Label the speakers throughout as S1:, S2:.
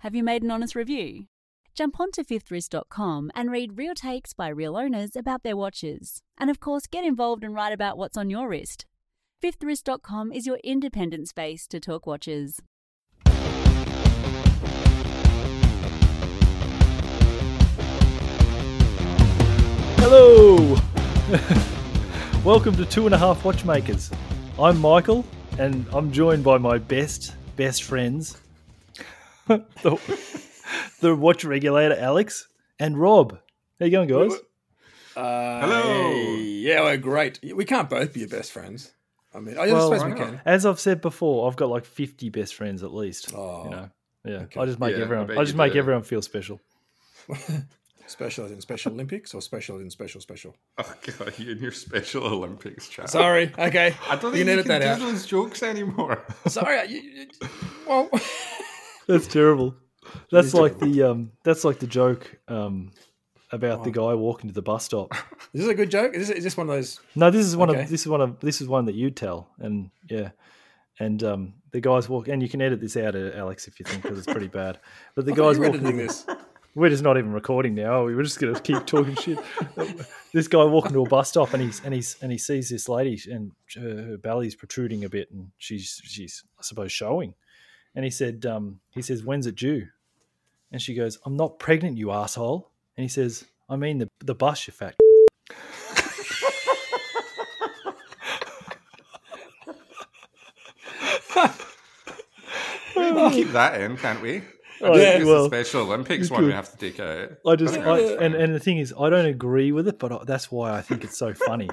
S1: Have you made an honest review? Jump onto fifthwrist.com and read real takes by real owners about their watches. And of course, get involved and write about what's on your wrist. Fifthwrist.com is your independent space to talk watches.
S2: Hello! Welcome to Two and a Half Watchmakers. I'm Michael, and I'm joined by my best, best friends the, the watch regulator Alex and Rob. How you going, guys?
S3: Uh,
S4: Hello.
S3: Yeah, we're great. We can't both be your best friends. I mean, I
S2: Well,
S3: suppose we can.
S2: As I've said before, I've got like 50 best friends at least.
S3: Oh,
S2: You know? Yeah,
S3: Okay.
S2: I just make
S4: Yeah, I
S2: everyone.
S4: bet
S2: I
S4: you
S2: just make
S4: do.
S2: everyone feel special.
S3: special in Special Olympics or special in Special Special?
S4: Oh god, you and your Special Olympics chat.
S3: Sorry. Okay.
S4: I don't
S3: You
S4: think you,
S3: can edit
S4: can
S3: that
S4: do
S3: out.
S4: those jokes anymore.
S3: Sorry. You, you, well,
S2: That's terrible. That's
S3: is
S2: like the um. That's like the joke um, about the guy walking to the bus stop.
S3: is this a good joke? Is this, is this one of those?
S2: No, this is one
S3: Okay.
S2: of this is one of this is one that you tell, and yeah, and um, the guys walk, and you can edit this out, uh, Alex, if you think because it's pretty bad. But the
S3: I thought
S2: guys
S3: you were editing
S2: walking,
S3: this.
S2: we're just not even recording now. Are we? We're just gonna keep talking shit. this guy walking to a bus stop, and he's and he's and he sees this lady, and her, her belly's protruding a bit, and she's she's I suppose showing, and he said um, he says when's it due, and she goes I'm not pregnant, you asshole, and he says I mean the the bus, you fat.
S4: we can keep that in, can't we? I
S2: Oh,
S4: think
S2: yeah,
S4: it's
S2: well,
S4: the Special Olympics
S2: you
S4: one we
S2: could.
S4: have to take out.
S2: I just I,
S3: Yeah.
S2: and and the thing is, I don't agree with it, but I, that's why I think it's so funny.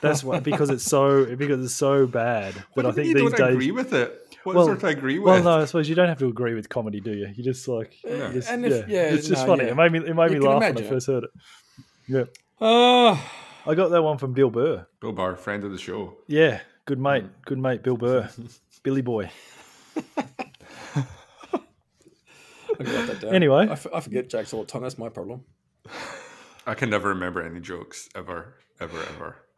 S2: That's why because it's so because it's so bad. But I
S4: What do
S2: think
S4: you mean you
S2: these
S4: don't
S2: days,
S4: agree with it. What's
S2: Well-
S4: there to agree with?
S2: well, no, I suppose you don't have to agree with comedy, do you? You just like, you just-
S3: and if- yeah,
S2: it's just
S3: no,
S2: funny.
S3: yeah.
S2: It made me it made
S3: You
S2: me
S3: can
S2: laugh when
S3: imagine
S2: I
S3: it.
S2: first heard it. Yeah,
S3: Oh,
S2: I got that one from Bill Burr.
S4: Bill Barr, friend of the show.
S2: Yeah, good mate, good mate, Bill Burr, Billy Boy.
S3: I got that down.
S2: Anyway.
S3: I, f- I forget Jack's all the time. That's my problem.
S4: I can never remember any jokes ever, ever, ever.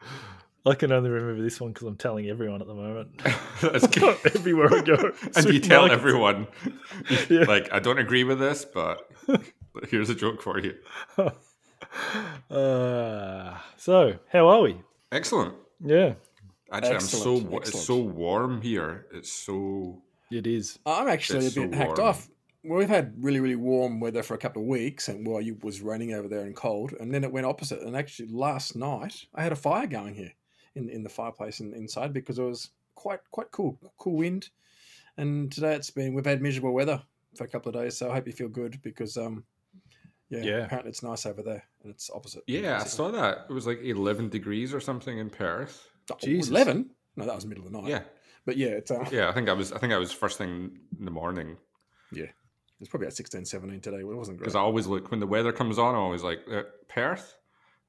S2: I can only remember this one because I'm telling everyone at the moment.
S4: That's good.
S2: Everywhere I go,
S4: and you tell
S2: Supermarket.
S4: everyone,
S2: Yeah.
S4: like, I don't agree with this, but here's a joke for you.
S2: Uh, so, how are we?
S4: Excellent.
S2: Yeah,
S4: Actually, I'm so
S3: Excellent,
S4: wa- it's
S3: excellent.
S4: so warm here. It's so
S2: it is.
S3: I'm actually
S4: It's
S3: a bit
S4: so
S3: hacked
S4: warm.
S3: off. Well, we've had really, really warm weather for a couple of weeks, and well, it was raining over there and cold, and then it went opposite. And actually, last night I had a fire going here in in the fireplace in, inside because it was quite quite cool, cool wind. And today it's been we've had miserable weather for a couple of days, so I hope you feel good because um yeah,
S2: Yeah.
S3: apparently it's nice over there and it's opposite.
S4: Yeah, I saw that. It was like 11 degrees or something in Perth.
S2: Jesus.
S3: eleven. No, that was middle of the night.
S4: Yeah,
S3: but yeah, it's um,
S4: yeah. I think I was. I think I was first thing in the morning
S3: it's probably at 16, 17 today. It wasn't great.
S4: because I always look when the weather comes on. I always like uh, Perth.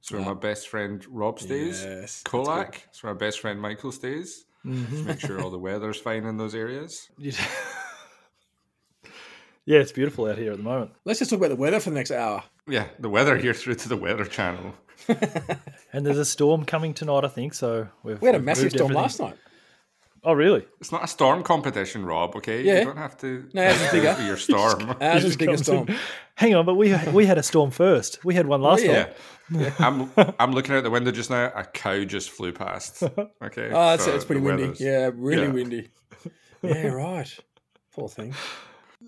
S4: It's where
S3: Yeah.
S4: my best friend Rob stays.
S3: Yes, that's good.
S4: Colac. It's where my best friend Michael stays.
S2: Mm-hmm.
S4: Just make sure all the weather's fine in those areas.
S2: You- yeah, it's beautiful out here at the moment.
S3: Let's just talk about the weather for the next hour.
S4: Yeah, the weather here through to the Weather Channel.
S2: And there's a storm coming tonight, I think. So we've
S3: We had a
S2: we've
S3: massive
S2: moved
S3: storm
S2: everything.
S3: last night.
S2: Oh, really?
S4: It's not a storm competition, Rob. Okay,
S3: Yeah.
S4: you don't have to.
S3: No, it's
S4: have
S3: bigger.
S4: to your storm.
S3: Ours was
S2: Just
S3: bigger
S2: comes
S3: storm.
S2: in. Hang on, but we we had a storm first. We had one last
S3: Oh, yeah.
S2: time.
S4: Yeah. I'm I'm looking out the window just now. A cow just flew past. Okay.
S3: Oh, that's
S4: so
S3: it. It's pretty
S4: the
S3: windy.
S4: weather's-
S3: Yeah, really
S4: yeah.
S3: windy. Yeah, right. Poor thing.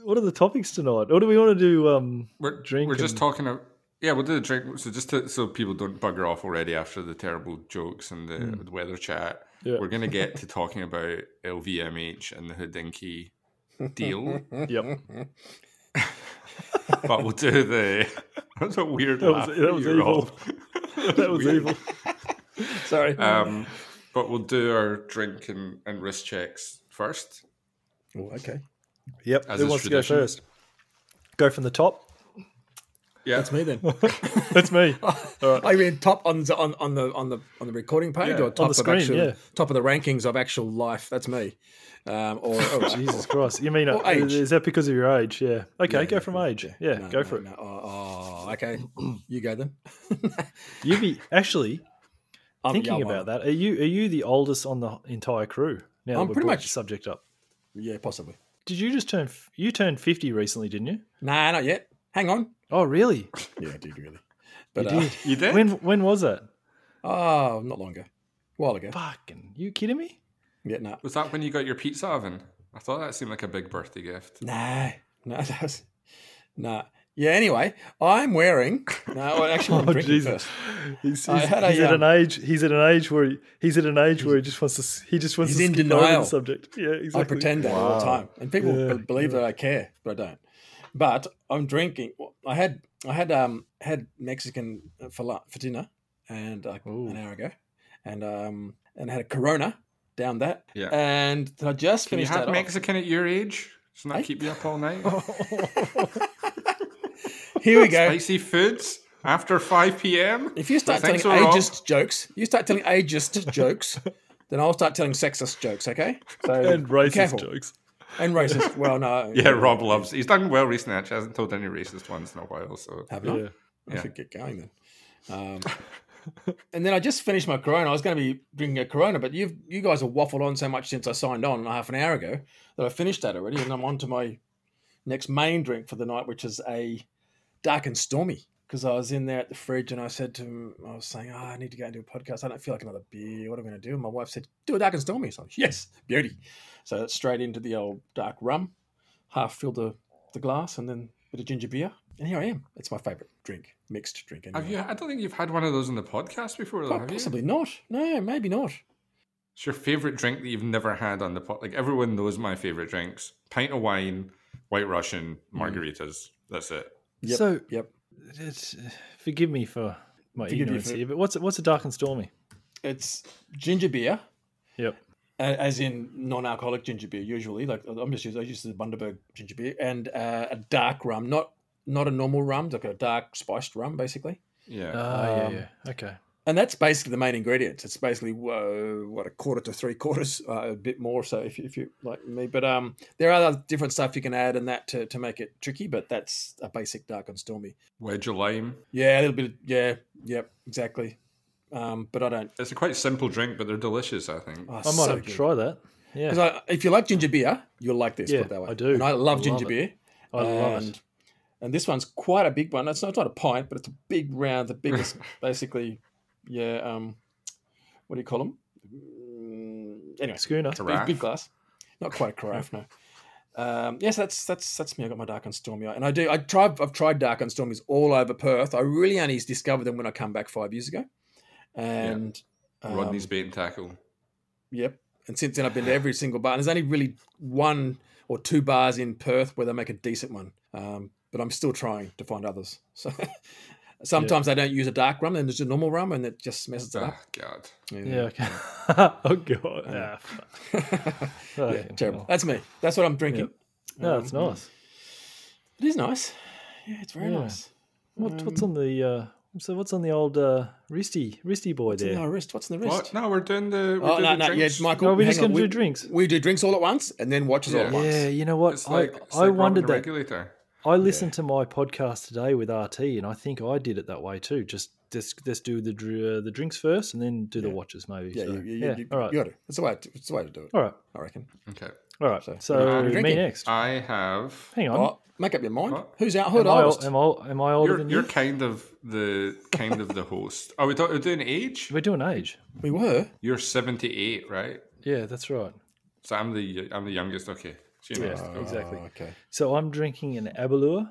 S2: What are the topics tonight? What do we want to do? Um,
S4: We're
S2: drink
S4: We're just
S2: and-
S4: talking about. Yeah, we'll do the drink. So just to, so people don't bugger off already after the terrible jokes and the, the weather chat.
S2: Hmm. Yeah.
S4: We're gonna get to talking about LVMH and the Hodinkee deal,
S2: yep.
S4: but we'll do the. That's a weird.
S2: That was-
S4: laugh
S2: that was
S4: you're
S2: evil.
S4: off.
S2: That was
S4: Weird.
S2: evil.
S3: Sorry.
S2: Uh,
S4: Um, but we'll do our drink and, and wrist checks first.
S3: Oh, okay.
S2: Yep.
S4: As
S2: Who
S4: is
S2: wants to
S4: tradition.
S2: go first? Go from the top.
S4: Yeah,
S3: That's me then.
S2: That's me.
S3: Oh. I mean, top on the on, on the on the on the recording page
S4: Yeah,
S3: or
S4: on
S3: top
S2: the
S3: of
S2: screen,
S3: actual
S2: yeah.
S3: top of the rankings of actual life. That's me. Um, or or-
S2: Jesus Christ. You mean
S3: Or
S2: uh,
S3: age.
S2: is that because of your age? Yeah. Okay,
S3: Yeah,
S2: go from age. Yeah,
S3: No,
S2: go
S3: no,
S2: for it.
S3: no. Oh, oh, okay. You go then.
S2: You'd be actually
S3: I'm
S2: thinking
S3: yeah, I'm-
S2: about that, are you are you the oldest on the entire crew? Now that
S3: I'm
S2: we've
S3: pretty
S2: brought
S3: much-
S2: the subject up.
S3: Yeah, possibly.
S2: Did you just turn? You turned fifty recently, didn't you?
S3: Nah, not yet. Hang on.
S2: Oh, really?
S3: Yeah, I did really.
S2: You
S3: But uh,
S2: did.
S4: You did?
S2: When when was that?
S3: oh, not long ago. A while ago.
S2: Fucking, you kidding me?
S3: Yeah, nah.
S4: Was that when you got your pizza oven? I thought that seemed like a big birthday gift.
S3: Nah, no, that was, nah. Yeah. Anyway, I'm wearing. No, well, actually, I'm
S2: Oh,
S3: drinking
S2: Jesus.
S3: first.
S2: He's,
S3: I
S2: he's-
S3: had a,
S2: he's at
S3: um,
S2: an age. He's at an age where he, he's at an age where he just wants to. s- He just wants
S3: He's
S2: to
S3: in
S2: skip over
S3: denial.
S2: the subject. Yeah, exactly.
S3: I pretend that all the
S2: Wow.
S3: time, and people
S2: Yeah,
S3: be- believe that I care, but I don't. But I'm drinking. I had I had um had Mexican uh, for lu- for dinner, and like
S2: Ooh.
S3: an hour ago, and um and had a Corona down that,
S4: Yeah.
S3: and I just
S4: Can you
S3: finished
S4: have
S3: that off. Oh,
S4: Mexican at your age? Doesn't that
S3: Hey.
S4: keep you up all night?
S3: Here we go.
S4: Spicy foods after 5 p.m.?
S3: If you start telling
S4: Thanks for all.
S3: ageist jokes, you start telling ageist jokes, then I'll start telling sexist jokes. Okay? So
S2: And
S3: be
S2: racist
S3: careful.
S2: jokes.
S3: and racist. Well, no.
S4: Yeah, Rob loves. He's done well recently. Actually, hasn't told any racist ones in a while. So
S3: Have not.
S2: Yeah.
S3: I
S4: Yeah.
S3: should get going then. Um, and then I just finished my Corona. I was going to be drinking a Corona, but you have you guys have waffled on so much since I signed on half an hour ago that I finished that already, and I'm on to my next main drink for the night, which is a dark and stormy. Because I was in there at the fridge, and I said to him, I was saying, oh, I need to go and do a podcast. I don't feel like another beer. What am I going to do? And my wife said, Do a dark and stormy. So I'm, yes, beauty. So that's straight into the old dark rum, half filled the the glass, and then a bit of ginger beer. And here I am. It's my favorite drink, mixed drink. Anyway.
S4: have you? I don't think you've had one of those on the podcast before. Though,
S3: Oh,
S4: have you?
S3: possibly not. No, maybe not.
S4: It's your favorite drink that you've never had on the pot. Like everyone knows my favorite drinks: pint of wine, White Russian,
S3: Mm.
S4: margaritas. That's it.
S3: Yep,
S2: So-
S3: yep.
S2: It's, forgive me for my
S3: Forgive you
S2: ignorance
S3: for-
S2: here, but what's what's a dark and stormy?
S3: It's ginger beer,
S2: Yep.
S3: a- as in non-alcoholic ginger beer. Usually, like I'm just using, I use the Bundaberg ginger beer and uh, a dark rum, not not a normal rum, like a dark spiced rum, basically.
S2: Oh,
S4: Yeah.
S2: yeah,
S3: Um,
S2: yeah. Okay.
S3: And that's basically the main ingredients. It's basically uh, what a quarter to three quarters, uh, a bit more. So if you, if you like me, but um, there are other different stuff you can add in that to, to make it tricky. But that's a basic dark and stormy.
S4: Wedge of lime.
S3: Yeah, a little bit. Of, yeah, yep, exactly. Um, but I don't.
S4: It's a quite simple drink, but they're delicious. I think.
S3: Oh,
S2: I might have to try that. Yeah.
S3: Because if you like ginger beer, you'll like this.
S2: Yeah,
S3: put it that way.
S2: I do.
S3: And I love
S2: I
S3: ginger
S2: love it.
S3: beer.
S2: I love
S3: and,
S2: it.
S3: And this one's quite a big one. It's not, it's not a pint, but it's a big round, the biggest, basically. Yeah. Um, what do you call them? Anyway,
S2: Schooner.
S3: big,
S4: Carafe.
S3: big glass. Not quite a carafe, no. Um, yes, that's that's that's me. I got my dark and stormy, and I do. I tried. I've tried dark and stormies all over Perth. I really only discovered them when I come back five years ago, and um,
S4: Rodney's bait and tackle.
S3: Yep. And since then, I've been to every single bar. And there's only really one or two bars in Perth where they make a decent one. Um, but I'm still trying to find others. So sometimes they don't use a dark rum, then there's a normal rum, and it just messes it
S4: Ah,
S3: up.
S4: God.
S2: Yeah. Okay. oh god. Ah, fuck.
S3: Yeah,
S2: Fucking
S3: terrible.
S2: hell.
S3: That's me. That's what I'm drinking.
S2: No, that's
S3: Um,
S2: nice.
S3: It is nice. Yeah, it's very
S2: Yeah.
S3: nice.
S2: What, what's on the uh, so what's on the old uh, wristy wristy boy
S3: What's in
S2: there?
S3: the wrist? What's in the
S4: What?
S3: wrist?
S4: No, we're doing the. We're
S3: Oh,
S4: doing
S3: no,
S4: the
S3: no, yeah,
S4: drinks.
S3: Michael.
S2: No, we're
S3: hang
S2: just
S3: on.
S2: going to
S3: we,
S2: do drinks.
S3: we do drinks all at once and then watches all
S4: Yeah.
S3: at once.
S2: Yeah, you know what?
S4: It's
S2: I
S4: like, it's
S2: I
S4: like
S2: wondered
S4: wondered
S2: that.
S4: regulator.
S2: I listened to my podcast today with RT, and I think I did it that way too. Just just let's do the dr- uh, the drinks first, and then do the
S3: Yeah.
S2: watches maybe.
S3: Yeah,
S2: so,
S3: you, you,
S2: yeah.
S3: you,
S2: all right,
S3: you got it. That's the way. To, that's the way to do it.
S2: all right,
S3: I reckon.
S4: Okay.
S2: all right.
S3: So,
S2: So,
S3: what are you
S2: me
S3: drinking?
S2: next.
S4: I have.
S2: Hang on,
S3: Oh, make up your mind.
S4: What?
S3: Who's out? Who
S2: am,
S3: the
S2: I,
S3: oldest?
S2: ol- am I ol- am I older
S4: You're,
S2: than
S4: you're
S2: you?
S4: kind of the kind of the host. Are we, do- are we doing age?
S2: We're doing age.
S3: We were.
S4: You're 78, right?
S2: Yeah, that's right.
S4: So I'm the I'm the youngest. Okay. So
S2: Yeah.
S4: you're next.
S2: Exactly.
S3: Oh, okay.
S2: So I'm drinking an Abalure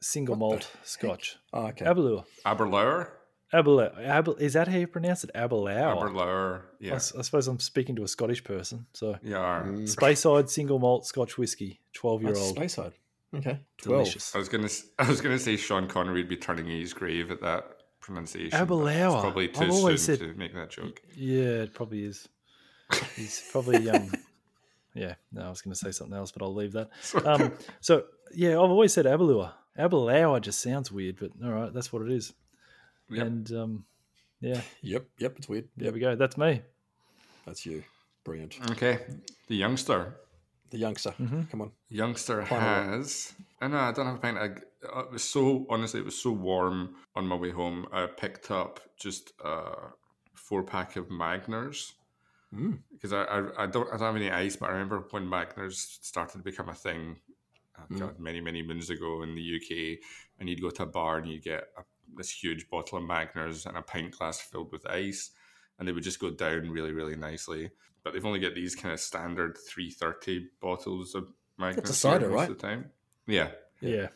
S2: single malt Scotch.
S3: Oh, okay.
S2: Abalure.
S4: Aberlour.
S2: Abalure. Abel, is that how you pronounce it? Abalure.
S4: Aberlour.
S2: I,
S4: Yeah.
S2: s- I suppose I'm speaking to a Scottish person. So
S4: You are.
S2: Mm-hmm. Speyside single malt Scotch whiskey, twelve year
S3: Mm. That's
S2: old,
S3: space side. Okay. Twelve.
S2: delicious.
S4: I was gonna s- I was gonna say Sean Connery would be turning his grave at that pronunciation. but
S2: Aberlour.
S4: It's probably
S2: I've
S4: too
S2: always
S4: soon
S2: said-
S4: to make that joke.
S2: Yeah, it probably is. He's probably um yeah, no, I was gonna say something else, but I'll leave that. Um so yeah, I've always said Abalua. Abalua just sounds weird, but all right, that's what it is.
S4: Yep.
S2: And um yeah,
S3: Yep. Yep. It's weird.
S2: there we go. That's me.
S3: That's you. Brilliant.
S4: Okay. The youngster.
S3: The youngster.
S2: Mm-hmm.
S3: Come on.
S4: Youngster
S3: Final
S4: has. I know I don't have a pint. I, uh, it was so honestly, it was so warm on my way home. I picked up just a four pack of Magners,
S3: Mm.
S4: because I, I I don't I don't have any ice, but I remember when Magners started to become a thing, oh
S3: Mm.
S4: God, many many moons ago in the UK, and you'd go to a bar and you'd get a, this huge bottle of Magners and a pint glass filled with ice, and they would just go down really really nicely. But they've only got these kind of standard three thirty bottles of Magners here
S3: cider,
S4: most
S3: right?
S4: Of the time, yeah.
S2: Yeah.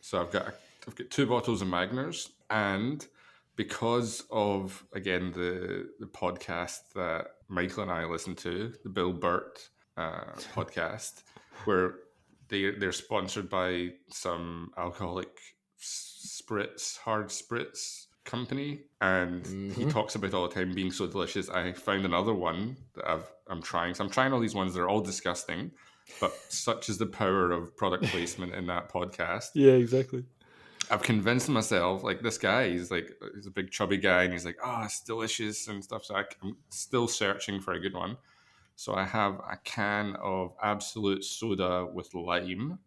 S4: So I've got I've got two bottles of Magners, and because of again the the podcast that Michael and I listen to, the Bill Burt uh, podcast, where they they're sponsored by some alcoholic s- spritz, hard spritz company, and he
S3: Mhm.
S4: talks about all the time being so delicious. I found another one that I've I'm trying. So I'm trying all these ones. They're all disgusting. But such is the power of product placement in that podcast.
S2: Yeah, exactly.
S4: I've convinced myself, like this guy, he's like he's a big chubby guy, and he's like, ah, it's delicious and stuff. So I, am still searching for a good one. So I have a can of absolute soda with lime.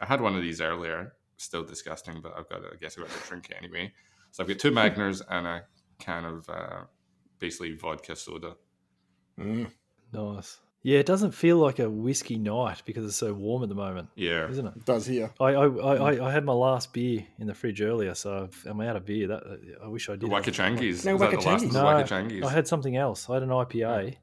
S4: I had one of these earlier, still disgusting, but I've got it. I guess I've got to drink it anyway. So I've got two Magners and a can of uh, basically vodka soda.
S3: Mm.
S2: Nice. Yeah, it doesn't feel like a whiskey night because it's so warm at the moment,
S4: Yeah,
S2: isn't it?
S3: It does here.
S2: I I, I, I- I had my last beer in the fridge earlier, so I've, I'm out of beer. That uh, I wish I
S4: the
S2: did. have-
S4: Wakachangies.
S3: No,
S4: Is that the last of the
S2: No,
S4: Wakachangies?
S2: I had something else. I had an IPA.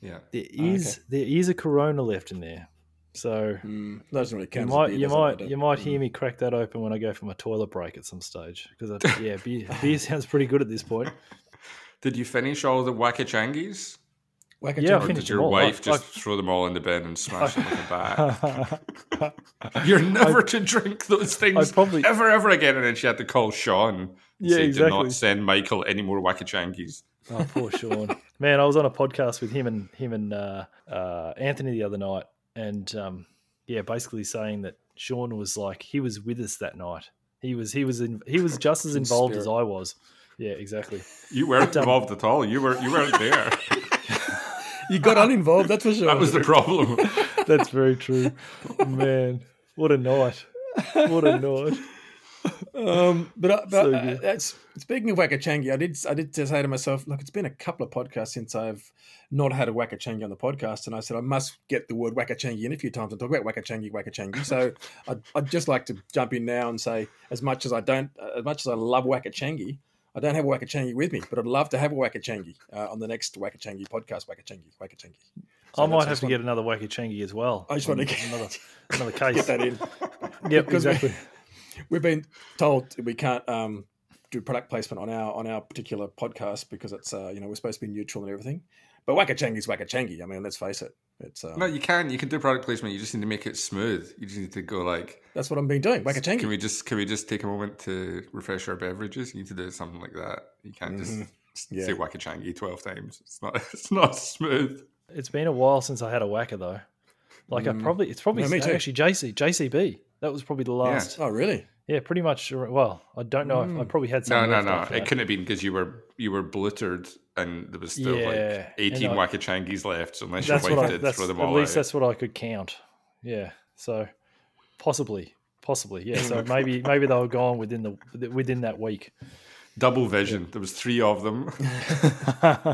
S4: yeah.
S2: There
S3: Ah, okay.
S2: is there is a Corona left in there, so
S3: Mm. Doesn't really
S2: you
S3: count. as
S2: might
S3: beer,
S2: you
S3: does it?
S2: might
S3: But, uh,
S2: you might
S3: mm.
S2: hear me crack that open when I go for my toilet break at some stage because yeah, beer, beer sounds pretty good at this point.
S4: Did you finish all the Wakachangies?
S3: mm. Whack a
S2: Yeah, I
S4: Or
S3: jam.
S2: finished
S4: did your
S2: them all.
S4: wife
S2: I-
S4: just
S2: I-
S4: throw them all in the bin and smash them with a bat?
S2: I
S4: You're never to drink those things
S2: probably
S4: ever, ever again. And then she had to call Sean and
S2: yeah
S4: say, do
S2: exactly.
S4: not send Michael any more Wakachangies.
S2: Oh, poor Sean. Man, I was on a podcast with him and him and uh, uh, Anthony the other night, and um, yeah, basically saying that Sean was like he was with us that night. He was he was in, he was just as
S3: In
S2: involved as
S3: spirit.
S2: I was. Yeah, exactly.
S4: You weren't
S2: Dumb.
S4: involved at all. You were you weren't there.
S3: You got uninvolved, that's for sure.
S4: that was the problem.
S2: That's very true. Man, what a night! What a night!
S3: Um, but I- but
S2: So
S3: I-
S2: good.
S3: that's speaking of Wakachangi, I did I did say to myself, look, it's been a couple of podcasts since I've not had a Wakachangi on the podcast, and I said I must get the word Wakachangi in a few times and talk about Wakachangi, Wakachangi. So I'd, I'd just like to jump in now and say, as much as I don't, uh, as much as I love Wakachangi, I don't have a Wakachangi with me, but I'd love to have a Wakachangi uh, on the next Wakachangi podcast. Wakachangi, Wakachangi. So
S2: I
S3: that's-
S2: might have
S3: just
S2: to
S3: want-
S2: get another wacky changi as well.
S3: I just want to
S2: Um,
S3: get-
S2: another another case.
S3: get that in.
S2: yep,
S3: because we-
S2: exactly.
S3: We've been told we can't um, do product placement on our on our particular podcast because it's uh, you know we're supposed to be neutral and everything. But Wakachangi's Wakachangi. I mean, let's face it. It's um,
S4: no, you can. You can do product placement. You just need to make it smooth. You just need to go like
S3: that's what I'm been doing.
S4: Can
S3: Wakachangi.
S4: we just can we just take a moment to refresh our beverages? You need to do something like that. You can't
S3: Mhm.
S2: Mm-hmm.
S4: just
S3: Yeah.
S4: say Wakachangi twelve times. It's not it's not smooth.
S2: It's been a while since I had a whacker though. Like I
S3: Mm.
S2: probably it's probably
S3: No, me
S2: no,
S3: too.
S2: actually JC JCB. That was probably the last. Yeah,
S3: Oh, really?
S2: pretty much. ar- Well, I don't know. if I
S3: Mm.
S2: probably had
S4: No,
S2: some.
S4: no,
S2: left
S4: no.
S2: after
S4: It
S2: that.
S4: couldn't have been because you were you were blittered and there was still like
S2: Yeah,
S4: eighteen
S2: and I-
S4: Wakachangies left. So unless
S2: That's
S4: your
S2: what
S4: wife
S2: I.
S4: did
S2: That's,
S4: throw them
S2: at
S4: all
S2: least
S4: out.
S2: that's what I could count. Yeah. So possibly, possibly. Yeah. So maybe maybe they were gone within the within that week.
S4: Double vision. There was three of them.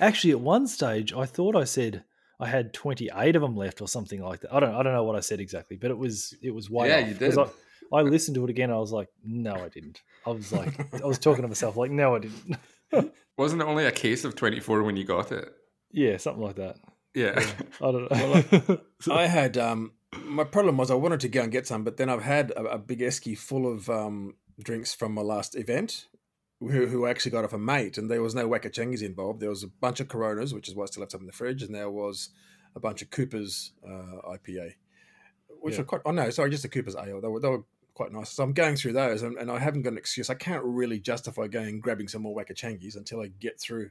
S2: Actually, at one stage, I thought I said I had twenty eight of them left or something like that. I don't I don't know what I said exactly, but it was it was way
S4: Yeah,
S2: off,
S4: you
S2: 'cause
S4: did.
S2: I, I listened to it again. and I was like, no, I didn't. I was like, I was talking to myself, like, no, I didn't.
S4: Wasn't it only a case of twenty four when you got it?
S2: yeah, something like that.
S4: Yeah.
S2: I don't know.
S3: I had um, my problem was I wanted to go and get some, but then I've had a, a big esky full of um, drinks from my last event. Who, who I actually got off a mate, and there was no Wakachangi's involved. There was a bunch of Coronas, which is why I still have some in the fridge, and there was a bunch of Cooper's uh, IPA, which
S2: Yeah.
S3: were quite. Oh no, sorry, just the Cooper's ale. They were, they were quite nice. So I'm going through those, and, and I haven't got an excuse. I can't really justify going and grabbing some more Wakachangi's until I get through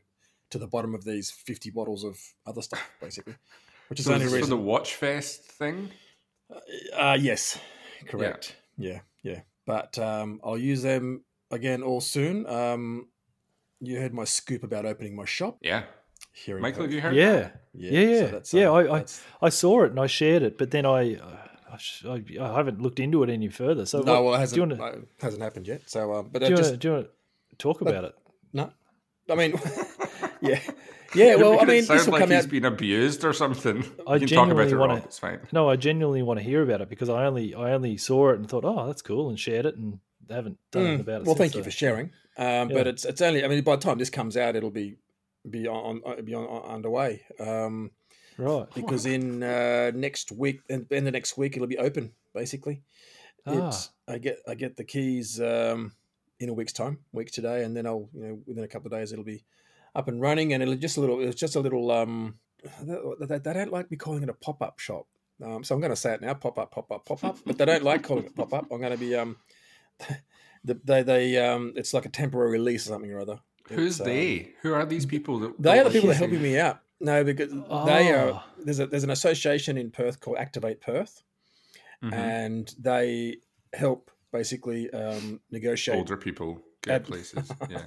S3: to the bottom of these 50 bottles of other stuff, basically. Which is
S4: so
S3: the
S4: was
S3: only
S4: this for
S3: reason.
S4: the watch fest thing?
S3: Uh, yes, correct. Yeah. yeah, But um, I'll use them again all soon. Um, you heard my scoop about opening my shop
S4: Yeah.
S3: here in
S4: Michael, have
S3: Perth.
S4: you heard?
S2: yeah, Yeah, yeah. Yeah, I- I-
S3: that's-
S2: I saw it and I shared it, but then I. Uh, I sh- I, I haven't looked into it any further. So
S3: no,
S2: what-
S3: well, it
S2: do you
S3: hasn't,
S2: want to
S3: uh, hasn't happened yet. So, um, but
S2: do
S3: I
S2: you
S3: just
S2: want to talk about it?
S3: no, I mean, yeah, yeah. Well, I
S4: Because
S3: mean,
S4: it sounds
S3: this will
S4: like
S3: come
S4: he's
S3: out.
S4: been abused or something.
S2: I
S4: you can talk about
S2: genuinely
S4: it,
S2: wanna-
S4: Rob. It's fine.
S2: No, I genuinely want to hear about it because I only I only saw it and thought, oh, that's cool, and shared it, and haven't done anything
S3: Mm,
S2: about it.
S3: Well,
S2: since,
S3: thank you for
S2: so-
S3: sharing.
S2: Yeah.
S3: Um, But it's it's only. I mean, by the time this comes out, it'll be be on on- be on, on underway. Um,
S2: Right.
S3: because in uh, next week and in the next week it'll be open basically.
S4: Ah.
S3: It's, I get I get the keys um, in a week's time, week today, and then I'll you know within a couple of days it'll be up and running, and it'll just a little it's just a little um they, they- they don't like me calling it a pop up shop, um, so I'm going to say it now pop up pop up pop up, but they don't like calling it pop up. I'm going to be um the, they they um it's like a temporary lease or something or other.
S4: Who's
S3: It's, um,
S4: they? Who are these people? That
S3: they are the
S4: that-
S3: people that are helping me out. No, because they are.
S2: Oh.
S3: There's a, there's an association in Perth called Activate Perth,
S4: Mhm.
S3: and they help basically um, negotiate.
S4: Older people get
S3: Ad-
S4: places. Yeah.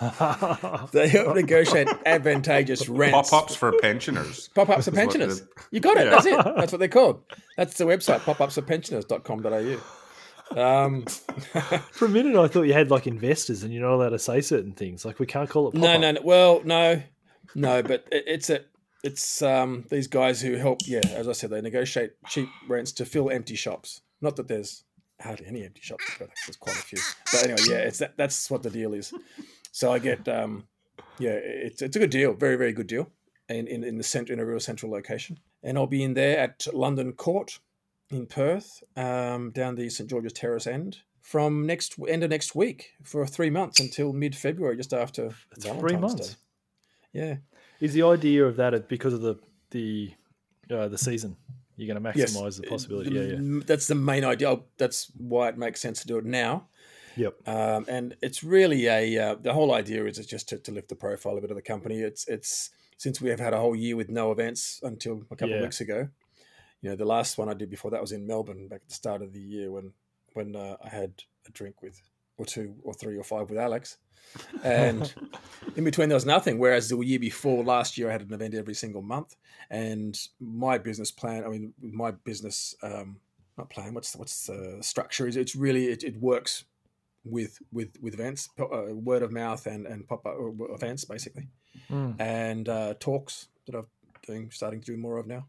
S2: Ah.
S3: They help negotiate advantageous rents.
S4: Pop ups for pensioners.
S3: Pop ups for
S4: That's what
S3: pensioners.
S4: the-
S3: You got it.
S4: Yeah.
S3: That's it. That's what they're called. That's the website, popupsforpensioners.com.au. Um,
S2: for a minute, I thought you had like investors, and you're not allowed to say certain things. Like we can't call it.
S3: no,
S2: pop-up.
S3: no, no. Well, no, no, but it, it's a. It's um, these guys who help, yeah, as I said, they negotiate cheap rents to fill empty shops. Not that there's hardly any empty shops, but there's quite a few. But anyway, yeah, it's that, that's what the deal is. So I get, um, yeah, it's, it's a good deal, very, very good deal in, in, in the centre, in a real central location. And I'll be in there at London Court in Perth, um, down the St George's Terrace end from next end of next week for three months until mid February, just after
S2: That's
S3: Valentine's
S2: three months.
S3: Day. Yeah.
S2: Is the idea of that because of the the uh, the season? You're going to
S3: Yes.
S2: maximize the possibility.
S3: The-
S2: yeah, yeah.
S3: That's the main idea. Oh, That's why it makes sense to do it now.
S2: Yep.
S3: Um, and it's really a uh, the whole idea is it's just to, to lift the profile a bit of the company. It's it's since we have had a whole year with no events until a couple
S2: Yeah.
S3: of weeks ago. You know, the last one I did before that was in Melbourne back at the start of the year when when uh, I had a drink with or two or three or five with Alex, and in between there was nothing. Whereas the year before last year I had an event every single month, and my business plan. I mean, my business um, not plan. What's what's the structure? Is it's really it, it works with with with events, po- uh, word of mouth, and and pop up or events basically,
S2: Mm.
S3: and uh, talks that I'm doing, starting to do more of now.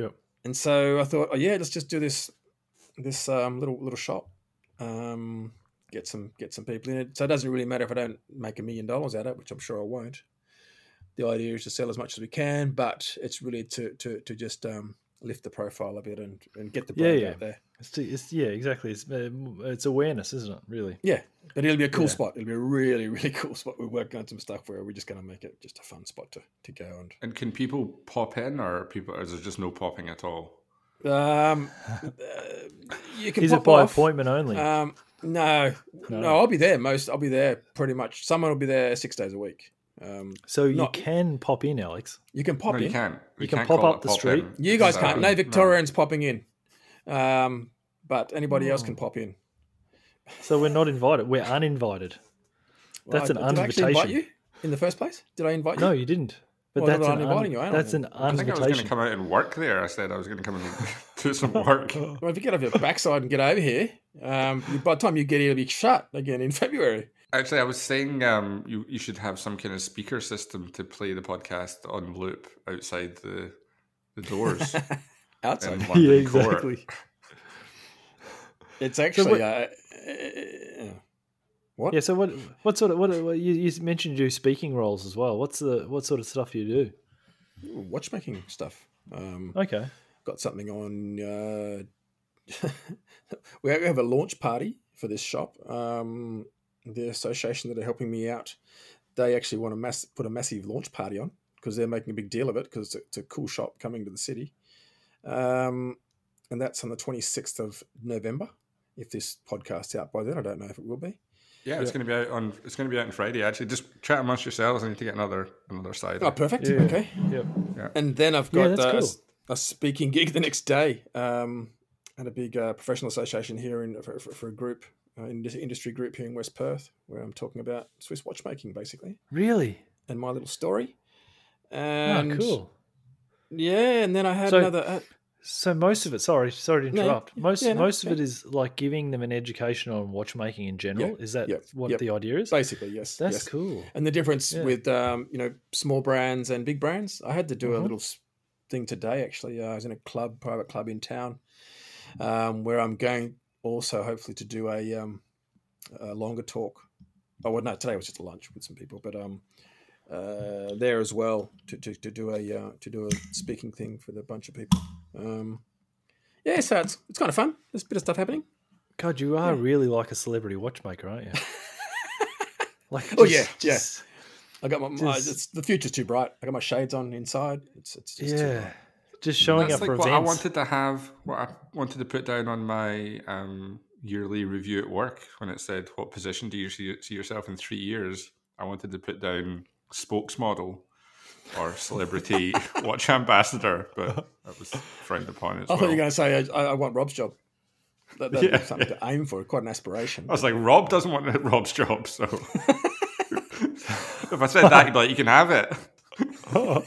S2: Yep.
S3: And so I thought, oh yeah, let's just do this this um, little little shop, um, get some get some people in it. So it doesn't really matter if I don't make a million dollars out of it, which I'm sure I won't. The idea is to sell as much as we can, but it's really to to to just um, lift the profile a bit and and get the
S2: Yeah,
S3: brand
S2: yeah.
S3: out there.
S2: It's, to- it's yeah, exactly. It's uh, it's awareness, isn't it? Really.
S3: But it'll be a cool
S2: Yeah.
S3: spot. It'll be a really, really cool spot. We're working on some stuff where we're just going to make it just a fun spot to, to go and.
S4: And can people pop in, or are people? Or is there just no popping at all?
S3: Um, uh, you can
S2: Is
S3: pop
S2: it by
S3: off.
S2: appointment only?
S3: Um, no, no,
S2: No.
S3: I'll be there most. I'll be there pretty much. Someone will be there six days a week. Um,
S2: so you
S3: not-
S2: can pop in, Alex.
S3: you can pop
S4: no,
S3: in.
S4: you can't. We
S2: You can
S4: can't
S2: pop
S4: call
S2: up
S4: it
S2: the
S4: pop
S2: street.
S4: in.
S3: You guys
S4: So,
S3: can't. No Victorians popping in. Um, but anybody else can
S2: Oh.
S3: pop in.
S2: So we're not invited. We're uninvited.
S3: Well,
S2: That's
S3: I-
S2: an
S3: did I actually invite
S2: uninvitation.
S3: you in the first place? Did I invite you?
S2: No, you didn't. But
S3: Well,
S2: that's,
S3: I'm
S2: an
S3: not
S2: un-
S3: inviting you, I don't
S2: that's an
S4: I think I was going
S2: invitation.
S4: to come out and work there. I said I was going to come and do some work.
S3: Well, if you get off your backside and get over here, um, you- by the time you get here, it'll be shut again in February.
S4: Actually, I was saying um, you you should have some kind of speaker system to play the podcast on loop outside the the doors.
S3: Outside.
S4: in London
S2: yeah,
S4: Court.
S2: exactly.
S3: It's actually
S2: what-
S3: uh, uh,
S2: Yeah. So what? What sort of? What, what you, you mentioned you do speaking roles as well. What's the? What sort of stuff you do?
S3: watchmaking stuff. Um,
S2: Okay.
S3: got something on. Uh, we have- we have a launch party for this shop. Um, the association that are helping me out, they actually want to mass- put a massive launch party on because they're making a big deal of it because it's, a- it's a cool shop coming to the city. Um, and that's on the 26th of November. If this podcast's out by then, I don't know if it will be.
S4: Yeah, it's
S2: Yeah.
S4: going to be out on it's going to be out on Friday. Actually, just chat amongst yourselves. I need to get another another side.
S3: Oh, perfect.
S2: Yeah.
S3: Okay.
S2: Yep.
S3: And then I've
S2: Yeah,
S3: got
S2: that's
S3: uh, a
S2: cool.
S3: s- a, speaking gig the next day um, at a big uh, professional association here in, for, for, for a group, uh, in this industry group here in West Perth, where I'm talking about Swiss watchmaking basically
S2: Really?
S3: and my little story. And
S2: oh, cool.
S3: Yeah, and then I had
S2: So-
S3: another. Uh,
S2: So most of it, sorry, sorry to
S3: No,
S2: interrupt.
S3: yeah,
S2: most
S3: yeah, no,
S2: most of
S3: yeah.
S2: it is like giving them an education on watchmaking in general. is that
S3: yeah,
S2: what
S3: yeah.
S2: the idea is?
S3: Basically, yes.
S2: That's
S3: yes.
S2: cool.
S3: And the difference
S2: Yeah.
S3: with um, you know small brands and big brands. I had to do a
S2: Mhm.
S3: little s- thing today. Actually, uh, I was in a club, private club in town, um, where I'm going also hopefully to do a, um, a longer talk. Oh well, no, today was just a lunch with some people, but um, uh, there as well to, to, to do a uh, to do a speaking thing for the bunch of people. Um, yeah, so it's it's kind of fun. There's a bit of stuff happening.
S2: God, you are
S3: Yeah.
S2: really like a celebrity watchmaker, aren't you? like,
S3: Oh, yeah, yeah.
S2: just-
S3: I got my, my
S2: Just-
S3: it's, the future's too bright. I got my shades on inside. It's it's just too bright.
S2: yeah. Just showing
S4: That's
S2: up for
S4: like what I
S2: events.
S4: wanted to have, what I wanted to put down on my um, yearly review at work when it said, "What position do you see, see yourself in three years?" I wanted to put down spokesmodel or celebrity watch ambassador, but that was frowned upon as
S3: I thought
S4: well.
S3: you were going to say, I, I want Rob's job. That, that'd
S4: Yeah.
S3: be something to aim for, quite an aspiration.
S4: I was like, Rob doesn't want Rob's job, so if I said that, you'd be like, "You can have it."
S2: so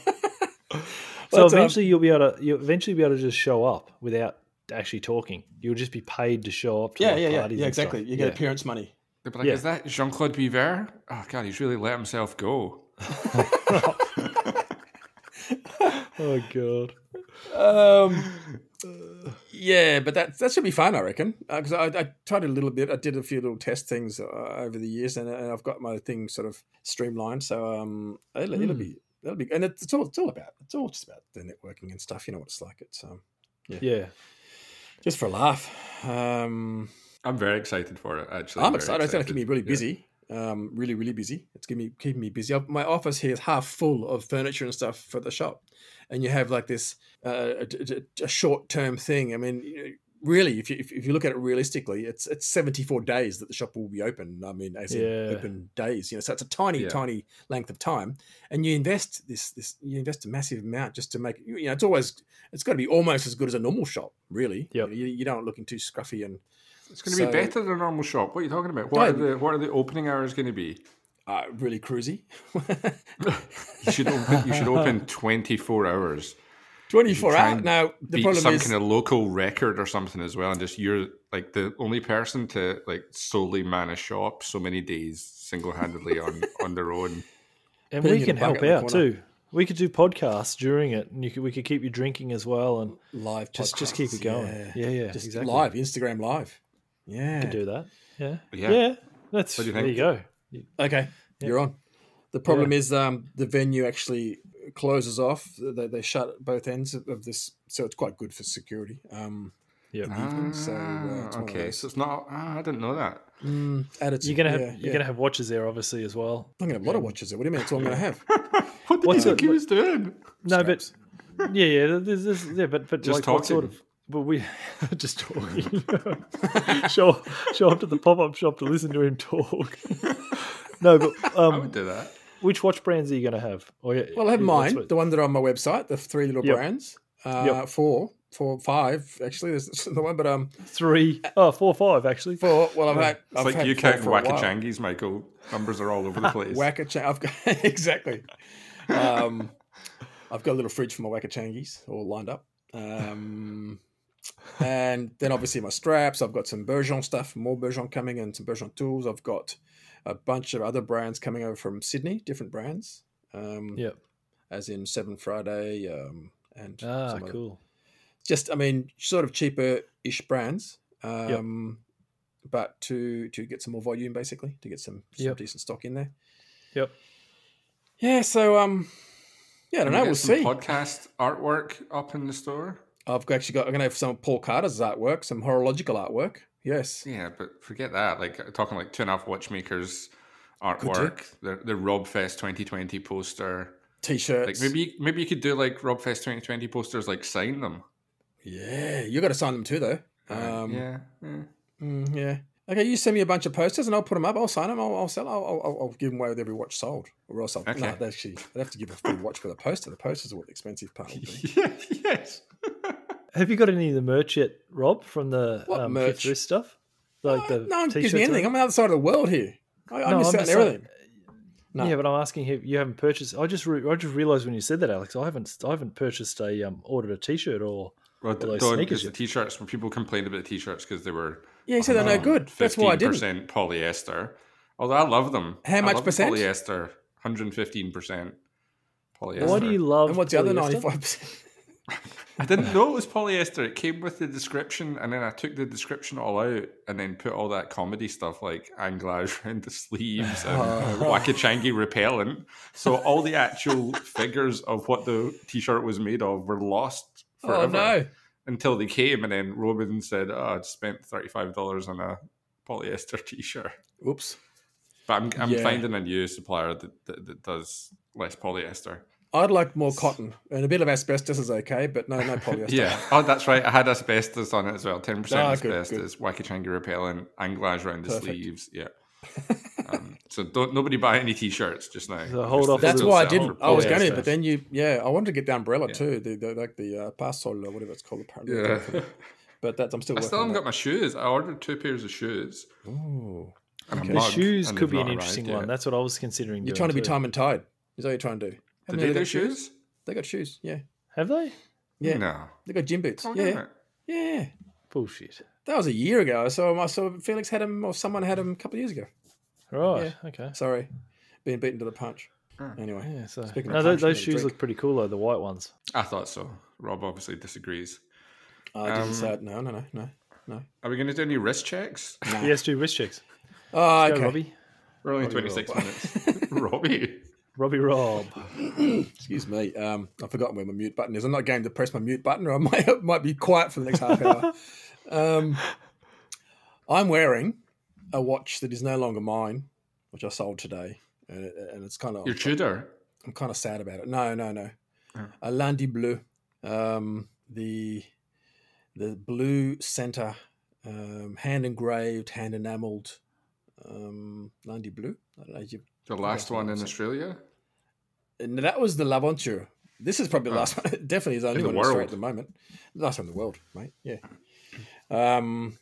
S3: But, um,
S2: eventually, you'll be able to. You'll eventually be able to just show up without actually talking. You'll just be paid to show up. To
S3: yeah,
S2: like,
S3: yeah, yeah,
S2: parties
S3: yeah,
S2: and stuff.
S3: exactly. You get
S2: Yeah.
S3: appearance money.
S4: They'd be like,
S2: Yeah.
S4: "Is that Jean Claude Biver?" Oh God, he's really let himself go.
S2: Oh god.
S3: Um, yeah, but that that should be fun, I reckon. Because I, I tried a little bit. I did a few little test things uh, over the years, and, and I've got my thing sort of streamlined. So um, it'll, it'll
S2: Hmm.
S3: be it'll be, and it's, it's all it's all about it's all just about the networking and stuff. You know what it's like. It's um,
S2: Yeah.
S3: just for a laugh. Um,
S4: I'm very excited for it. Actually,
S3: I'm
S4: very
S3: excited. It's going to keep me really
S4: Yeah.
S3: busy. Um, really, really busy. It's keeping me keeping me busy. I've- My office here is half full of furniture and stuff for the shop, and you have like this uh, a short term thing. I mean, you- really, if you if if you look at it realistically, it's it's 74 days that the shop will be open. I mean, as in
S2: Yeah.
S3: open days. You know, so it's a tiny,
S4: Yeah.
S3: tiny length of time, and you invest this this you invest a massive amount just to make you know it's always it's got to be almost as good as a normal shop. Really,
S2: Yep.
S3: You, you don't looking too scruffy and
S4: It's going to
S3: So-
S4: be better than a normal shop. What are you talking about? What are
S3: Yeah.
S4: the what are the opening hours going to be?
S3: uh, really cruisy.
S4: You should open, you should open twenty four hours.
S3: 24
S4: try
S3: hours.
S4: and
S3: Now, the
S4: beat
S3: problem
S4: some
S3: is,
S4: kind of local record or something as well, and just you're like the only person to like solely man a shop so many days single handedly on on their own.
S2: And
S3: putting
S2: we
S3: it
S2: can
S3: back
S2: help
S3: in the
S2: out
S3: corner.
S2: too. We could do podcasts during it, and you could, we could keep you drinking as well, and
S3: live
S2: just just keep it
S3: podcasts,
S2: going.
S3: Yeah.
S2: Yeah, yeah,
S3: Just
S2: exactly.
S3: live, Instagram live.
S2: We
S3: Yeah.
S2: could do that. Yeah,
S4: Yeah.
S2: That's
S4: What do you
S2: there. You
S4: think?
S2: go.
S3: Okay,
S2: Yeah.
S3: you're on. The problem is um, the venue actually closes off. They, they shut both ends of, of this, so it's quite good for security. Um,
S2: Yeah,
S3: evening, so, uh, it's one of
S4: Ah, okay,
S3: those.
S4: so it's not. ah, I didn't know that.
S3: mm, attitude.
S2: you're gonna have
S3: yeah,
S2: you're
S3: yeah.
S2: gonna have watches there, obviously, as well.
S3: I'm gonna have a lot of watches. There. What do you mean? That's all I'm gonna have.
S4: What did
S2: What's
S4: you
S2: it-
S4: think he was doing?
S2: No, but yeah, yeah, there's, there's, yeah, but but
S4: Just
S2: like what sort
S4: talking.
S2: of? But we just talking. show show up to the pop up shop to listen to him talk. no, but
S4: I
S2: um,
S4: would do that.
S2: which watch brands are you gonna have? Or, yeah,
S3: Well, I have
S2: yeah, that's
S3: mine,
S2: what-
S3: the one that are on my website, the three little
S2: Yep.
S3: brands. Uh,
S2: Yep.
S3: Four, four, five, actually. There's the one, but um,
S2: three, oh, four, five, actually.
S3: four. Well, I've had.
S4: It's
S3: I've
S4: like
S3: had
S4: you
S3: four
S4: count
S3: for a while.
S4: wackachangies, Michael. Numbers are all over the place.
S3: Wackachang. I've got exactly. Um, I've got a little fridge for my wackachangies all lined up. Um, and then obviously my straps. I've got some Bergeon stuff, more Bergeon coming, and some Bergeon tools. I've got a bunch of other brands coming over from Sydney, different brands. Um,
S2: Yep.
S3: As in Seven Friday um, and
S2: Ah,
S3: some other-
S2: cool.
S3: just I mean, sort of cheaper ish brands. Um, But to to get some more volume, basically, to get some, some
S2: Yep.
S3: decent stock in there.
S2: Yep.
S3: Yeah, so um, yeah, I don't
S4: Can we
S3: know.
S4: get
S3: We'll
S4: some
S3: see.
S4: Podcast artwork up in the store.
S3: I've actually got. I'm gonna have some of Paul Carter's artwork, some horological artwork. Yes.
S4: Yeah, but forget that. Like uh, talking like two and a half watchmakers
S3: do.
S4: artwork, the the Rob Fest 2020 poster.
S3: T-shirts.
S4: Like maybe maybe you could do like Rob Fest 2020 posters, like sign them.
S3: Yeah, you got to sign them too, though.
S4: Uh,
S3: Um,
S4: yeah, yeah.
S3: mm, yeah. Okay, you send me a bunch of posters and I'll put them up. I'll sign them. I'll, I'll sell. I'll, I'll, I'll- I'll give them away with every watch sold, or else I'll.
S4: Okay.
S3: No, they actually, I'd have to give a free watch for the poster. The posters are what the expensive part. Would be.
S4: yeah yes.
S2: Have you got any of the merch yet, Rob, from the
S3: What
S2: um,
S3: merch?
S2: Fifth Wrist stuff? Like
S3: Uh,
S2: the
S3: no, one gives
S2: t-shirts
S3: me
S2: or-
S3: anything. I'm on the other side of the world here. I, I
S2: No, I'm
S3: miss out on
S2: just saying-
S3: everything. No.
S2: Yeah, but I'm asking if you haven't purchased. I just re- I just realized when you said that, Alex, I haven't I haven't purchased a um ordered a t-shirt or
S4: Well,
S2: Well, those
S4: Don,
S2: sneakers
S4: because the
S2: you-
S4: t-shirts, when people complained about the t-shirts because they were
S3: Yeah, he said they're no good. That's why I didn't.
S4: 15% polyester. Although I love them.
S3: How
S4: I
S3: much
S4: love
S3: percent?
S4: Polyester, 115% polyester.
S2: Why do you love?
S3: And what's the other
S2: polyester?
S3: ninety-five percent?
S4: I didn't know it was polyester. It came with the description, and then I took the description all out, and then put all that comedy stuff like anglage around the sleeves and
S3: Oh.
S4: wakachangi repellent. So all the actual figures of what the t-shirt was made of were lost forever
S3: Oh no!
S4: until they came, and then Robin said, "Oh, I spent thirty-five dollars on a polyester t-shirt."
S3: Oops.
S4: But I'm, I'm
S3: Yeah.
S4: finding a new supplier that, that, that does less polyester.
S3: I'd like more cotton and a bit of asbestos is okay, but no, no polyester.
S4: Yeah. Oh, that's right. I had asbestos on it as well. Ten percent
S3: Ah, good, good.
S4: asbestos, wakachangi repellent, anglage around the
S3: Perfect.
S4: sleeves. Yeah. um, so don't nobody buy any t-shirts just now.
S2: So hold
S4: Just-
S2: off
S3: That's
S4: they'll
S3: why I
S4: sell
S3: didn't.
S4: for
S3: I was
S2: polyester.
S3: going to, but then you, yeah, I wanted to get the umbrella
S4: Yeah.
S3: too, the, the like the uh, parasol or whatever it's called apparently.
S4: Yeah.
S3: But that's I'm still
S4: I
S3: working.
S4: still
S3: on
S4: haven't got my shoes. I ordered two pairs of shoes.
S3: that. Ooh.
S4: And
S3: Okay.
S4: a
S2: The
S4: mug,
S2: shoes
S4: and
S2: could
S4: they've
S2: be
S4: not
S2: an
S4: arrived
S2: interesting
S4: yet.
S2: one. That's what I was considering.
S3: You're
S2: doing
S3: trying to be
S2: too.
S3: time and tide. Is all you're trying to do? How
S4: Did
S3: many
S4: they
S3: have
S4: do
S3: got
S4: shoes?
S3: They got shoes. Yeah,
S2: Have they?
S3: yeah.
S4: No.
S3: They got gym boots.
S4: Oh,
S3: yeah,
S4: no.
S3: yeah.
S2: Bullshit.
S3: That was a year ago. I saw 'em- I saw Felix had them, or someone had them a couple of years ago.
S2: Right. Okay.
S3: Sorry, being beaten to the punch.
S4: Ah.
S3: Anyway,
S2: Yeah. So
S3: Speaking of
S2: no, tho-
S3: punch,
S2: those
S3: we need a
S2: shoes
S3: drink.
S2: look pretty cool though. The white ones.
S4: I thought so. Rob obviously disagrees.
S3: I didn't
S4: Um,
S3: say it. No, no, no, no, no.
S4: Are we going to do any wrist checks?
S3: no.
S2: Yes, do wrist checks.
S3: Oh,
S2: Go,
S3: okay.
S2: Robbie.
S4: We're only
S2: Robbie
S4: 26 minutes. Robbie.
S2: Robbie Rob.
S3: Excuse me. Um, I've forgotten where my mute button is. I'm not going to press my mute button, or I might might be quiet for the next half hour. Um, I'm wearing a watch that is no longer mine, which I sold today, and, it, and it's kind of
S4: Your Tudor.
S3: I'm kind of sad about it. No, no, no.
S4: Oh.
S3: A Landy Bleu, um, the the blue center, um, hand engraved, hand enameled, um, Landy Bleu. I don't know. You,
S4: The last
S3: that's what
S4: one
S3: I'm
S4: in
S3: saying.
S4: Australia.
S3: and that was the Laventure. This is probably the
S4: Oh.
S3: last one. It Definitely is the only
S4: the
S3: one in Australia
S4: world.
S3: at the moment. Last one in the world, mate. Yeah. Um,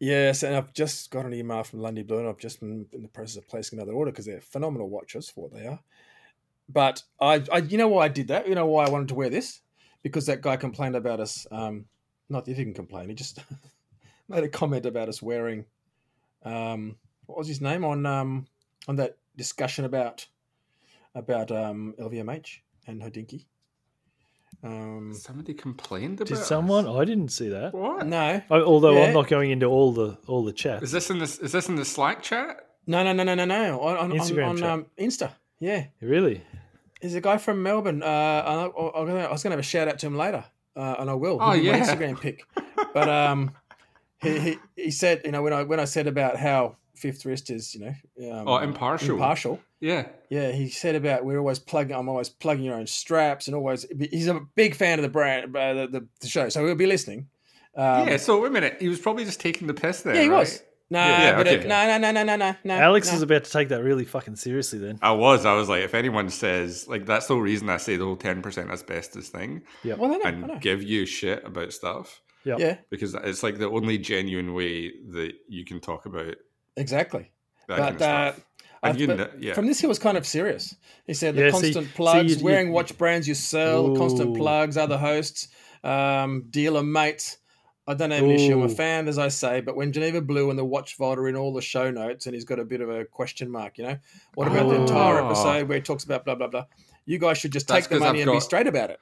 S3: yes, and I've just got an email from Lundy Blue, and I've just been in the process of placing another order because they're phenomenal watches for what they are. But I, I, you know why I did that? You know why I wanted to wear this? Because that guy complained about us. Um, not that he didn't complain. He just made a comment about us wearing. Um, what was his name on um, on that discussion about about um, LVMH and Hodinky? Um,
S4: Somebody complained about
S2: Did
S4: us.
S2: someone? I didn't see that.
S4: What?
S3: no,
S2: I, although
S3: Yeah.
S2: I'm not going into all the all the chat.
S4: Is this in this? Is this in the Slack chat?
S3: No, no, no, no, no, no. On, on,
S2: Instagram
S3: on, on
S2: chat.
S3: um, Insta. Yeah.
S2: Really?
S3: There's a guy from Melbourne. Uh, I, I, I was going to have a shout out to him later, uh, and I will.
S4: Oh,
S3: He'll be my
S4: yeah.
S3: Instagram pic. But um, he, he he said, you know, when I when I said about how Fifth Wrist is, you know, um,
S4: Oh, impartial.
S3: impartial.
S4: Yeah.
S3: Yeah, he said about we're always plugging. I'm always plugging your own straps, and always he's a big fan of the brand, uh, the, the, the show. So he'll be listening. Um,
S4: yeah. So wait a minute. He was probably just taking the piss there.
S3: yeah, he
S4: right?
S3: was. No,
S4: Yeah,
S3: but uh, it,
S4: okay.
S3: no, no, no, no, no, no, no.
S2: Alex
S3: no.
S2: is about to take that really fucking seriously. Then
S4: I was. I was like, if anyone says like that's the reason I say the whole ten percent asbestos thing
S3: Well, I know, I
S4: and
S3: know.
S4: give you shit about stuff
S2: Yep.
S3: Yeah,
S4: because it's like the only genuine way that you can talk about
S3: exactly. But,
S4: that kind of stuff.
S3: I-
S4: And you
S3: but
S4: kn- yeah.
S3: From this, he was kind of serious. He said the
S2: Yeah, see-
S3: constant
S2: see,
S3: plugs,
S2: you- you-
S3: wearing watch brands you sell, constant
S2: Ooh.
S3: plugs, other hosts, um, dealer mates. I don't have an issue. I'm a
S2: Ooh.
S3: fan, as I say, but when Geneva Blue and the watch vault are in all the show notes and he's got a bit of a question mark, you know, what about the entire
S4: Oh.
S3: episode where he talks about blah, blah, blah? You guys should just
S4: That's
S3: take the
S4: 'cause
S3: money
S4: I've
S3: and be
S4: got-
S3: straight about it.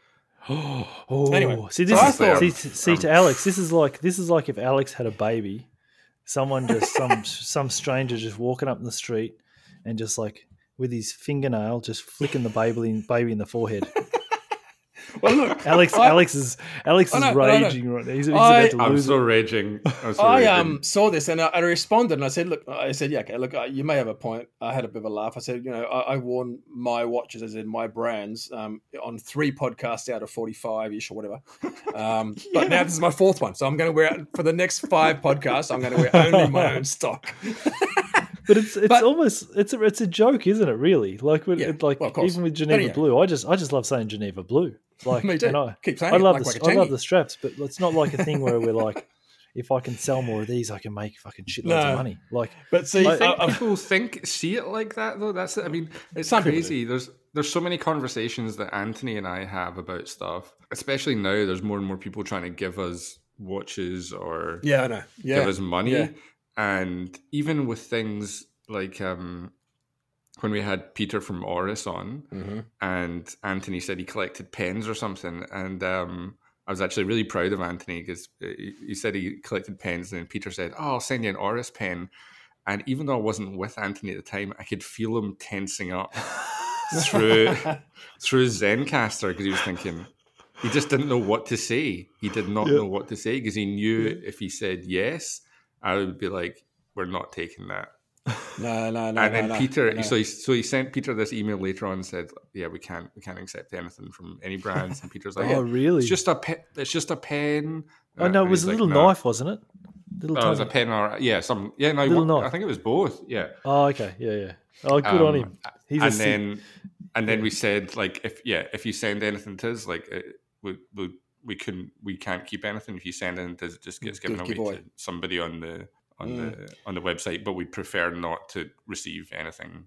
S2: oh,
S3: Anyway,
S2: see
S3: so
S2: this
S3: I
S2: is,
S3: thought-
S2: see, see to Alex. This is like this is like if Alex had a baby, someone just some some stranger just walking up in the street and just like with his fingernail just flicking the baby in, baby in the forehead.
S3: Well, look,
S2: Alex
S3: I-
S2: Alex is Alex
S3: I
S2: is
S3: know, I know.
S2: raging right now. He's, he's
S3: I-
S2: about to
S4: I'm
S2: lose.
S4: so raging. I'm so
S3: I
S4: raging.
S3: um saw this and I, I responded and I said, look, I said, yeah, okay, look, uh, you may have a point. I had a bit of a laugh. I said, you know, I, I worn my watches, as in my brands, um, on three podcasts out of forty-five ish or whatever. Um, But now this is my fourth one, so I'm going to wear it for the next five podcasts. I'm going to wear only my own stock.
S2: But it's it's
S3: But-
S2: almost it's a, it's a joke, isn't it? Really, like when,
S3: Yeah,
S2: it, like
S3: well, of course.
S2: even with
S3: But
S2: Geneva
S3: anyway.
S2: Blue, I just I just love saying Geneva Blue. Like
S3: Me too.
S2: and I,
S3: Keep saying
S2: I
S3: it,
S2: love
S3: like
S2: the I
S3: Wakachangi.
S2: love the straps, but it's not like a thing where we're like, if I can sell more of these, I can make fucking shitloads
S3: No.
S2: of money. Like
S3: But see,
S4: Do you think
S3: I- I-
S4: people think see it like that though? That's I mean, it's
S3: Uh, Some people
S4: crazy. There's there's so many conversations that Anthony and I have about stuff, especially now. There's more and more people trying to give us watches or
S3: Yeah, I know. Yeah.
S4: give us money,
S3: Yeah.
S4: and even with things like um, when we had Peter from Oris on,
S3: Mhm.
S4: and Anthony said he collected pens or something, and um, I was actually really proud of Anthony because he he said he collected pens, and Peter said, "Oh, I'll send you an Oris pen." And even though I wasn't with Anthony at the time, I could feel him tensing up through through Zencaster because he was thinking he just didn't know what to say. He did not
S2: Yeah.
S4: know what to say because he knew if he said yes, I would be like, "We're not taking that."
S3: No, no, no.
S4: and
S3: no,
S4: then
S3: no,
S4: Peter,
S3: no.
S4: so he so he sent Peter this email later on and said, "Yeah, we can't we can't accept anything from any brands." And Peter's like,
S2: oh,
S4: "Yeah,
S2: really?
S4: "It's just a pe- it's just a pen."
S2: oh no,
S4: And
S2: it was
S4: he's
S2: a
S4: like,
S2: little
S4: "No."
S2: knife, wasn't it? Little
S4: Oh, it was a
S2: tiny-
S4: pen or yeah, some yeah. No,
S2: Little
S4: one- I
S2: knife.
S4: think it was both. Yeah.
S2: Oh, okay, yeah, yeah. Oh, good on
S4: Um,
S2: him. He's
S4: and
S2: a sick-
S4: then and then we said like if yeah if you send anything to us like uh, we we we couldn't we can't keep anything if you send anything to us it just gets given
S3: Just give
S4: away
S3: away.
S4: to somebody on the on
S3: Mm.
S4: the on the website but we prefer not to receive anything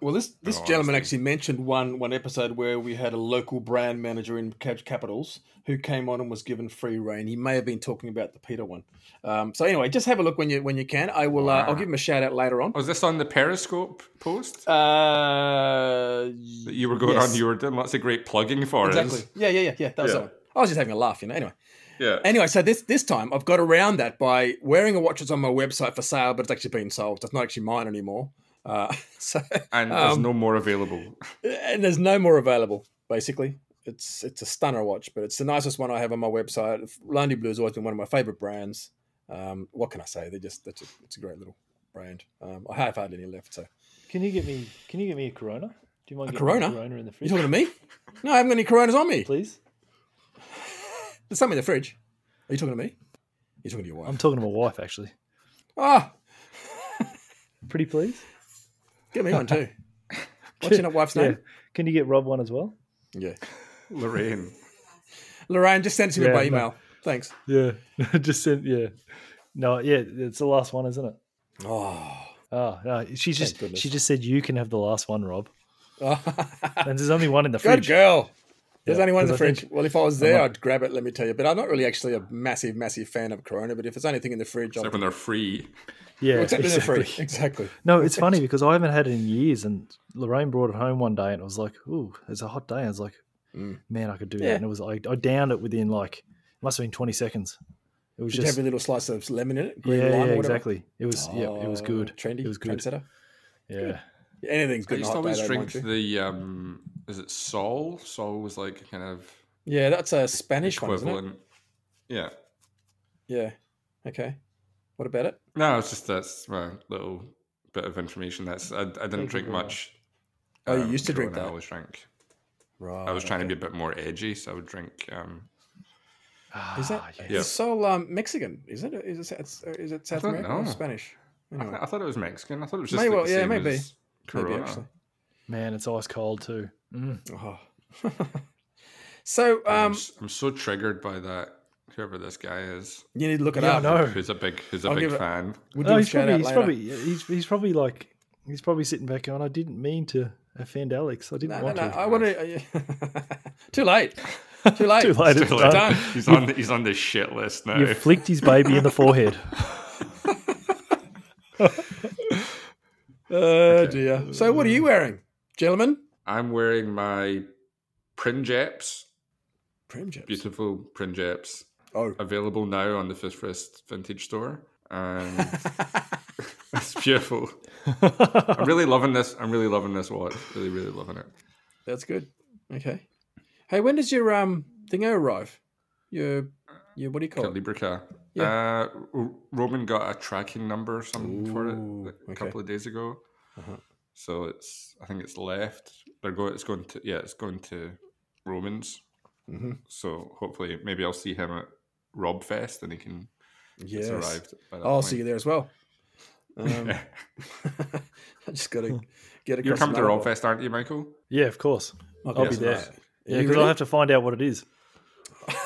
S3: Well, this this
S4: all
S3: gentleman
S4: honesty.
S3: actually mentioned one one episode where we had a local brand manager in cap- capitals who came on and was given free reign. He may have been talking about the Peter one. Um, so anyway, just have a look when you when you can. I will. Uh, I'll
S4: Wow. Oh.
S3: give him a shout out later on.
S4: was Oh, this on the periscope post
S3: Uh,
S4: that you were going
S3: yes.
S4: on you were doing lots of great plugging for
S3: exactly.
S4: us
S3: Yeah, yeah, yeah, yeah. That was
S4: Yeah.
S3: that one. I was just having a laugh, you know. Anyway,
S4: yeah
S3: anyway. So this this time I've got around that by wearing a watch that's on my website for sale, but it's actually been sold. It's not actually mine anymore. Uh, so
S4: and there's
S3: um,
S4: no more available
S3: and there's no more available. Basically, it's it's a stunner watch, but it's the nicest one I have on my website. Landy Blue has always been one of my favorite brands. Um, what can I say? They just that's a, it's a great little brand. Um, I have hardly any left. So
S2: Can you get me? Can you get me a Corona? Do you mind
S3: A
S2: getting me
S3: Corona?
S2: Corona in the
S3: you
S2: fridge,
S3: talking to me? No, I haven't got any Coronas on me.
S2: please?
S3: There's something in the fridge. Are you talking to me? You're talking to your wife.
S2: I'm talking to my wife actually.
S3: Ah,
S2: Pretty please.
S3: get me one too. What's your wife's
S2: Yeah.
S3: name?
S2: Can you get Rob one as well?
S3: Yeah.
S4: lorraine
S3: Lorraine, just send it to me
S2: Yeah,
S3: by
S2: no.
S3: email. Thanks.
S2: Yeah. Just sent. Yeah. No. Yeah. It's the last one, isn't it?
S3: Oh.
S2: Oh no. She just.
S3: goodness.
S2: She just said you can have the last one, Rob. And there's only one in the
S3: Good
S2: fridge.
S3: girl. There's
S2: Yeah,
S3: only one in the
S2: 'cause I
S3: fridge.
S2: think-
S3: Well, if I was there,
S2: not-
S3: I'd grab it, let me tell you. But I'm not really actually a massive, massive fan of Corona. But if it's anything in the fridge, I'll
S4: except when they're free
S2: Yeah.
S3: Well, it's in the
S2: exactly.
S3: fridge. Exactly.
S2: No, it's funny because I haven't had it in years, and Lorraine brought it home one day, and it was like, "Ooh, it's a hot day." I was like,
S3: Mm.
S2: "Man, I could do
S3: Yeah.
S2: that." And it was, I, I downed it within like, it must have been twenty seconds. It was
S3: Did you have
S2: just,
S3: a little slice of lemon in it?
S2: yeah,
S3: Green lime or
S2: yeah,
S3: whatever?
S2: exactly. It was, yeah, it was
S3: Oh,
S2: good.
S3: Trendy.
S2: it was good.
S3: trendsetter.
S2: Yeah,
S3: Anything's
S4: i
S3: good.
S4: used
S3: on
S4: to
S3: a hot
S4: always
S3: day, though, mind
S4: drink
S3: you.
S4: the um is it sol sol was like kind of
S3: Yeah, that's a Spanish one, isn't it?
S4: equivalent yeah
S3: Yeah. Okay. What about it?
S4: No, it's just that's my little bit of information. That's I, I didn't
S2: Thank you
S4: drink
S2: very
S4: much.
S3: Oh, you used to drink that. Oh,
S4: Corona. Um, I always drank.
S3: Right.
S4: I was trying to be a bit more edgy, so I would drink. Um,
S2: Ah,
S3: Is that
S2: yeah.
S3: is
S4: Yeah.
S3: Sol um, Mexican? Is it? Is it, is it, is it South
S4: don't
S3: American or
S4: know.
S3: Spanish?
S4: I,
S3: Anyway,
S4: th- I thought it was Mexican. I thought it was just
S3: May
S4: like
S3: well-
S4: the
S3: yeah,
S4: same
S3: maybe.
S4: as Corona.
S3: maybe actually.
S2: man, it's ice cold too. Mm.
S3: Oh. so
S4: I'm,
S3: um,
S4: s- I'm so triggered by that. Whoever this guy is,
S3: you need to look it
S2: Yeah, I
S3: up.
S2: know. Oh.
S4: who's a big, who's a
S3: I'll
S4: big
S3: give it-
S4: fan.
S3: We'll give
S2: Oh,
S3: a
S2: he's
S3: shout
S2: probably,
S3: out
S2: he's
S3: later.
S2: probably, he's, he's probably like, he's probably sitting back going, "I didn't mean to offend Alex. I didn't
S3: No, no,
S2: want
S3: no.
S2: to."
S3: I want to. Too late. Too late.
S2: Too late. It's
S4: Like,
S2: done.
S3: done.
S4: He's on, he's on the shit list now.
S2: You flicked his baby in the forehead.
S3: Oh dear. So, what are you wearing, gentlemen?
S4: I'm wearing my Pringeps,
S3: Primjabs.
S4: beautiful Pringeps,
S3: Oh.
S4: available now on the Fifth Wrist Vintage Store, and it's beautiful. I'm really loving this. I'm really loving this watch. Really, really loving it.
S3: That's good. Okay. Hey, when does your um thingo arrive? Your your what do you call it?
S4: Calibrica. Uh, R- Roman got a tracking number or something for it
S3: Ooh,
S4: like, a
S3: okay.
S4: couple of days ago.
S3: Uh-huh.
S4: So it's I think it's left. They're going. It's going to yeah. It's going to Romans.
S3: Mm-hmm.
S4: So hopefully, maybe I'll see him at Rob Fest, and he can.
S3: Yes.
S4: It's arrived. By that
S3: I'll
S4: point.
S3: see you there as well. Um,
S4: Yeah.
S3: I just got to get across.
S4: You're coming to
S3: another
S4: Rob
S3: one.
S4: Fest, aren't you, Michael?
S2: yeah, of course.
S3: Okay,
S2: I'll
S4: be
S3: so
S2: there.
S3: nice.
S2: Yeah,
S3: You
S2: because I'll have to find out what it is.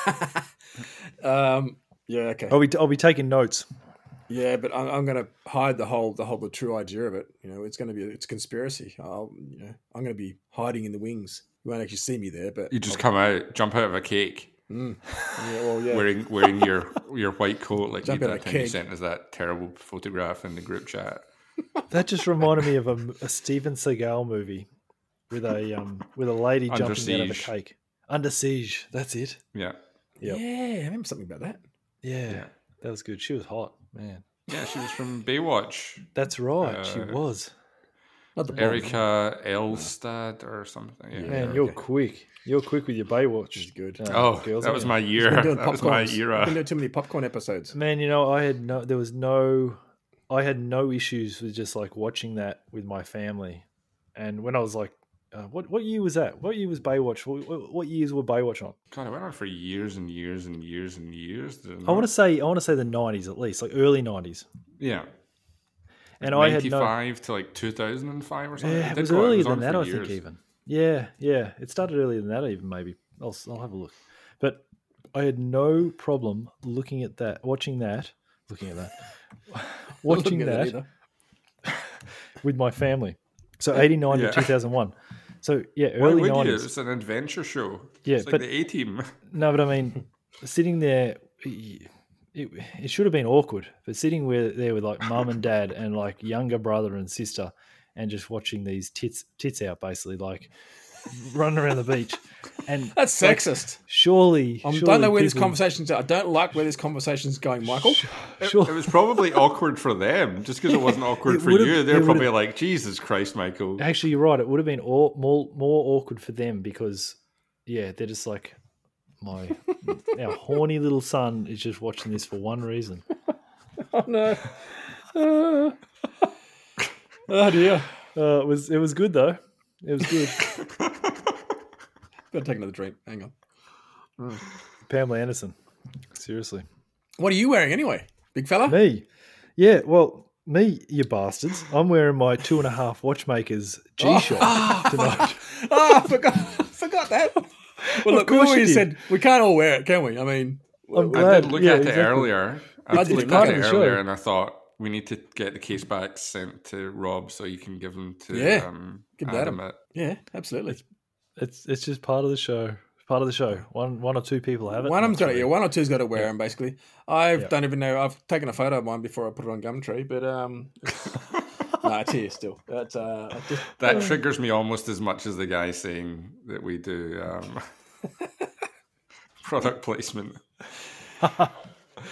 S3: really? um, yeah. Okay.
S4: Oh.
S2: I'll be, I'll be taking notes.
S3: Yeah, but I'm, I'm going to hide the whole the whole the true idea of it. You know, it's going to be it's conspiracy. I'll, you know, I'm going to be hiding in the wings. You won't actually see me there, but
S4: You just come out, jump out of a cake,
S3: Mm. Yeah, well, Oh. yeah.
S4: wearing wearing your your white coat like
S3: Jump
S4: you
S3: out
S4: did
S3: of
S4: that time you
S3: cake.
S4: sent us that terrible photograph in the group chat.
S2: That just reminded me of a, m- a Steven Seagal movie with a um with a lady
S4: Under
S2: jumping out of a
S4: Siege.
S2: cake. Under siege. That's it.
S4: Yeah,
S2: Yep.
S3: Yeah, I remember something about that.
S2: Yeah,
S4: Yeah.
S2: That was good. She was hot, man.
S4: yeah, she was from Baywatch.
S2: That's right. she
S4: Uh,
S2: was.
S3: Not the blonde
S4: Erica Elstad or something. Yeah,
S2: Man,
S4: yeah.
S2: you're
S3: okay.
S2: quick. You're quick with your
S3: one. She's
S2: Baywatch.
S3: good.
S2: Uh,
S4: Oh,
S2: girls,
S4: that
S2: aren't
S4: was
S2: you?
S4: my
S3: She's been
S4: year.
S3: doing
S4: That was my
S3: popcorns. I've been
S4: era.
S3: doing too many popcorn episodes.
S2: Man, you know, I had no there was no I had no issues with just like watching that with my family. And when I was like uh, what what year was that? What year was Baywatch? What, what, what years were Baywatch on?
S4: God, it went on for years and years and years and years. didn't
S2: I want
S4: it?
S2: to say I want to say the 90s at least, like early 90s.
S4: yeah,
S2: And I had no
S4: 95 to like 2005 or something.
S2: Yeah, it
S4: did
S2: was
S4: go on-
S2: earlier
S4: on
S2: than that,
S4: for
S2: I
S4: years.
S2: think. Even yeah, yeah, it started earlier than that. Even maybe I'll s- I'll have a look. But I had no problem looking at that, watching that, looking at that,
S3: Not looking
S2: watching
S3: at
S2: that
S3: either.
S2: with my family. So eighty nine
S4: Yeah.
S2: to two thousand one. So yeah,
S4: Why
S2: early
S4: would you?
S2: nineties.
S4: It's an adventure show.
S2: Yeah,
S4: it's like
S2: but-
S4: the A Team.
S2: No, but I mean, sitting there, it, it should have been awkward. But sitting where, there with like mum and dad and like younger brother and sister, and just watching these tits tits out, basically like running around the beach, and
S3: That's sexist.
S2: surely
S3: I
S2: surely
S3: don't know where this
S2: people-
S3: conversation's at. I don't like where this conversation's going, Michael.
S4: It,
S2: Sure.
S4: it was probably awkward for them, just because it wasn't awkward
S2: It
S4: for
S2: would've-
S4: you.
S2: it
S4: They're
S2: would've-
S4: probably like, Jesus Christ, Michael.
S2: Actually, you're right. It would have been all, more more awkward for them because yeah, they're just like my our horny little son is just watching this for one reason.
S3: Oh no. Uh, oh dear.
S2: Uh, it was it was good though. It was good.
S3: Gotta take another drink. Hang on.
S2: Pamela Anderson, seriously.
S3: What are you wearing anyway? Big fella?
S2: Me. Yeah, well, me, you bastards. I'm wearing my two and a half watchmakers G Shock tonight.
S3: Ah, I forgot, I forgot that. Well, look, we
S2: course you
S3: always
S2: did.
S3: said we can't all wear it, can we? I mean,
S2: I'm
S3: we-
S4: I
S2: glad.
S4: did look
S2: yeah,
S4: at
S2: exactly.
S4: it earlier. I
S3: It's- it's
S4: looked
S3: part
S4: at
S2: of
S4: it
S2: the show.
S4: earlier and I thought we need to get the case back sent to Rob so you can give them to
S3: Yeah,
S4: um,
S3: give that
S4: Adam.
S3: him.
S4: it.
S3: yeah, absolutely.
S2: It's it's just part of the show. Part of the show. One one or two people have it.
S3: One of them's
S2: not
S3: got to,
S2: three.
S3: yeah, one or two's got to wear them. Basically, I
S2: Yeah.
S3: don't even know. I've taken a photo of mine before I put it on Gumtree, but um, no, it's here still. That's uh, I just-
S4: That triggers me almost as much as the guy saying that we do um, product placement.
S2: Yeah, but,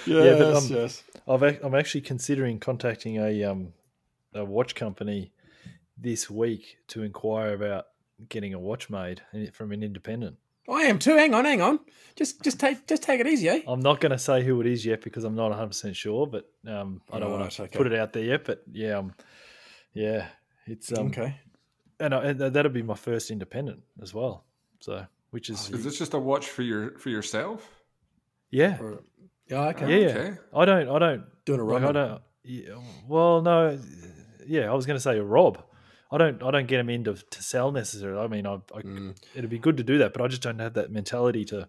S3: Yes,
S2: um,
S3: yes.
S2: I've ac- I'm actually considering contacting a um a watch company this week to inquire about getting a watch made in- from an independent.
S3: Oh, I am too. Hang on, hang on. Just, just take, just take it easy, eh?
S2: I'm not going to say who it is yet because I'm not 100 percent sure, but um, I don't want
S3: Right,
S2: to
S3: okay.
S2: put it out there yet. But yeah, um, yeah, it's um,
S3: okay.
S2: and, I, and th- that'll be my first independent as well. So, which
S3: Oh,
S2: is
S4: Is this just a watch for your for yourself?
S2: yeah,
S3: Or- yeah,
S2: yeah,
S3: okay.
S2: yeah. I don't, I don't,
S3: Doing a
S2: like, I
S3: run.
S2: don't. Yeah, well, no, yeah, I was going to say a rob. I don't, I don't get them into to sell necessarily. I mean, I, I
S3: Mm.
S2: it'd be good to do that, but I just don't have that mentality to.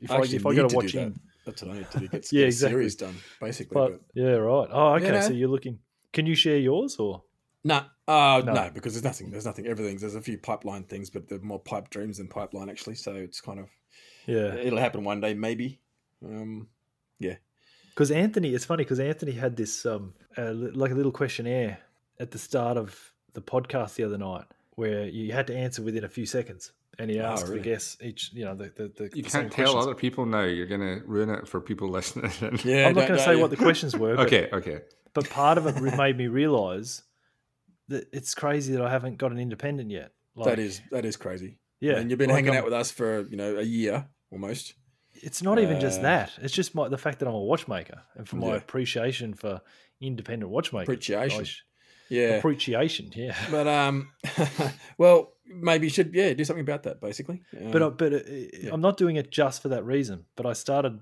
S2: If
S3: I
S2: I,
S3: actually
S2: if I
S3: need
S2: got to
S3: to do
S2: watch
S3: that.
S2: in,
S3: That's what I need to do. Get,
S2: Yeah,
S3: get
S2: exactly.
S3: a series done, basically.
S2: but
S3: But,
S2: yeah, right. Oh, okay.
S3: Yeah,
S2: So
S3: no.
S2: you're looking. Can you share yours or?
S3: no, uh, no,
S2: No.
S3: because there's nothing. There's nothing. Everything's there's a few pipeline things, but they're more pipe dreams than pipeline actually. So it's kind of
S2: Yeah,
S3: it'll happen one day maybe. Um,
S2: because Anthony, it's funny because Anthony had this um uh, li- like a little questionnaire at the start of the podcast the other night where you had to answer within a few seconds, and he
S3: Oh,
S2: asked the
S3: really?
S2: guests each you know the the, the
S4: You
S2: the same
S4: can't tell
S2: questions.
S4: other people now. You're going to ruin it for people listening.
S3: yeah,
S2: I'm not going to
S3: don't- don't-
S2: say
S3: yeah.
S2: what the questions were, but,
S4: okay, okay.
S2: but part of it re- made me realize that it's crazy that I haven't got an independent yet. Like,
S3: that is that is crazy.
S2: yeah,
S3: and you've been
S2: like um,
S3: hanging
S2: I'm-
S3: out with us for you know a year almost.
S2: It's not even just
S3: Uh,
S2: that. It's just my, the fact that I'm a watchmaker and for my
S3: Yeah.
S2: appreciation for independent watchmakers. I
S3: Appreciation.
S2: sh-
S3: Yeah,
S2: Appreciation, yeah.
S3: but um, well, maybe you should yeah do something about that basically.
S2: But I,
S3: Um,
S2: but uh, I'm not doing it just for that reason. But I started,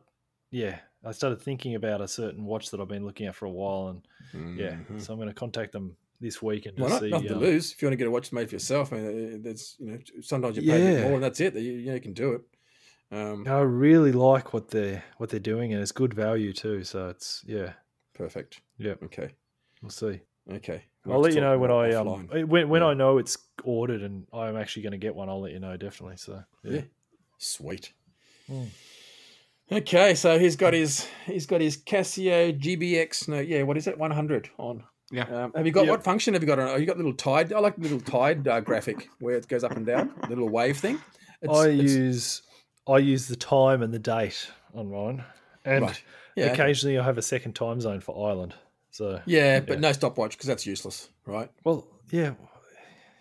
S2: yeah, I started thinking about a certain watch that I've been looking at for a while, and yeah,
S3: mhm.
S2: so I'm going to contact them this week and
S3: Well,
S2: just
S3: not,
S2: see.
S3: nothing to
S2: um,
S3: lose if you want to get a watch made for yourself. I mean, that's you know sometimes you pay a bit
S2: Yeah.
S3: more and that's it. You, you, know, you can do it. Um,
S2: I really like what they're what they're doing, and it's good value too. So it's yeah,
S3: Perfect.
S2: Yeah.
S3: Okay.
S2: We'll see.
S3: Okay.
S2: I'll let you know when
S3: We'll
S2: I
S3: have to talk
S2: um
S3: about it offline.
S2: uh, when when
S3: Yeah.
S2: I know it's ordered and I'm actually going to get one. I'll let you know definitely. So yeah,
S3: Yeah. Sweet.
S2: Mm.
S3: Okay, so he's got his he's got his Casio GBX. No, yeah, what is it? One hundred on.
S4: Yeah.
S3: Um, have you got
S2: Yeah.
S3: what function have you got on? it? Oh, you got little tide. I like the little tide uh, graphic where it goes up and down, the little wave thing. It's,
S2: I
S3: it's-
S2: use I use the time and the date on mine, and
S3: right. Yeah.
S2: occasionally I have a second time zone for Ireland. So
S3: Yeah, but
S2: Yeah.
S3: no stopwatch because that's useless, right?
S2: well, yeah,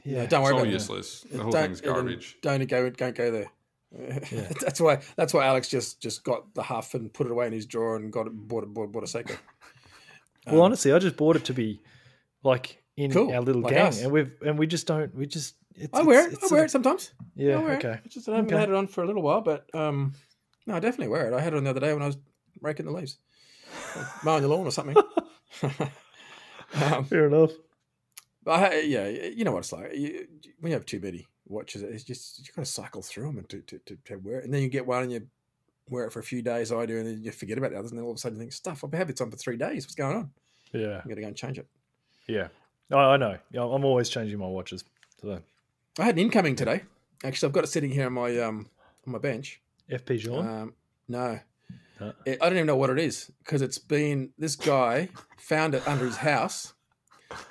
S2: yeah.
S3: No, don't
S4: It's
S3: worry
S4: all
S3: about it.
S4: useless. The whole
S3: Don't
S4: thing's
S3: even-
S4: garbage.
S3: Don't go. Don't go there. that's why. That's why Alex just just got the huff and put it away in his drawer and got it, bought it, bought, bought a Seiko.
S2: Well,
S3: Um,
S2: honestly, I just bought it to be like in
S3: Cool,
S2: our little
S3: like
S2: gang,
S3: us.
S2: and we've and we just don't. We just it's,
S3: I wear it.
S2: it's-
S3: I
S2: it's
S3: wear
S2: a-
S3: it sometimes.
S2: Yeah.
S3: I wear
S2: okay.
S3: It. It's just that I haven't
S2: Okay.
S3: had it on for a little while, but um, no, I definitely wear it. I had it on the other day when I was raking the leaves, or mowing the lawn or something. um,
S2: Fair enough.
S3: but I, yeah, you know what it's like. You, when you have too many watches, it's just you got to cycle through them and to, to, to, to wear it, and then you get one and you wear it for a few days. I do, and then you forget about the others, and then all of a sudden you think, "Stuff! I've had this on for three days. What's going on?
S2: Yeah.
S3: I'm going to go and change it."
S2: Yeah. I, I know. Yeah, I'm always changing my watches. So
S3: I had an incoming today. Actually, I've got it sitting here on my um on my bench.
S2: FP Jean.
S3: Um, no.
S2: Huh?
S3: It- I don't even know what it is because it's been this guy found it under his house.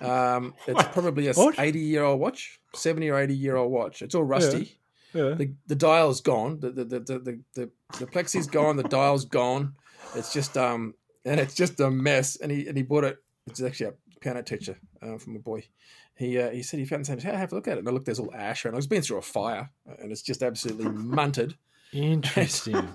S3: Um, it's
S4: What?
S3: probably a
S2: What?
S3: eighty-year-old watch, seventy or eighty-year-old watch. It's all rusty.
S2: yeah.
S3: The, the dial's gone. The the, the the the the the plexi's gone. The dial's gone. It's just um and it's just a mess. And he and he bought it. It's actually a piano teacher uh, from a boy. He uh, he said he found it. and said, "Hey, have a look at it." And I looked. There's all ash around. It's been through a fire, uh, and it's just absolutely munted.
S2: Interesting.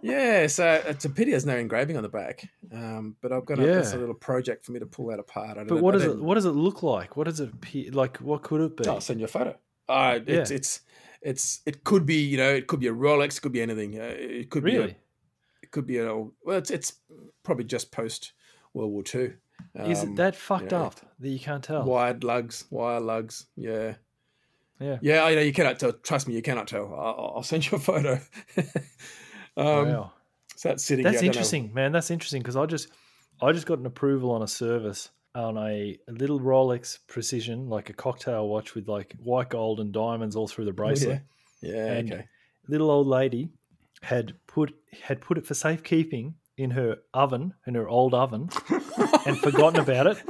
S3: Yeah, so it's a pity there's no engraving on the back. Um, but I've got a, that's a
S2: Yeah.
S3: little project for me to pull that apart. I don't,
S2: but
S3: know-
S2: what
S3: I
S2: does it?
S3: don't-
S2: What does it look like? What does it appear like? What could it be?
S3: I'll send you a photo. Uh, it's,
S2: Yeah.
S3: it's it's it could be you know it could be a Rolex, it could be anything. Uh, it could be
S2: really?
S3: a, it could be an old. Well, it's it's probably just post World War Two.
S2: Is
S3: um,
S2: it that fucked
S3: yeah.
S2: up that you can't tell?
S3: wired lugs, wire lugs? Yeah,
S2: Yeah.
S3: yeah. I know you cannot tell. Trust me, you cannot tell. I'll, I'll send you a photo. um,
S2: wow.
S3: So that's sitting.
S2: That's
S3: here, I don't know.
S2: interesting, man. That's interesting because I just, I just got an approval on a service on a, a little Rolex Precision, like a cocktail watch with like white gold and diamonds all through the
S3: Oh,
S2: bracelet.
S3: Yeah.
S2: And-
S3: okay.
S2: little old lady had put had put it for safekeeping in her oven, in her old oven, and forgotten about it,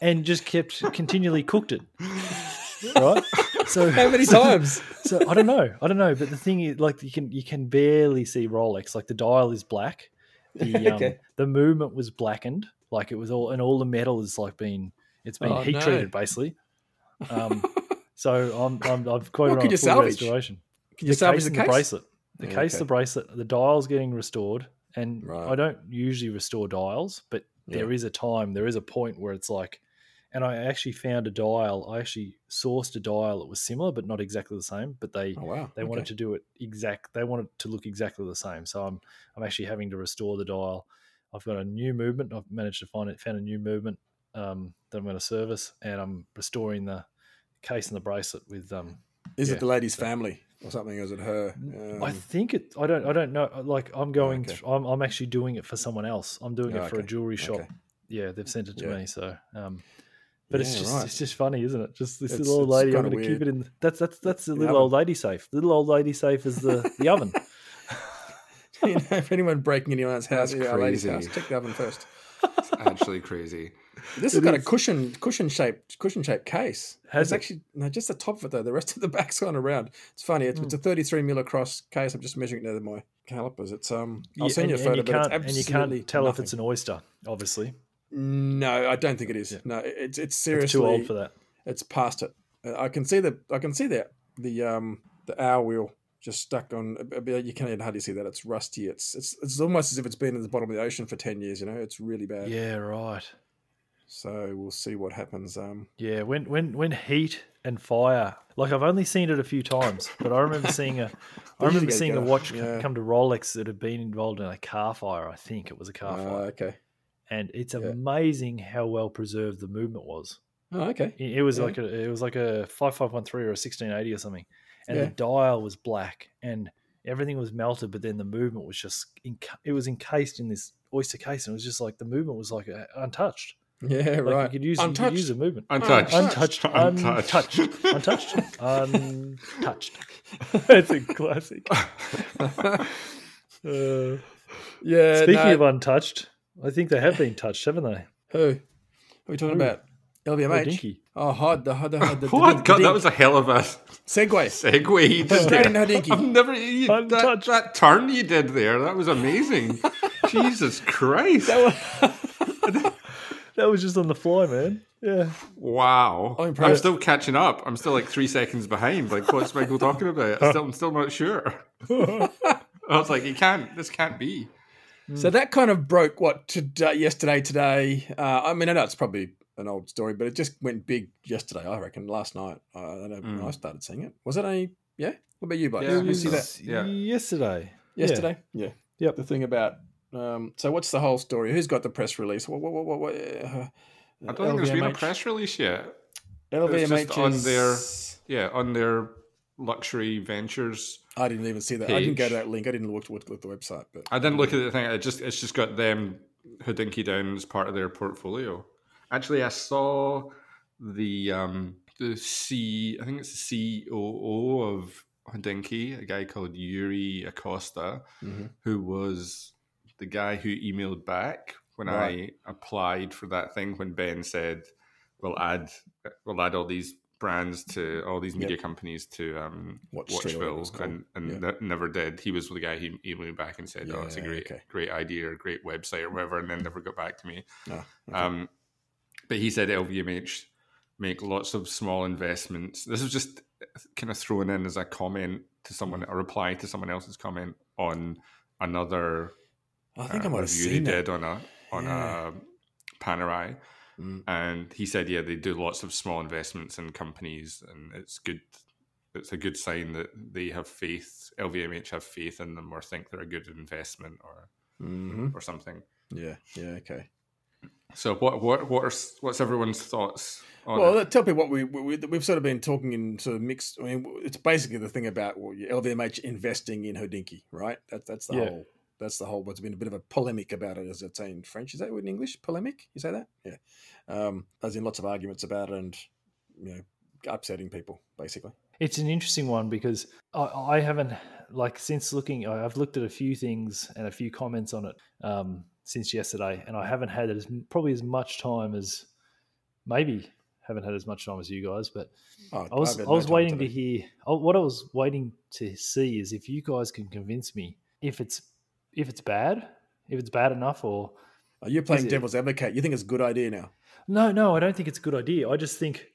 S2: and just kept continually cooked it. Right? So
S3: How many times?
S2: So I don't know. I don't know. But the thing is, like you can you can barely see Rolex. Like the dial is black. The um,
S3: Okay.
S2: the movement was blackened. Like it was all and all the metal is like been it's been
S3: Oh,
S2: heat
S3: no.
S2: treated basically. Um, so I'm, I'm I've quoted
S3: What
S2: on
S3: could
S2: a full
S3: you salvage?
S2: restoration
S3: Can you salvage
S2: case
S3: the
S2: and
S3: case?
S2: the bracelet. The
S3: Yeah,
S2: case,
S3: okay.
S2: the bracelet, the dial's getting restored. And
S3: Right.
S2: I don't usually restore dials, but there is a time, there is a point where it's like, and I actually found a dial. I actually sourced a dial that was similar, but not exactly the same. But they
S3: Oh wow!
S2: they wanted to do it exact. They wanted to look exactly the same. So I'm I'm actually having to restore the dial. I've got a new movement. I've managed to find it. Found a new movement um, that I'm going to service, and I'm restoring the case and the bracelet with um,
S3: Is
S2: yeah.
S3: it the lady's family or something? Is it her?
S2: N- I
S3: Um, Oh,
S2: think it. I don't. I don't know. uh, Like I'm going.
S3: okay.
S2: thr- I'm. I'm actually doing it for someone else. I'm doing
S3: Oh,
S2: it for
S3: okay,
S2: a jewelry shop.
S3: okay.
S2: Yeah, they've sent it to
S3: Yeah.
S2: me. So, um, but it's
S3: Yeah,
S2: just.
S3: right.
S2: It's just funny, isn't it? Just this
S3: It's-
S2: little old
S3: it's
S2: lady. I'm
S3: kinda
S2: going to keep
S3: weird.
S2: it in. That's that's that's the
S3: The
S2: little
S3: oven.
S2: old lady safe. The little old lady safe is the the oven.
S3: you know, if anyone breaking anyone's house,
S4: That's
S3: yeah, our lady's house,
S4: crazy.
S3: check the oven first.
S4: Actually crazy.
S3: This has got a cushion, cushion shaped, cushion shaped case.
S2: Has
S3: it's
S2: it?
S3: actually no, just the top of it though. The rest of the back's gone around. It's funny. It's,
S2: Hmm.
S3: it's a 33 mil across case. I'm just measuring it with my calipers. It's um. I'll
S2: Yeah,
S3: send you a
S2: and-
S3: photo,
S2: and you
S3: but it's
S2: can't and you
S3: absolutely
S2: can't tell if
S3: nothing.
S2: it's an oyster. Obviously,
S3: No, I don't think it is. No, it's it's seriously
S2: it's too old for that.
S3: It's past it. Uh, I can see the I can see that the um the hour wheel just stuck on. uh, uh, You can't even hardly see that. It's rusty. It's it's it's almost as if it's been in the bottom of the ocean for ten years. You know, it's really bad.
S2: Yeah, right.
S3: So we'll see what happens. Um,
S2: Yeah, when when when heat and fire, like I've only seen it a few times, but I remember seeing a, I
S3: They usually
S2: remember
S3: go
S2: seeing a
S3: together,
S2: watch c-
S3: yeah.
S2: come to Rolex that had been involved in a car fire. I think it was a car
S3: uh,
S2: fire,
S3: okay.
S2: and it's
S3: yeah.
S2: amazing how well preserved the movement was.
S3: Oh, okay.
S2: It, it was
S3: Yeah.
S2: like a it was like a five five one three or a sixteen eighty or something, and
S3: Yeah.
S2: the dial was black, and everything was melted, but then the movement was just enc- it was encased in this oyster case, and it was just like the movement was like uh, untouched.
S3: Yeah,
S2: Like
S3: right.
S2: you could use you could
S3: Untouched.
S2: use the movement.
S4: Untouched.
S2: Untouched, untouched,
S4: Untouched.
S2: untouched, untouched. That's a classic. Uh,
S3: yeah.
S2: speaking
S3: no,
S2: of untouched, I think they have been touched, haven't they?
S3: who? Who are we talking
S2: Who?
S3: about?
S2: Oh,
S3: LVMH.
S2: Dinky.
S3: Oh, hard the hard the hard the.
S4: What? Oh, God, that was a hell of a
S3: segue.
S4: segue you did
S3: Straight
S4: there.
S3: into
S2: Mm.
S3: Hadinky.
S4: I've never you, that,
S2: Untouched.
S4: that turn you did there. That was amazing. Jesus Christ!
S2: That was just on the fly, man. Yeah.
S4: wow.
S3: I'm
S4: I'm,
S3: impressed.
S4: still catching up. I'm still like three seconds behind. Like, what's Michael talking about? I'm still, I'm still not sure. I was like, you can't. This can't be.
S3: So that kind of broke what today, yesterday, today. Uh, I mean, I know it's probably an old story, but it just went big yesterday. I reckon last night. Uh, I don't know when
S4: Mm.
S3: I started seeing it. Was it a yeah? What about you, buddy?
S4: Yeah,
S3: Did
S4: I
S3: you
S4: think
S3: see
S4: so.
S3: that
S4: Yeah.
S2: Yesterday.
S3: yesterday? Yeah.
S2: Yep.
S3: The thing about um, so what's the whole story? Who's got the press release? What? What? What? what, what uh,
S4: I don't think there's been a press release yet.
S3: LVMH
S4: It's just on
S3: is-
S4: Yeah, on their luxury ventures.
S3: I didn't even see that. I didn't go to
S4: page.
S3: that link. I didn't look at the website, but
S4: I didn't look at the thing. It just it's just got them Hodinkee down as part of their portfolio. Actually, I saw the um the C. I think it's the COO of Hodinkee, a guy called Yuri Acosta,
S3: Mhm.
S4: who was the guy who emailed back when
S3: Right.
S4: I applied for that thing when Ben said, "We'll add we'll add all these." brands to all these
S3: Yep.
S4: media companies to um
S3: Watch Street or whatever it's
S4: Watchville
S3: called.
S4: and, and
S3: Yeah.
S4: that never did. He was the guy who emailed me back and said, "Oh, it's a
S3: Yeah,
S4: great,
S3: okay.
S4: great idea or great website or whatever," and then never got back to me.
S3: Ah, okay.
S4: Um, but he said LVMH make lots of small investments. This was just kind of thrown in as a comment to someone, a reply to someone else's comment on another
S3: I think
S4: uh,
S3: I might have
S4: review
S3: seen
S4: they
S3: that.
S4: did on a on
S3: Yeah.
S4: a Panerai,
S3: Mm.
S4: and he said, yeah, they do lots of small investments in companies, and it's good. It's a good sign that they have faith. LVMH have faith in them, or think they're a good investment, or
S3: hmm
S4: or something.
S3: Yeah. Yeah. Okay.
S4: So what what what are s- what's everyone's thoughts
S2: Oh,
S4: on
S3: Well,
S4: it?
S3: let- tell people what we, we we- we've sort of been talking in sort of mixed. I mean, it's basically the thing about well, your LVMH investing in Hodinkee, right? That, that's the
S2: Yeah.
S3: whole. That's the whole. What's been a bit of a polemic about it, as it's say in French. Is that word in English? Polemic? You say that? Yeah. Um, as in lots of arguments about it and you know upsetting people basically.
S2: It's an interesting one because I, I haven't like since looking. I- I've looked at a few things and a few comments on it um, since yesterday, and I haven't had as probably as much time as maybe haven't had as much time as you guys. But
S3: Oh,
S2: I was
S3: I've
S2: I
S3: had no
S2: was
S3: time
S2: waiting
S3: today.
S2: to hear oh, what I was waiting to see is if you guys can convince me if it's if it's bad, if it's bad enough, or
S3: Oh, you're playing
S2: it-
S3: devil's advocate. You think it's a good idea now?
S2: no, no, I don't think it's a good idea. I just think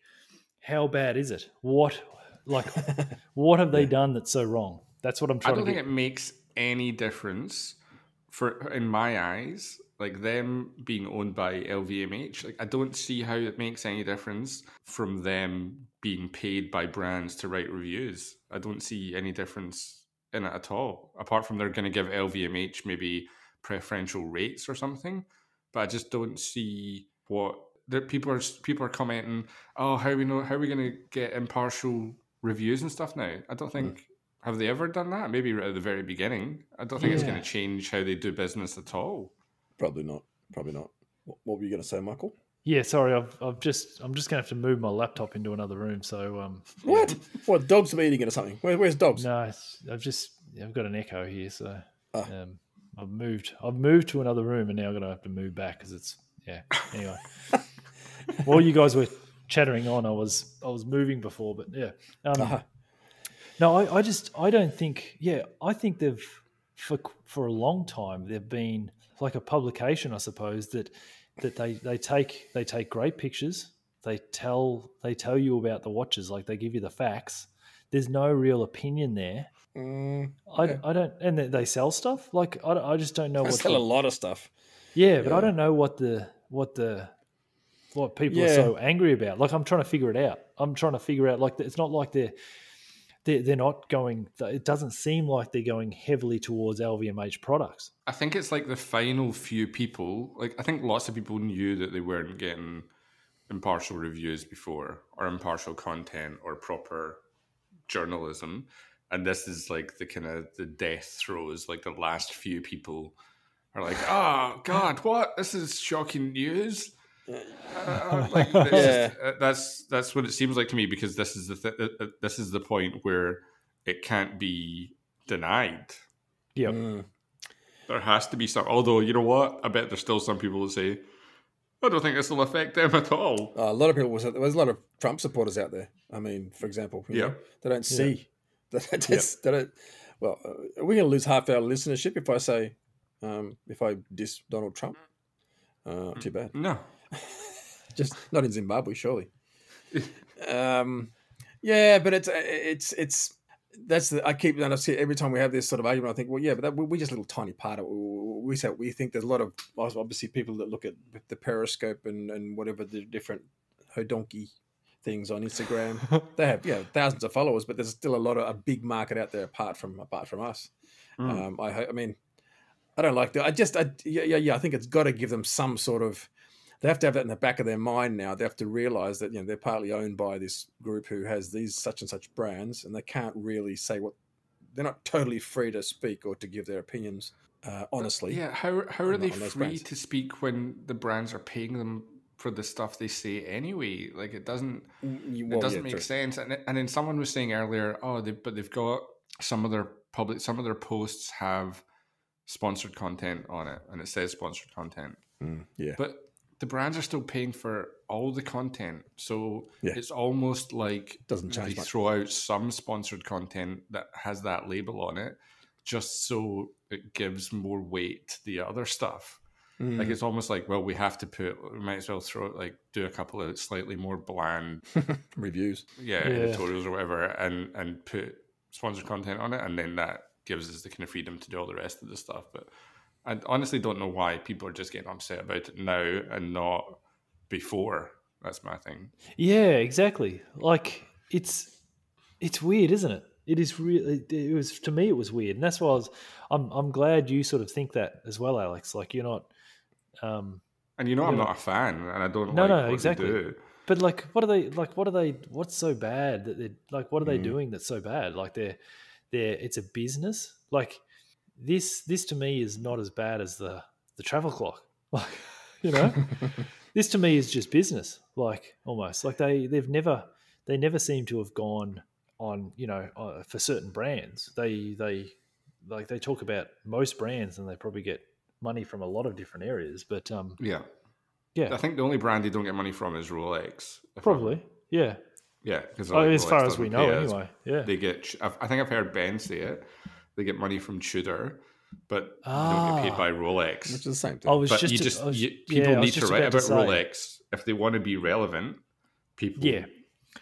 S2: how bad is it? What like what have they done that's so wrong? That's what I'm
S4: I
S2: trying
S4: don't
S2: to
S4: think
S2: get.
S4: it makes any difference for in my eyes, like them being owned by LVMH. Like I don't see how it makes any difference from them being paid by brands to write reviews. I don't see any difference in it at all. Apart from they're going to give LVMH maybe preferential rates or something, but I just don't see what that people are people are commenting. Oh, how we know how are we going to get impartial reviews and stuff now? I don't think. Have they ever done that? Maybe right at the very beginning. I don't think it's
S2: Yeah.
S4: going to change how they do business at all.
S3: Probably not. Probably not. What, what were you going to say, Michael?
S2: Yeah, sorry, I've, I've just I'm just gonna have to move my laptop into another room. So um,
S3: What? What? Dogs were eating it or something? Where, where's dogs?
S2: no, it's, I've just I've got an echo here, so
S3: Ah.
S2: um, I've moved I've moved to another room, and now I'm gonna have to move back because it's yeah. Anyway, while you guys were chattering on, I was I was moving before, but yeah. Um,
S3: Uh-huh.
S2: No, I, I just I don't think. Yeah, I think they've for for a long time they've been like a publication, I suppose that that they they take they take great pictures. They tell they tell you about the watches, like they give you the facts. There's no real opinion there.
S3: Mm,
S2: I,
S3: Okay.
S2: I don't, and they- they sell stuff. Like I, don't- I just don't know
S3: I
S2: what.
S3: sell
S2: the-
S3: a lot of stuff.
S2: yeah, but
S3: Yeah.
S2: I don't know what the what the what people are
S3: Yeah.
S2: so angry about. Like I'm trying to figure it out. I'm trying to figure out. Like it's not like they're they're, they're not going. It doesn't seem like they're going heavily towards LVMH products.
S4: I think it's like the final few people. Like I think lots of people knew that they weren't getting impartial reviews before, or impartial content, or proper journalism, and this is like the kind of the death throes like the last few people are like oh god what this is shocking news uh, like, that's, just- uh, that's that's what it seems like to me because this is the th- uh, uh, this is the point where it can't be denied
S2: Yep.
S3: Mm.
S4: there has to be some although you know what i bet there's still some people that say i don't think this will affect them at all
S3: Uh, a lot of people was there's a lot of Trump supporters out there. I mean, for example, you
S4: Yeah.
S3: know, they don't see they just- they don't- Well, uh, we're going to lose half our listenership if I say um, if I diss Donald Trump. Uh, too bad.
S4: no
S3: just not in Zimbabwe, surely. um, yeah, but it's it's it's that's the I keep and I see every time we have this sort of argument, I think, well, yeah, but that, we- we're just a little tiny part of it. We we say we think there's a lot of obviously people that look at the Periscope and and whatever the different hodonki things on Instagram. they have yeah thousands of followers, but there's still a lot of a big market out there apart from apart from us.
S4: Mm.
S3: Um, I ho- I mean, I don't like that. I just I yeah yeah yeah. I think it's got to give them some sort of. They have to have that in the back of their mind now. They have to realize that you know they're partly owned by this group who has these such and such brands, and they can't really say what they're not totally free to speak or to give their opinions uh, honestly.
S4: yeah how, how are
S3: on-
S4: they
S3: on those
S4: free
S3: brands.
S4: to speak when the brands are paying them for the stuff they say anyway like it doesn't
S3: You-
S4: it
S3: Mm, well,
S4: doesn't
S3: yeah,
S4: make
S3: true.
S4: sense. And and then someone was saying earlier, oh, they, but they've got some of their public, some of their posts have sponsored content on it, and it says sponsored content.
S3: Mm, yeah.
S4: But the brands are still paying for all the content, so
S3: Yeah.
S4: it's almost like
S3: Doesn't
S4: they
S3: change much.
S4: throw out some sponsored content that has that label on it, just so it gives more weight to the other stuff.
S3: Mm.
S4: Like it's almost like, well, we have to put, we might as well throw like do a couple of slightly more bland
S3: reviews.
S4: yeah,
S2: Yeah.
S4: editorials or whatever and and put sponsored content on it and then that gives us the kind of freedom to do all the rest of the stuff but i honestly don't know why people are just getting upset about it now and not before that's my thing
S2: Yeah, exactly. Like it's it's weird, isn't it? It is really. It was to me, it was weird, and that's why I was. I'm I'm glad you sort of think that as well, Alex. Like you're not. Um,
S4: and you know i'm
S2: Yeah.
S4: not a fan and i don't
S2: No,
S4: like
S2: no,
S4: what they
S2: exactly.
S4: do.
S2: but like, what are they like? What are they? What's so bad that they like? What are they
S3: Mm.
S2: doing that's so bad? Like they're they're it's a business. Like this this to me is not as bad as the the travel clock. Like you know, this to me is just business like almost like they they've never they never seem to have gone on you know uh, for certain brands they they like they talk about most brands and they probably get money from a lot of different areas but um
S4: yeah
S2: Yeah.
S4: i think the only brand they don't get money from is rolex if I'm-
S2: probably yeah
S4: yeah because
S2: oh, as far as we know anyway yeah
S4: they get I've- i think i've heard ben say it they get money from tudor but they
S2: Ah.
S4: don't get paid by rolex
S3: Which is the same thing.
S2: I was
S4: but
S2: just,
S4: you just
S2: I was-
S4: you,
S2: yeah,
S4: people
S2: I was
S4: need to
S2: just
S4: write about,
S2: to say.
S4: Rolex if they want to be relevant. People
S2: Yeah.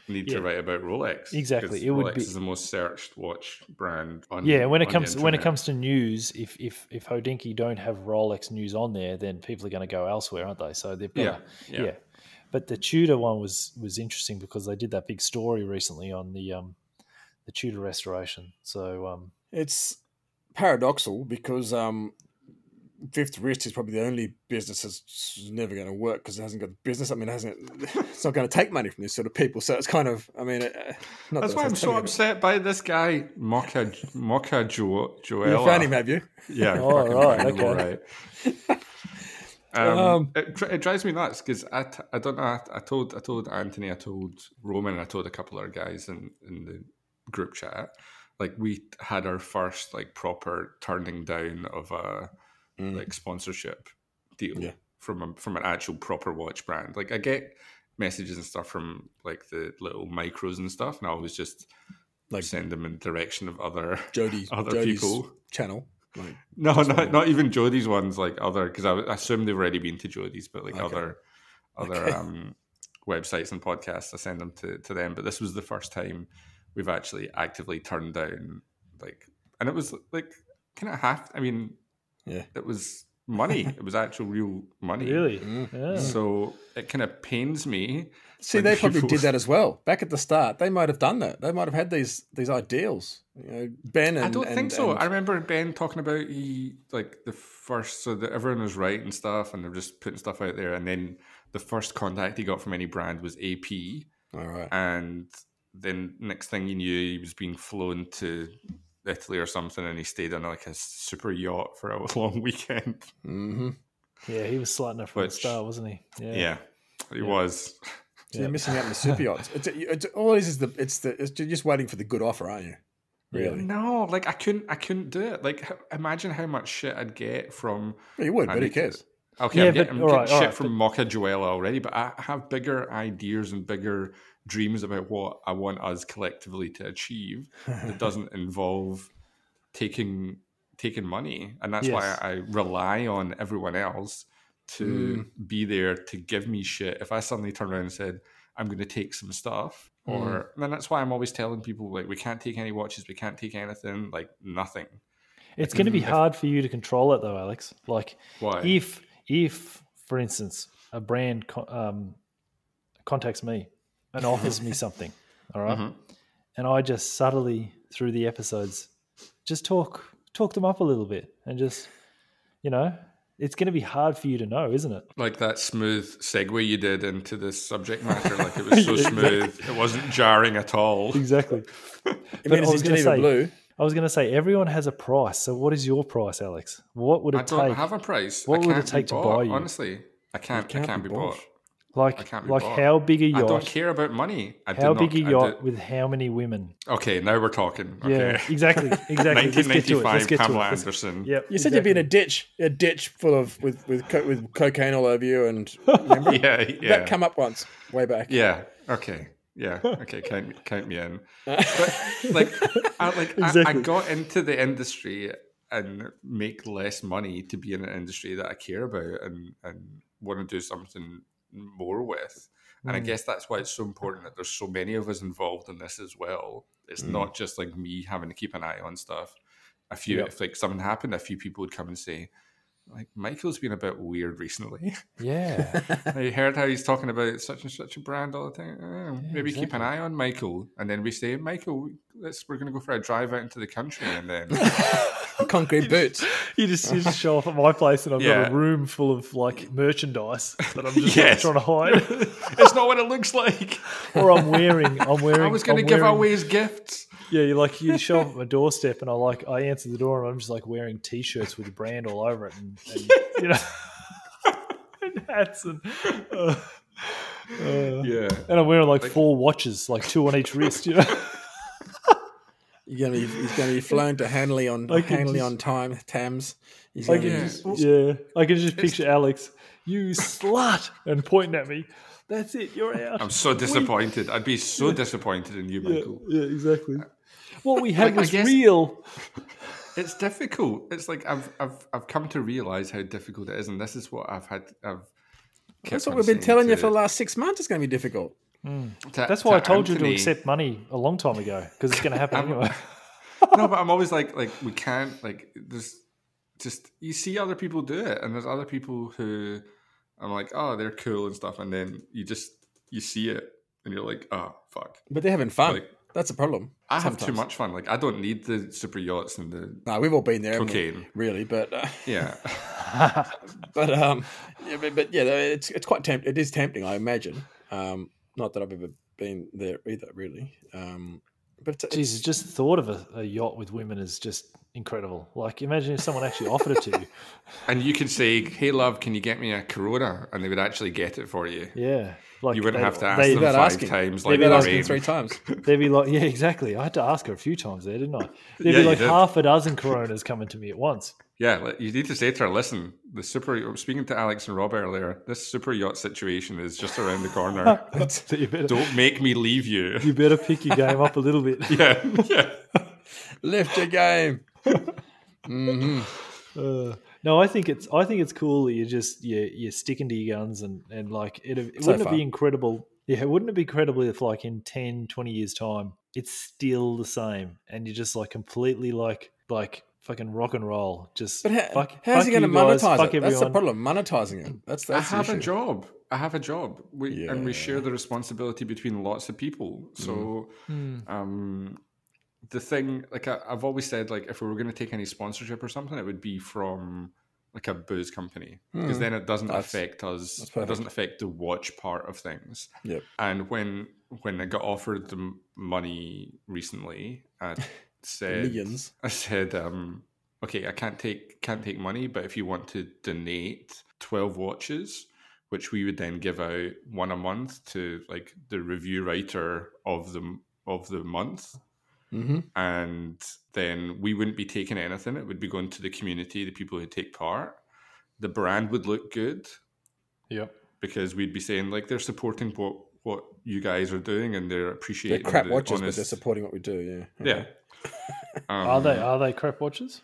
S4: need
S2: Yeah.
S4: to write about Rolex
S2: Exactly,
S4: 'cause
S2: it would
S4: Rolex
S2: be-
S4: is the most searched watch brand. on
S2: yeah when it
S4: on the
S2: comes when it
S4: internet.
S2: comes to news if if if hodinky don't have rolex news on there then people are going to go elsewhere aren't they so they've got
S4: yeah
S2: yeah. But the Tudor one was was interesting because they did that big story recently on the um the Tudor restoration. So um
S3: It's paradoxal because um, Fifth Wrist is probably the only business that's never going to work because it hasn't got the business. I mean, it hasn't it's not going to take money from these sort of people. So it's kind of, I mean, uh, not
S4: That's
S3: that
S4: why I'm
S3: it's
S4: so
S3: something-
S4: upset by this guy, Mocha Mocha jo- Joella.
S3: You found him, have you?
S4: Yeah. I
S2: Oh,
S4: fucking
S2: right,
S4: found him,
S2: okay.
S4: alright. Um,
S3: Um,
S4: it, dri- it drives me nuts because I, t- I don't know. I, I told I told Anthony, I told Roman, and I told a couple other guys in, in the group chat. Like we had our first like proper turning down of a
S3: Mm,
S4: like sponsorship deal
S3: Yeah.
S4: from a, from an actual proper watch brand. Like I get messages and stuff from like the little micros and stuff, and I always just
S3: Like-
S4: send them in the direction of other
S3: Jodie's,
S4: other
S3: Jodie's
S4: people.
S3: channel. Like,
S4: No,
S3: Just
S4: not,
S3: wondering.
S4: not even Jodie's ones, like other, because I, I assume they've already been to Jodie's, but like
S3: Okay.
S4: other other
S3: Okay.
S4: um, websites and podcasts, I send them to, to them. But this was the first time we've actually actively turned down, like, and it was like kind of half, I mean,
S3: Yeah.
S4: it was money. it was actual real money.
S2: really,
S3: Mm.
S2: yeah.
S4: So it kind of pains me.
S3: See,
S4: when
S3: they probably
S4: people-
S3: did that as well back at the start. They might have done that. They might have had these these ideals. You know, Ben and
S4: I don't
S3: and-
S4: think so.
S3: and-
S4: I remember Ben talking about he like the first, so that everyone was writing stuff and they're just putting stuff out there, and then the first contact he got from any brand was AP,
S3: All right.
S4: and then next thing you knew, he was being flown to Italy or something, and he stayed on like a super yacht for a long weekend.
S3: Mm-hmm.
S2: Yeah, he was slutting it from
S4: Which-
S2: the start, wasn't he?
S4: Yeah, he was.
S3: So you're missing out on the super yachts. It's, it's all it is is the it's the it's you're just waiting for the good offer, aren't you? Really?
S4: No, like I couldn't, I couldn't do it. Like h- imagine how much shit I'd get from.
S3: Yeah, you would, but
S4: I
S3: who
S4: need to-
S3: cares?
S4: Okay,
S2: Yeah,
S4: I'm, getting,
S2: but-
S4: I'm
S2: all
S4: getting
S2: right, all
S4: shit
S2: right,
S4: from Mocha Joella already, but I have bigger ideas and bigger dreams about what I want us collectively to achieve that doesn't involve taking taking money, and that's
S2: Yes.
S4: why I rely on everyone else to
S2: Mm.
S4: be there to give me shit. If I suddenly turn around and said, "I'm going to take some stuff," or
S2: Mm.
S4: and then that's why I'm always telling people like, "We can't take any watches, we can't take anything, like nothing."
S2: It's going to be
S4: Mhm.
S2: hard for you to control it though, Alex. Like
S4: Why?
S2: if if for instance a brand co- um, contacts me and offers me something, all right?
S4: Mhm.
S2: and I just subtly through the episodes just talk talk them up a little bit and just you know it's going to be hard for you to know, isn't it?
S4: like that smooth segue you did into this subject matter. Like it was so smooth, it wasn't jarring at all.
S2: Exactly.
S3: I
S2: But
S3: mean,
S2: I
S3: it's in
S2: was gonna
S3: Geneva
S2: say-
S3: Blue.
S2: I was going to say everyone has a price. So what is your price, Alex? What would
S4: I
S2: it
S4: don't
S2: take?
S4: have a price.
S2: What
S4: I
S2: would it
S4: can't be
S2: take to buy
S4: bought,
S2: you?
S4: Honestly, I can't.
S3: can't
S4: I can't be bought. I
S2: like
S4: can't be
S2: like
S4: bought.
S2: how big a yacht?
S4: I don't care about money. I do
S2: How
S4: not-
S2: big a
S4: I
S2: yacht
S4: do-
S2: with how many women?
S4: okay, now we're talking.
S2: Yeah,
S4: Okay.
S2: exactly, exactly. Let's get to it. Let's
S4: 1995
S2: get to
S4: Pamela
S2: it. Let's-
S4: Anderson.
S2: Yep,
S3: You said you'd be in a ditch, a ditch full of with with co- with cocaine all over you, and remember
S4: Yeah, yeah.
S3: that come up once way back.
S4: yeah. Okay. Yeah. Okay. Count, count me in. But like, I, like I, I
S2: Exactly.
S4: got into the industry and make less money to be in an industry that I care about and and want to do something more with. And I
S2: Mm.
S4: guess that's why it's so important that there's so many of us involved in this as well. It's
S3: Mm.
S4: not just like me having to keep an eye on stuff. A few,
S3: Yep.
S4: if like something happened, a few people would come and say, like, Michael's been a bit weird recently.
S2: Yeah.
S4: I heard how he's talking about such and such a brand all the time. Oh, maybe keep an eye on Michael, and then we say, Michael, let's we're going to go for a drive out into the country, and then
S3: Concrete boots.
S2: You just you just show off at my place, and I've got
S4: Yeah.
S2: a room full of like merchandise that I'm just
S4: Yes.
S2: trying to hide,
S4: it's not what it looks like.
S2: or I'm wearing. I'm wearing.
S4: I was going to
S2: I'm
S4: give
S2: wearing-
S4: away his gifts.
S2: Yeah, you like you show up at my doorstep, and I like I answer the door, and I'm just like wearing t-shirts with the brand all over it, and, and you know, and hats, and uh, uh,
S4: Yeah,
S2: and I'm wearing like four watches, like two on each wrist. You know,
S3: You're gonna be, he's gonna be flown to Hanley on
S2: I could
S3: Hanley
S2: just-
S3: on time. Thames. He's
S2: I
S3: gonna
S2: can
S3: be-
S2: just yeah, I can just picture Alex, you slut, and pointing at me. That's it. You're out.
S4: I'm so disappointed. I'd be so disappointed in you,
S2: Yeah,
S4: Michael.
S2: yeah, exactly. Uh, What we had
S4: I
S2: was
S4: guess-
S2: real.
S4: It's difficult. It's like I've I've I've come to realize how difficult it is, and this is what I've had. I've
S3: That's
S4: kept
S3: what
S4: on
S3: we've been
S4: saying
S3: telling you
S4: to-
S3: for the last six months. It's gonna be difficult.
S4: to-
S2: That's why
S4: to
S2: I told you
S4: Anthony.
S2: to accept money a long time ago because it's going to happen
S4: I'm-
S2: anyway.
S4: no, but I'm always like, like we can't, like there's just you see other people do it, and there's other people who I'm like, oh, they're cool and stuff, and then you just you see it, and you're like, oh, fuck,
S3: But they're having fun.
S4: Like-
S3: That's a problem.
S4: I have too
S3: Sometimes.
S4: much fun. Like I don't need the super yachts and the
S3: No, we've all been there. haven't we?
S4: cocaine.
S3: Really, but uh,
S4: Yeah,
S3: but um, yeah, but, but yeah, it's it's quite tempt. It is tempting, I imagine. Um, not that I've ever been there either, really. Um, but it's, it's-
S2: Jesus, just the thought of a, a yacht with women is just incredible. Like, imagine if someone actually offered it to you.
S4: and you can say, hey, love, can you get me a Corona? And they would actually get it for you.
S2: Yeah, like
S4: You wouldn't
S2: they-
S4: have to ask
S2: they-
S4: them
S3: without
S4: five
S3: asking.
S4: times,
S3: they've
S4: like
S3: been
S4: I
S3: asking
S4: mean,
S3: three times.
S2: They'd be like, yeah, exactly. I had to ask her a few times there, didn't I? There'd
S4: Yeah,
S2: be
S4: you
S2: like
S4: did.
S2: half a dozen Coronas coming to me at once.
S4: Yeah, like, you need to say to her, listen, the super, I was speaking to Alex and Rob earlier, this super yacht situation is just around the corner.
S2: So you better,
S4: Don't make me leave you.
S2: you better pick your game up a little bit.
S4: yeah, yeah.
S3: Lift your game. hmm
S2: Uh, no, I think it's I think it's cool that you just you you're sticking to your guns and and like it, it
S3: So
S2: wouldn't it
S3: far.
S2: be incredible? Yeah, wouldn't it be incredible if like in 10, 20 years time it's still the same and you're just like completely like like fucking rock and roll just
S3: But how,
S2: fuck,
S3: how's he
S2: fuck
S3: going to
S2: you guys,
S3: monetize
S2: fuck
S3: it? That's the
S2: everyone.
S3: problem. Monetizing it. That's
S4: I
S3: that's the
S4: have a
S3: issue.
S4: job. I have a job. We and we share
S3: Yeah.
S4: the responsibility between lots of people. So
S2: Hmm.
S3: Mm-hmm.
S4: um the thing like I, I've always said like if we were gonna take any sponsorship or something, it would be from like a booze company
S3: Mm.
S4: because then it doesn't
S3: That's-
S4: affect us.
S3: that's
S4: It
S3: perfect.
S4: doesn't affect the watch part of things.
S3: Yep.
S4: And when when I got offered the m- money recently, I said
S3: Millions.
S4: I said, um, okay, I can't take can't take money, but if you want to donate twelve watches, which we would then give out one a month to like the review writer of the m- of the month,
S3: Mm-hmm.
S4: and then we wouldn't be taking anything. It would be going to the community, the people who take part. The brand would look good
S2: Yep.
S4: because we'd be saying like they're supporting what what you guys are doing and they're
S3: They're
S4: appreciating.
S3: crap
S4: the
S3: watches, but
S4: honest-
S3: they're supporting what we do. Yeah.
S4: Yeah.
S3: Okay.
S4: Um,
S2: Are they are they crap watches?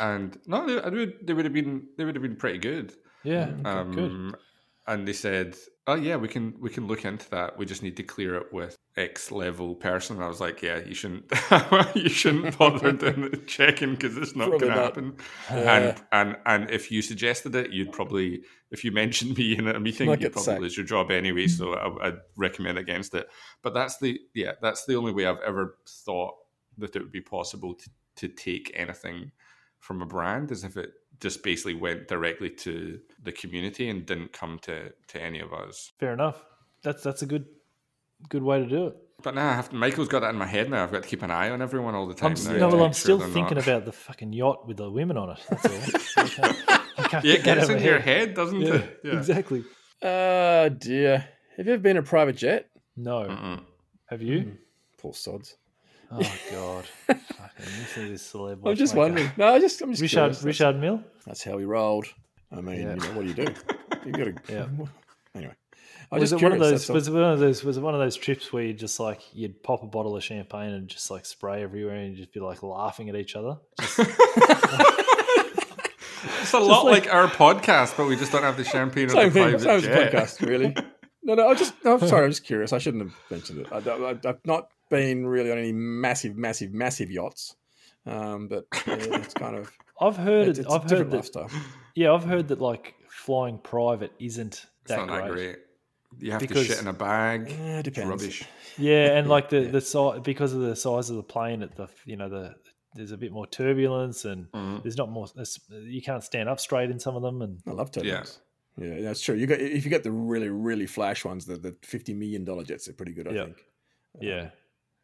S4: and no, they, I would, they would have been they would have been pretty good.
S2: Yeah.
S3: Mm.
S2: okay, good.
S4: Um, and they said, "Oh yeah, we can we can look into that. We just need to clear it with X level person." And I was like, "Yeah, you shouldn't you shouldn't bother doing the checking because it's not going
S3: Probably
S4: to
S3: not.
S4: happen."
S3: Yeah.
S2: Uh,
S4: and and and if you suggested it, you'd probably if you mentioned me in a meeting,
S3: Might get
S4: you'd probably
S3: sacked.
S4: lose your job anyway.
S2: Mm-hmm.
S4: So I, I'd recommend against it. But that's the yeah, that's the only way I've ever thought that it would be possible to, to take anything from a brand is if it just basically went directly to the community and didn't come to to any of us.
S2: Fair enough. That's that's a good good way to do it.
S4: But now I have to, Michael's got that in my head now. I've got to keep an eye on everyone all the
S2: I'm,
S4: time. now
S2: s-
S4: to
S2: no, well,
S4: make
S2: I'm
S4: sure
S2: still
S4: they're
S2: thinking
S4: not-
S2: about the fucking yacht with the women on it. That's all. I can't, I can't
S4: Yeah,
S2: get that
S4: it gets
S2: out of
S4: in
S2: my
S4: your
S2: head.
S4: head, doesn't
S2: Yeah,
S4: it? Yeah.
S2: exactly.
S3: Oh dear. Have you ever been in a private jet?
S2: No,
S4: Mm-mm.
S2: have
S3: Mm.
S2: you?
S3: Poor sods.
S2: Oh god, Fucking, this is this celeb.
S3: I'm just
S2: watchmaker.
S3: wondering. No, I just I'm just
S2: Richard
S3: curious.
S2: Richard Mill.
S3: That's how we rolled. I mean,
S2: Yeah.
S3: you know, what do you do? You got to.
S2: Yeah.
S3: Anyway, I was
S2: Was
S3: just
S2: it one of those?
S3: curious. that's all.
S2: Was it one of those? Was it one of those trips where you just like you'd pop a bottle of champagne and just like spray everywhere and you'd just be like laughing at each other?
S4: It's a lot
S2: like-
S4: like, our podcast, but we just don't have the champagne or the
S3: same thing.
S4: private
S3: Same as the
S4: jet.
S3: podcast, really. No, no. I just. No, I'm sorry. I'm just curious. I shouldn't have mentioned it. I, don't- I, I've not been really on any massive, massive, massive yachts. Um, but yeah, it's kind of
S2: I've heard.
S3: it's,
S2: it-
S3: it's a
S2: I've heard
S3: different
S2: that.
S3: lifestyle.
S2: Yeah, I've heard that like flying private isn't
S4: It's
S2: that
S4: not that
S2: great.
S4: great. You have
S2: Because-
S4: to shit in a bag.
S3: Yeah, it
S4: It's
S3: Mm, depends.
S4: rubbish.
S2: Yeah, and
S3: Yeah,
S2: like the
S3: yeah.
S2: the size because of the size of the plane, at the you know the there's a bit more turbulence and
S4: Mm.
S2: there's not more. there's- You can't stand up straight in some of them, and
S3: I love turbulence. Yeah. that's true. You got if you get the really, really flash ones, the, the fifty million dollar jets are pretty good. I
S2: Yeah.
S3: think.
S2: yeah,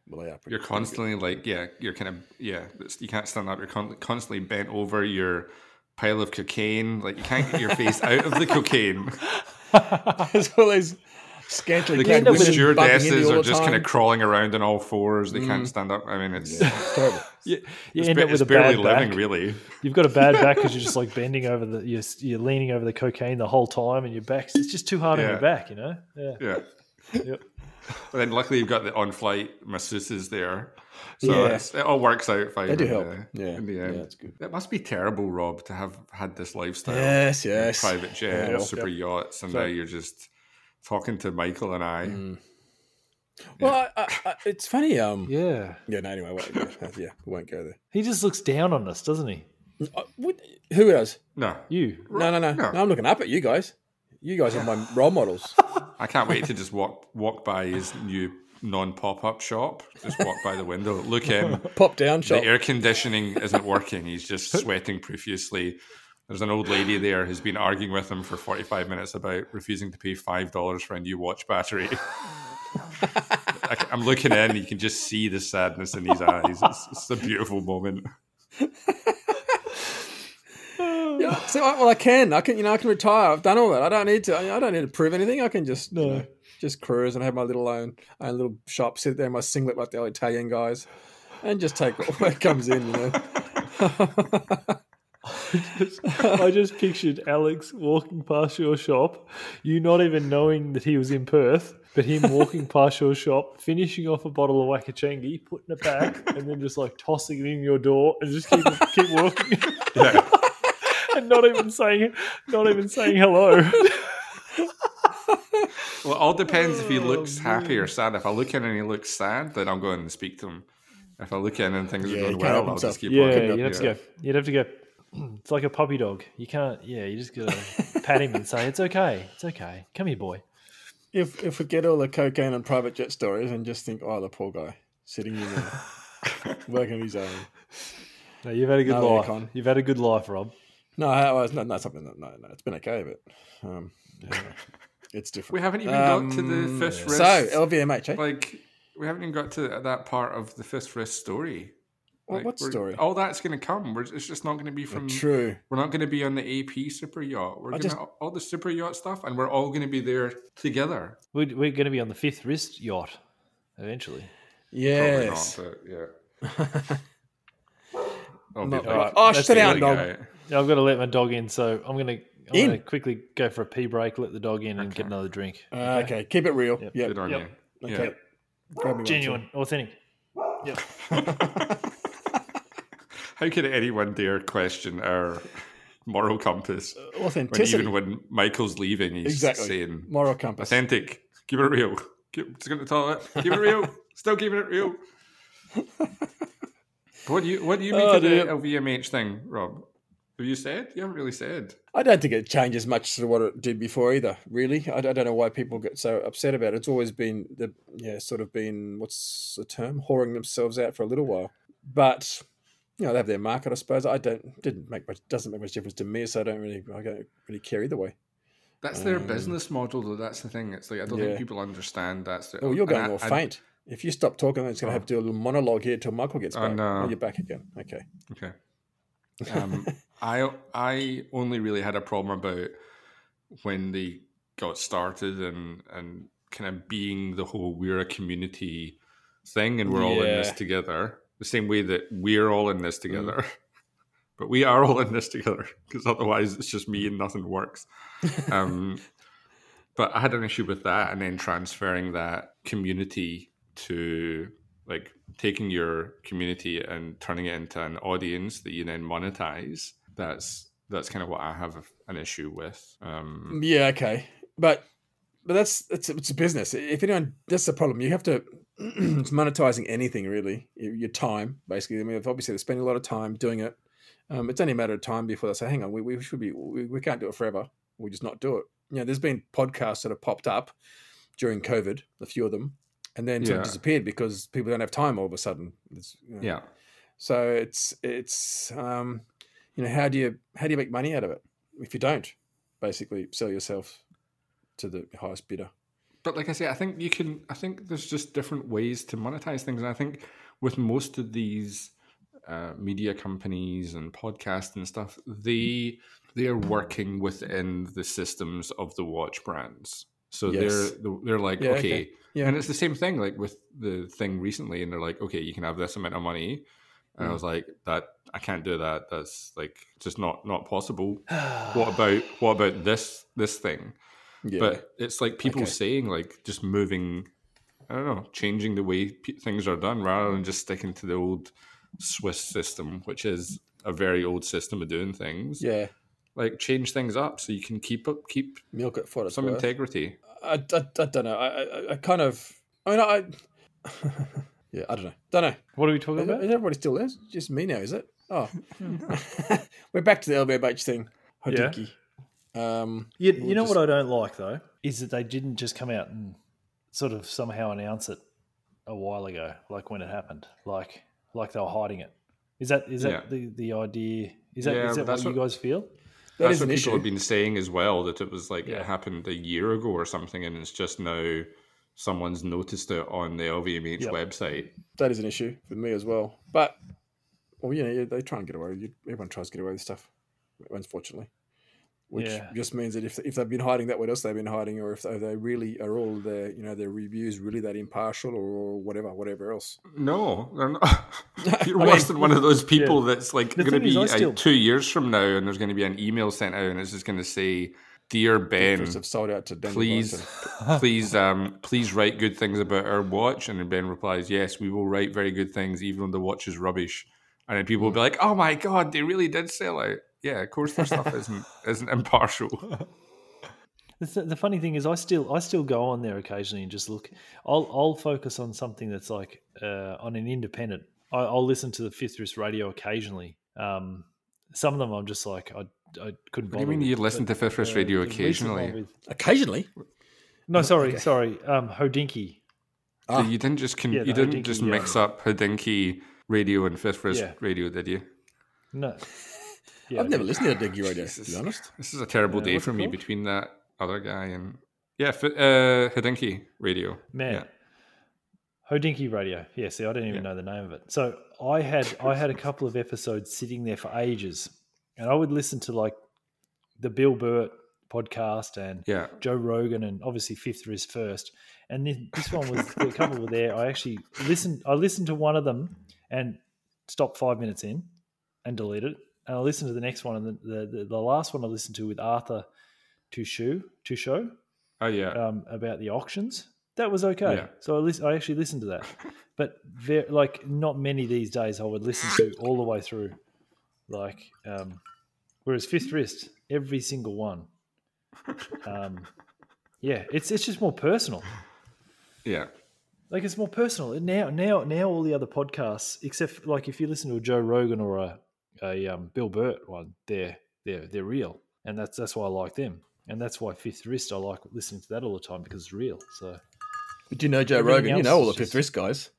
S3: Well, they are. Pretty,
S4: You're
S3: pretty good.
S4: constantly like, yeah, you're kind of, yeah, it's- you can't stand up. You're con- constantly bent over your pile of cocaine. Like, you can't get your face out of the cocaine.
S3: as well as scantily
S4: The,
S3: clad
S2: end up
S4: the
S2: with
S3: women bumping into
S4: stewardesses
S3: you all
S4: are
S3: the time.
S4: just
S3: Mm.
S4: kind of crawling around on all fours. They can't stand up. I mean, it's,
S3: Yeah, it's terrible.
S2: you, you
S4: it's,
S2: end
S4: ba-
S2: up with
S4: it's
S2: a
S4: barely
S2: bad
S4: living,
S2: back.
S4: really.
S2: You've got a bad back because you're just like bending over the you're, you're leaning over the cocaine the whole time, and your back it's just too hard on your
S4: Yeah.
S2: back, you know. Yeah,
S4: Yeah.
S2: Yep.
S4: But then luckily you've got the on-flight masseuses there. So
S3: Yeah.
S4: it's, it all works out fine.
S3: They do
S4: in
S3: help.
S4: the-
S3: Yeah,
S4: in the
S3: yeah,
S4: end.
S3: that's good.
S4: It must be terrible, Rob, to have had this lifestyle.
S3: Yes,
S4: you know,
S3: yes.
S4: Private jet,
S3: Yeah.
S4: super yachts, and
S3: So-
S4: now you're just talking to Michael and I.
S3: Mm. Well, I, I, I, it's funny. Um, yeah.
S2: yeah.
S3: no, anyway, I won't, yeah, yeah, we won't go there.
S2: He just looks down on us, doesn't he?
S3: Uh, what, who does?
S4: No,
S2: You.
S3: No, no, no,
S4: No.
S3: no. I'm looking up at you guys. You guys are my role models.
S4: I can't wait to just walk walk by his new non-pop-up shop. Just walk by the window, look in.
S3: Pop down shop.
S4: The air conditioning isn't working. He's just sweating profusely. There's an old lady there who's been arguing with him for 45 minutes about refusing to pay five dollars for a new watch battery. I, am looking in. You can just see the sadness in his eyes. It's, it's a beautiful moment.
S3: Yeah, so I, well, I can. I can. You know, I can retire. I've done all that. I don't need to. I don't need to prove anything. I can just you know, just cruise and have my little own own little shop. Sit there in my singlet like the old Italian guys, and just take what comes in. You know.
S2: I just pictured Alex walking past your shop, you not even knowing that he was in Perth, but him walking past your shop, finishing off a bottle of Wakachangi, putting it back, and then just like tossing it in your door and just keep keep walking. and not even saying not even saying hello.
S4: Well, it all depends if he
S2: Oh,
S4: looks happy
S2: man.
S4: or sad. If I look in and he looks sad, then I'm going and speak to him. If I look in and
S3: Yeah,
S4: things are going
S3: you can't help
S4: well, I'll
S3: himself.
S4: just keep
S2: yeah,
S4: walking.
S2: you'd have to go you'd have to go it's like a puppy dog. You can't yeah, you just gotta pat him and say, It's okay, it's okay. Come here, boy.
S3: If if we get all the cocaine and private jet stories and just think, oh, the poor guy sitting in there working his own.
S2: No, you've had a good
S3: No,
S2: life.
S3: Akon.
S2: You've had a good life, Rob.
S3: No, I was not, not something. That, no, no, it's been okay, but um, yeah, it's different.
S4: We haven't even got to the
S3: Um,
S4: fish wrist.
S3: So LVMH. Eh?
S4: like we haven't even got to that part of the fist wrist story.
S3: Well,
S4: Like,
S3: what
S4: we're-
S3: story?
S4: All that's going to come. We're, it's just not going to be
S3: Oh,
S4: from.
S3: True.
S4: We're not going to be on the AP super yacht. We're
S3: I
S4: going
S3: just-
S4: to all the super yacht stuff, and we're all going to be there together.
S2: We're, we're going to be on the fifth wrist yacht eventually.
S3: Yes.
S4: Probably not, but yeah. I'll
S3: Not
S4: be
S3: right.
S4: like,
S3: Oh, sit
S4: "Hey,
S3: down, dog.
S4: guy."
S2: Yeah, I've got to let my dog in, so I'm going to I'm
S3: In?
S2: going to quickly go for a pee break, let the dog in, and get
S4: Okay.
S2: another drink.
S3: Uh, okay, keep it real.
S2: Yep.
S3: Yeah.
S4: Good on
S2: Yep.
S4: you.
S3: Okay. Grab me one, too.
S2: Genuine, authentic.
S4: How could anyone dare question our moral compass? When
S3: Authenticity.
S4: even when Michael's leaving, he's
S3: Exactly.
S4: saying
S3: Moral compass.
S4: authentic. Keep it real. Keep, just going to tell it. Keep it real. Still keeping it real. what do you What do you make
S3: Oh,
S4: of the
S3: dear.
S4: LVMH thing, Rob? Have you said? You haven't really said.
S3: I don't think it changes much to what it did before either. Really, I, I don't know why people get so upset about it. It's always been the yeah, sort of been what's the term, whoring themselves out for a little while. But you know, they have their market, I suppose. I don't didn't make much doesn't make much difference to me, so I don't really I don't really care either way.
S4: That's their
S3: Um,
S4: business model, though. That's the thing. It's like I don't
S3: yeah.
S4: think people understand. That's the,
S3: Oh, you're
S4: and
S3: going
S4: I-
S3: all
S4: I-
S3: faint. If you stop talking, then it's going to have to do a little monologue here till Michael gets
S4: Oh,
S3: back.
S4: no.
S3: Oh, you're back again. Okay.
S4: Okay. Um, I I only really had a problem about when they got started and and kind of being the whole we're a community thing and we're all in this
S3: Yeah.
S4: together. The same way that we're all in this together. But we are all in this together because otherwise it's just me and nothing works. Um, but I had an issue with that and then transferring that community to like taking your community and turning it into an audience that you then monetize that's that's kind of what i have an issue with um
S3: Yeah, okay, but but that's it's it's a business. If anyone, that's the problem. You have to it's monetizing anything really. Your your time, basically. I mean, obviously they're spending a lot of time doing it. Um, it's only a matter of time before they say, "Hang on, we, we should be we, we can't do it forever. We just not do it." You know, there's been podcasts that have popped up during COVID, a few of them, and then sort of
S4: Yeah.
S3: disappeared because people don't have time all of a sudden. It's, you know.
S4: yeah
S3: So it's it's um, you know how do you how do you make money out of it if you don't basically sell yourself to the highest bidder?
S4: but like i say i think you can i think there's just different ways to monetize things and i think with most of these uh, media companies and podcasts and stuff they they are working within the systems of the watch brands so
S3: Yes.
S4: they're they're like
S3: Yeah, okay.
S4: okay
S3: Yeah,
S4: And it's the same thing, like with the thing recently, and they're like, okay, you can have this amount of money.
S3: Mm.
S4: And I was like, that I can't do that. That's like just not not possible. what about what about this this thing?
S3: yeah.
S4: But it's like people
S3: Okay.
S4: saying like just moving, I don't know, changing the way pe- things are done rather than just sticking to the old Swiss system, which is a very old system of doing things.
S3: yeah,
S4: Like change things up so you can keep up keep
S3: milk it for what it's
S4: some
S3: worth.
S4: integrity.
S3: I, I, I don't know. I, I, I kind of. I mean, I. yeah, I don't know. Don't know.
S2: What are we talking
S3: Is,
S2: about?
S3: is everybody still there? It's just me now, is it? Oh, we're back to the LBMH thing.
S2: Yeah.
S3: Hodinky. Yeah. Um,
S2: You,
S3: we'll
S2: you know
S3: just-
S2: what I don't like though is that they didn't just come out and sort of somehow announce it a while ago, like when it happened, like like they were hiding it. Is that is that
S4: Yeah.
S2: the, the idea? Is that is
S4: Yeah, but
S2: that what,
S4: that's
S2: you
S4: what-
S2: guys feel?
S3: that
S4: That's
S3: is
S4: what
S3: an
S4: people
S3: issue.
S4: have been saying as well that it was like
S2: Yeah.
S4: it happened a year ago or something, and it's just now someone's noticed it on the LVMH
S2: Yep.
S4: website.
S3: that is an issue for me as well. But well, you know, yeah, they try and get away. with it. Everyone tries to get away with stuff, unfortunately. Which
S2: Yeah.
S3: just means that if, if they've been hiding that, what else they've been hiding, or if they, they really are all their you know their reviews really that impartial, or, whatever, whatever else.
S4: No, they're not. you're
S3: I
S4: worse
S3: mean-
S4: than one of those people that's like
S2: The
S4: going
S2: thing
S4: to
S2: is,
S4: be
S2: I
S4: uh,
S2: still-
S4: two years from now, and there's going to be an email sent out, and it's just going to say, "Dear Ben."
S3: Interests have sold out to Daniel
S4: Please,
S3: Wellington.
S4: please, um, please write good things about our watch. And then Ben replies, "Yes, we will write very good things, even though the watch is rubbish." And then people will be
S2: Mm.
S4: like, "Oh my god, they really did sell out." Yeah, of course, their stuff isn't isn't impartial.
S2: The, th- the funny thing is, I still I still go on there occasionally and just look. I'll I'll focus on something that's like uh, on an independent. I, I'll listen to the Fifth Wrist Radio occasionally. Um, some of them I'm just like I I couldn't.
S4: What do you
S2: bother
S4: mean
S2: with,
S4: you listen
S2: but,
S4: to Fifth Wrist
S2: uh,
S4: Radio
S2: the recent one
S4: occasionally?
S2: with-
S3: Occasionally,
S2: No, sorry, sorry. Um, Hodinky.
S4: So
S3: Ah.
S4: you didn't just con-
S2: Yeah, the
S4: you didn't
S2: Hodinkee,
S4: just
S2: yeah.
S4: mix up Hodinkee radio and Fifth Wrist
S2: Yeah.
S4: radio, did you?
S2: No, Yeah,
S3: I've never listened to Dig Your Radio, to
S4: Jesus.
S3: be honest.
S4: This is a terrible
S2: Uh,
S4: day
S2: what's
S4: for
S2: it
S4: me
S2: called?
S4: between that other guy and yeah, fi- uh, Hidinki Radio.
S2: man.
S4: Yeah.
S2: Hodinky Radio. Yeah, see, I didn't even
S4: Yeah.
S2: know the name of it. So I had I had a couple of episodes sitting there for ages, and I would listen to like the Bill Burt podcast and
S4: Yeah,
S2: Joe Rogan, and obviously Fifth is first. And this, this one was a couple were there. I actually listened. I listened to one of them and stopped five minutes in and deleted it. And I listened to the next one, and the the, the, the last one I listened to with Arthur Tushu Tusho
S4: oh yeah,
S2: um, about the auctions. That was okay.
S4: Yeah.
S2: So I, lis- I actually listened to that, but ver- like not many these days I would listen to all the way through. Like, um, whereas Fifth Wrist, every single one. Um, yeah, it's it's just more personal.
S4: yeah.
S2: Like it's more personal And now. Now, now all the other podcasts, except like if you listen to a Joe Rogan or a a um, Bill Burt one, they're they're they're real, and that's that's why I like them, and that's why Fifth Wrist I like listening to that all the time because it's real. So.
S3: But you know Joe
S2: Everything
S3: Rogan, you
S2: else
S3: know all
S2: is
S3: the
S2: just-
S3: Fifth Wrist guys.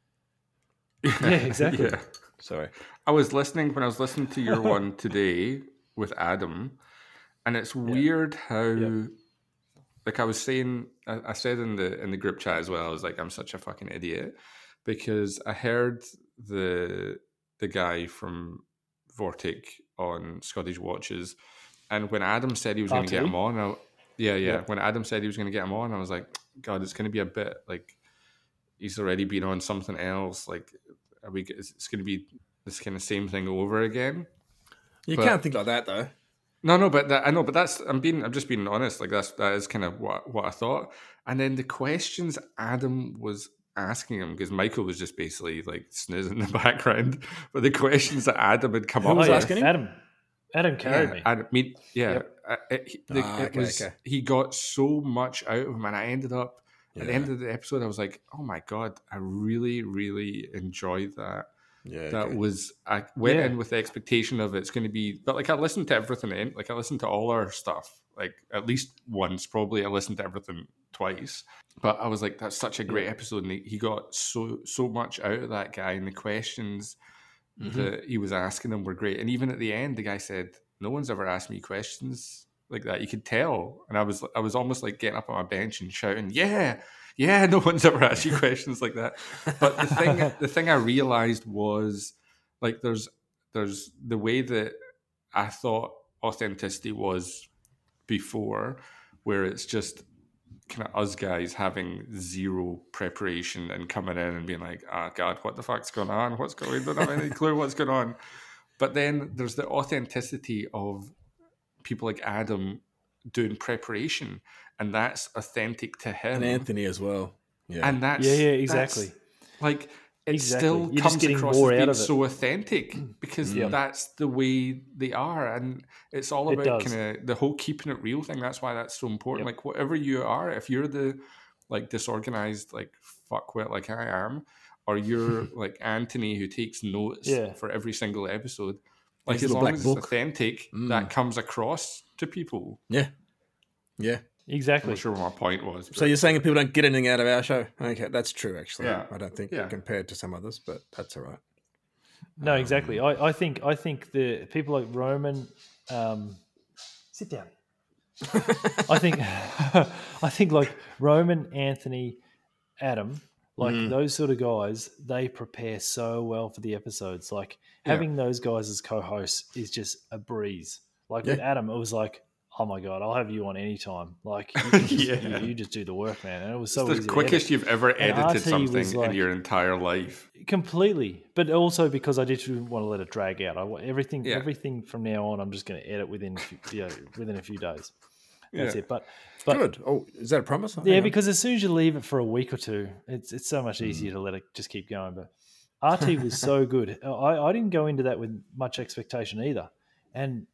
S2: Yeah, exactly.
S4: Yeah.
S3: Sorry.
S4: I was listening when I was listening to your one today with Adam, and it's weird how, like I was saying, I, I said in the in the group chat as well. I was like, I'm such a fucking idiot because I heard the the guy from Vortic on Scottish Watches, and when Adam said he was going to get
S2: RT?
S4: him on, I, yeah, yeah,
S2: Yeah.
S4: when Adam said he was going to get him on, I was like, God, it's going to be a bit like he's already been on something else. Like, are we? It's, it's going to be this kind of same thing over again.
S3: You
S4: But-
S3: can't think like that though.
S4: No, no, but that, I know, but that's I'm being I'm just being honest. Like that's that is kind of what what I thought. And then the questions Adam was asking him because Michael was just basically like snoozing in the background, but the questions that Adam had come
S3: Who
S4: up
S3: was
S4: with.
S3: asking him?
S2: Oh, Adam. Adam carried
S4: yeah,
S2: me.
S4: Adam- me- yeah, I- I- he, the-
S3: Ah,
S4: it
S3: okay,
S4: was,
S3: okay.
S4: he got so much out of him, and I ended up at the
S3: Yeah.
S4: end of the episode. I was like, "Oh my god, I really, really enjoyed that."
S3: Yeah.
S4: that
S3: okay.
S4: was I went
S2: Yeah.
S4: in with the expectation of it's going to be, but like I listened to everything in, like I listened to all our stuff, like at least once, probably I listened to everything twice. But I was like, that's such a great episode, and he, he got so so much out of that guy, and the questions
S3: Mhm.
S4: that he was asking him were great. And even at the end, the guy said, "No one's ever asked me questions." Like that, you could tell, and I was, I was almost like getting up on my bench and shouting, "Yeah, yeah!" No one's ever asked you questions like that but the thing the thing I realized was like there's there's the way that I thought authenticity was before, where it's just kind of us guys having zero preparation and coming in and being like, ah, God, what the fuck's going on? What's going? Don't have any clue what's going on. But then there's the authenticity of people like Adam doing preparation, and that's authentic to him.
S3: and Anthony as well. Yeah.
S4: And that's
S2: yeah, yeah,
S4: that's-
S2: exactly.
S4: like it
S2: Exactly.
S4: still
S2: You're just
S4: comes
S2: getting
S4: across
S2: more
S4: as
S2: out
S4: being
S2: of it.
S4: so authentic because
S3: Yeah.
S4: that's the way they are, and it's all
S2: It
S4: about
S2: does.
S4: kind of the whole keeping it real thing. That's why that's so important.
S2: Yep.
S4: Like whatever you are, if you're the like disorganized like fuckwit like I am, or you're like Anthony who takes notes
S2: Yeah.
S4: for every single episode, like
S3: His
S4: as
S3: little
S4: long
S3: black
S4: as
S3: book.
S4: it's authentic,
S3: Mm.
S4: that comes across to people.
S3: yeah.
S4: I'm
S2: Exactly.
S4: not sure what my point was.
S3: So
S4: but-
S3: you're saying that people don't get anything out of our show? Okay, that's true. Actually,
S4: Yeah.
S3: I don't think
S4: Yeah.
S3: compared to some others, but that's all right.
S2: No, exactly. I, I think I think the people like Roman. Um, sit down. I think I think like Roman, Anthony, Adam, like
S4: Mm.
S2: those sort of guys, they prepare so well for the episodes. Like
S4: Yeah.
S2: having those guys as co-hosts is just a breeze. Like with Adam, it was like, oh my god, I'll have you on anytime. Like you, can just,
S4: Yeah.
S2: you, you just do the work, man. And it was
S4: It's
S2: so easy
S4: the
S2: to edit.
S4: quickest you've ever
S2: And
S4: edited
S2: RT was
S4: something
S2: like-
S4: in your entire life.
S2: completely but also because i didn't want to let it drag out i wa- everything
S4: Yeah.
S2: everything from now on i'm just going to edit within a few, you know, within a few days that's
S4: Yeah.
S2: it but but
S3: Good. Oh, is that a promise? Hang
S2: yeah
S3: on. Hmm.
S2: because as soon as you leave it for a week or two it's it's so much easier to let it just keep going but rt was so good Uh, i i didn't go into that with much expectation either and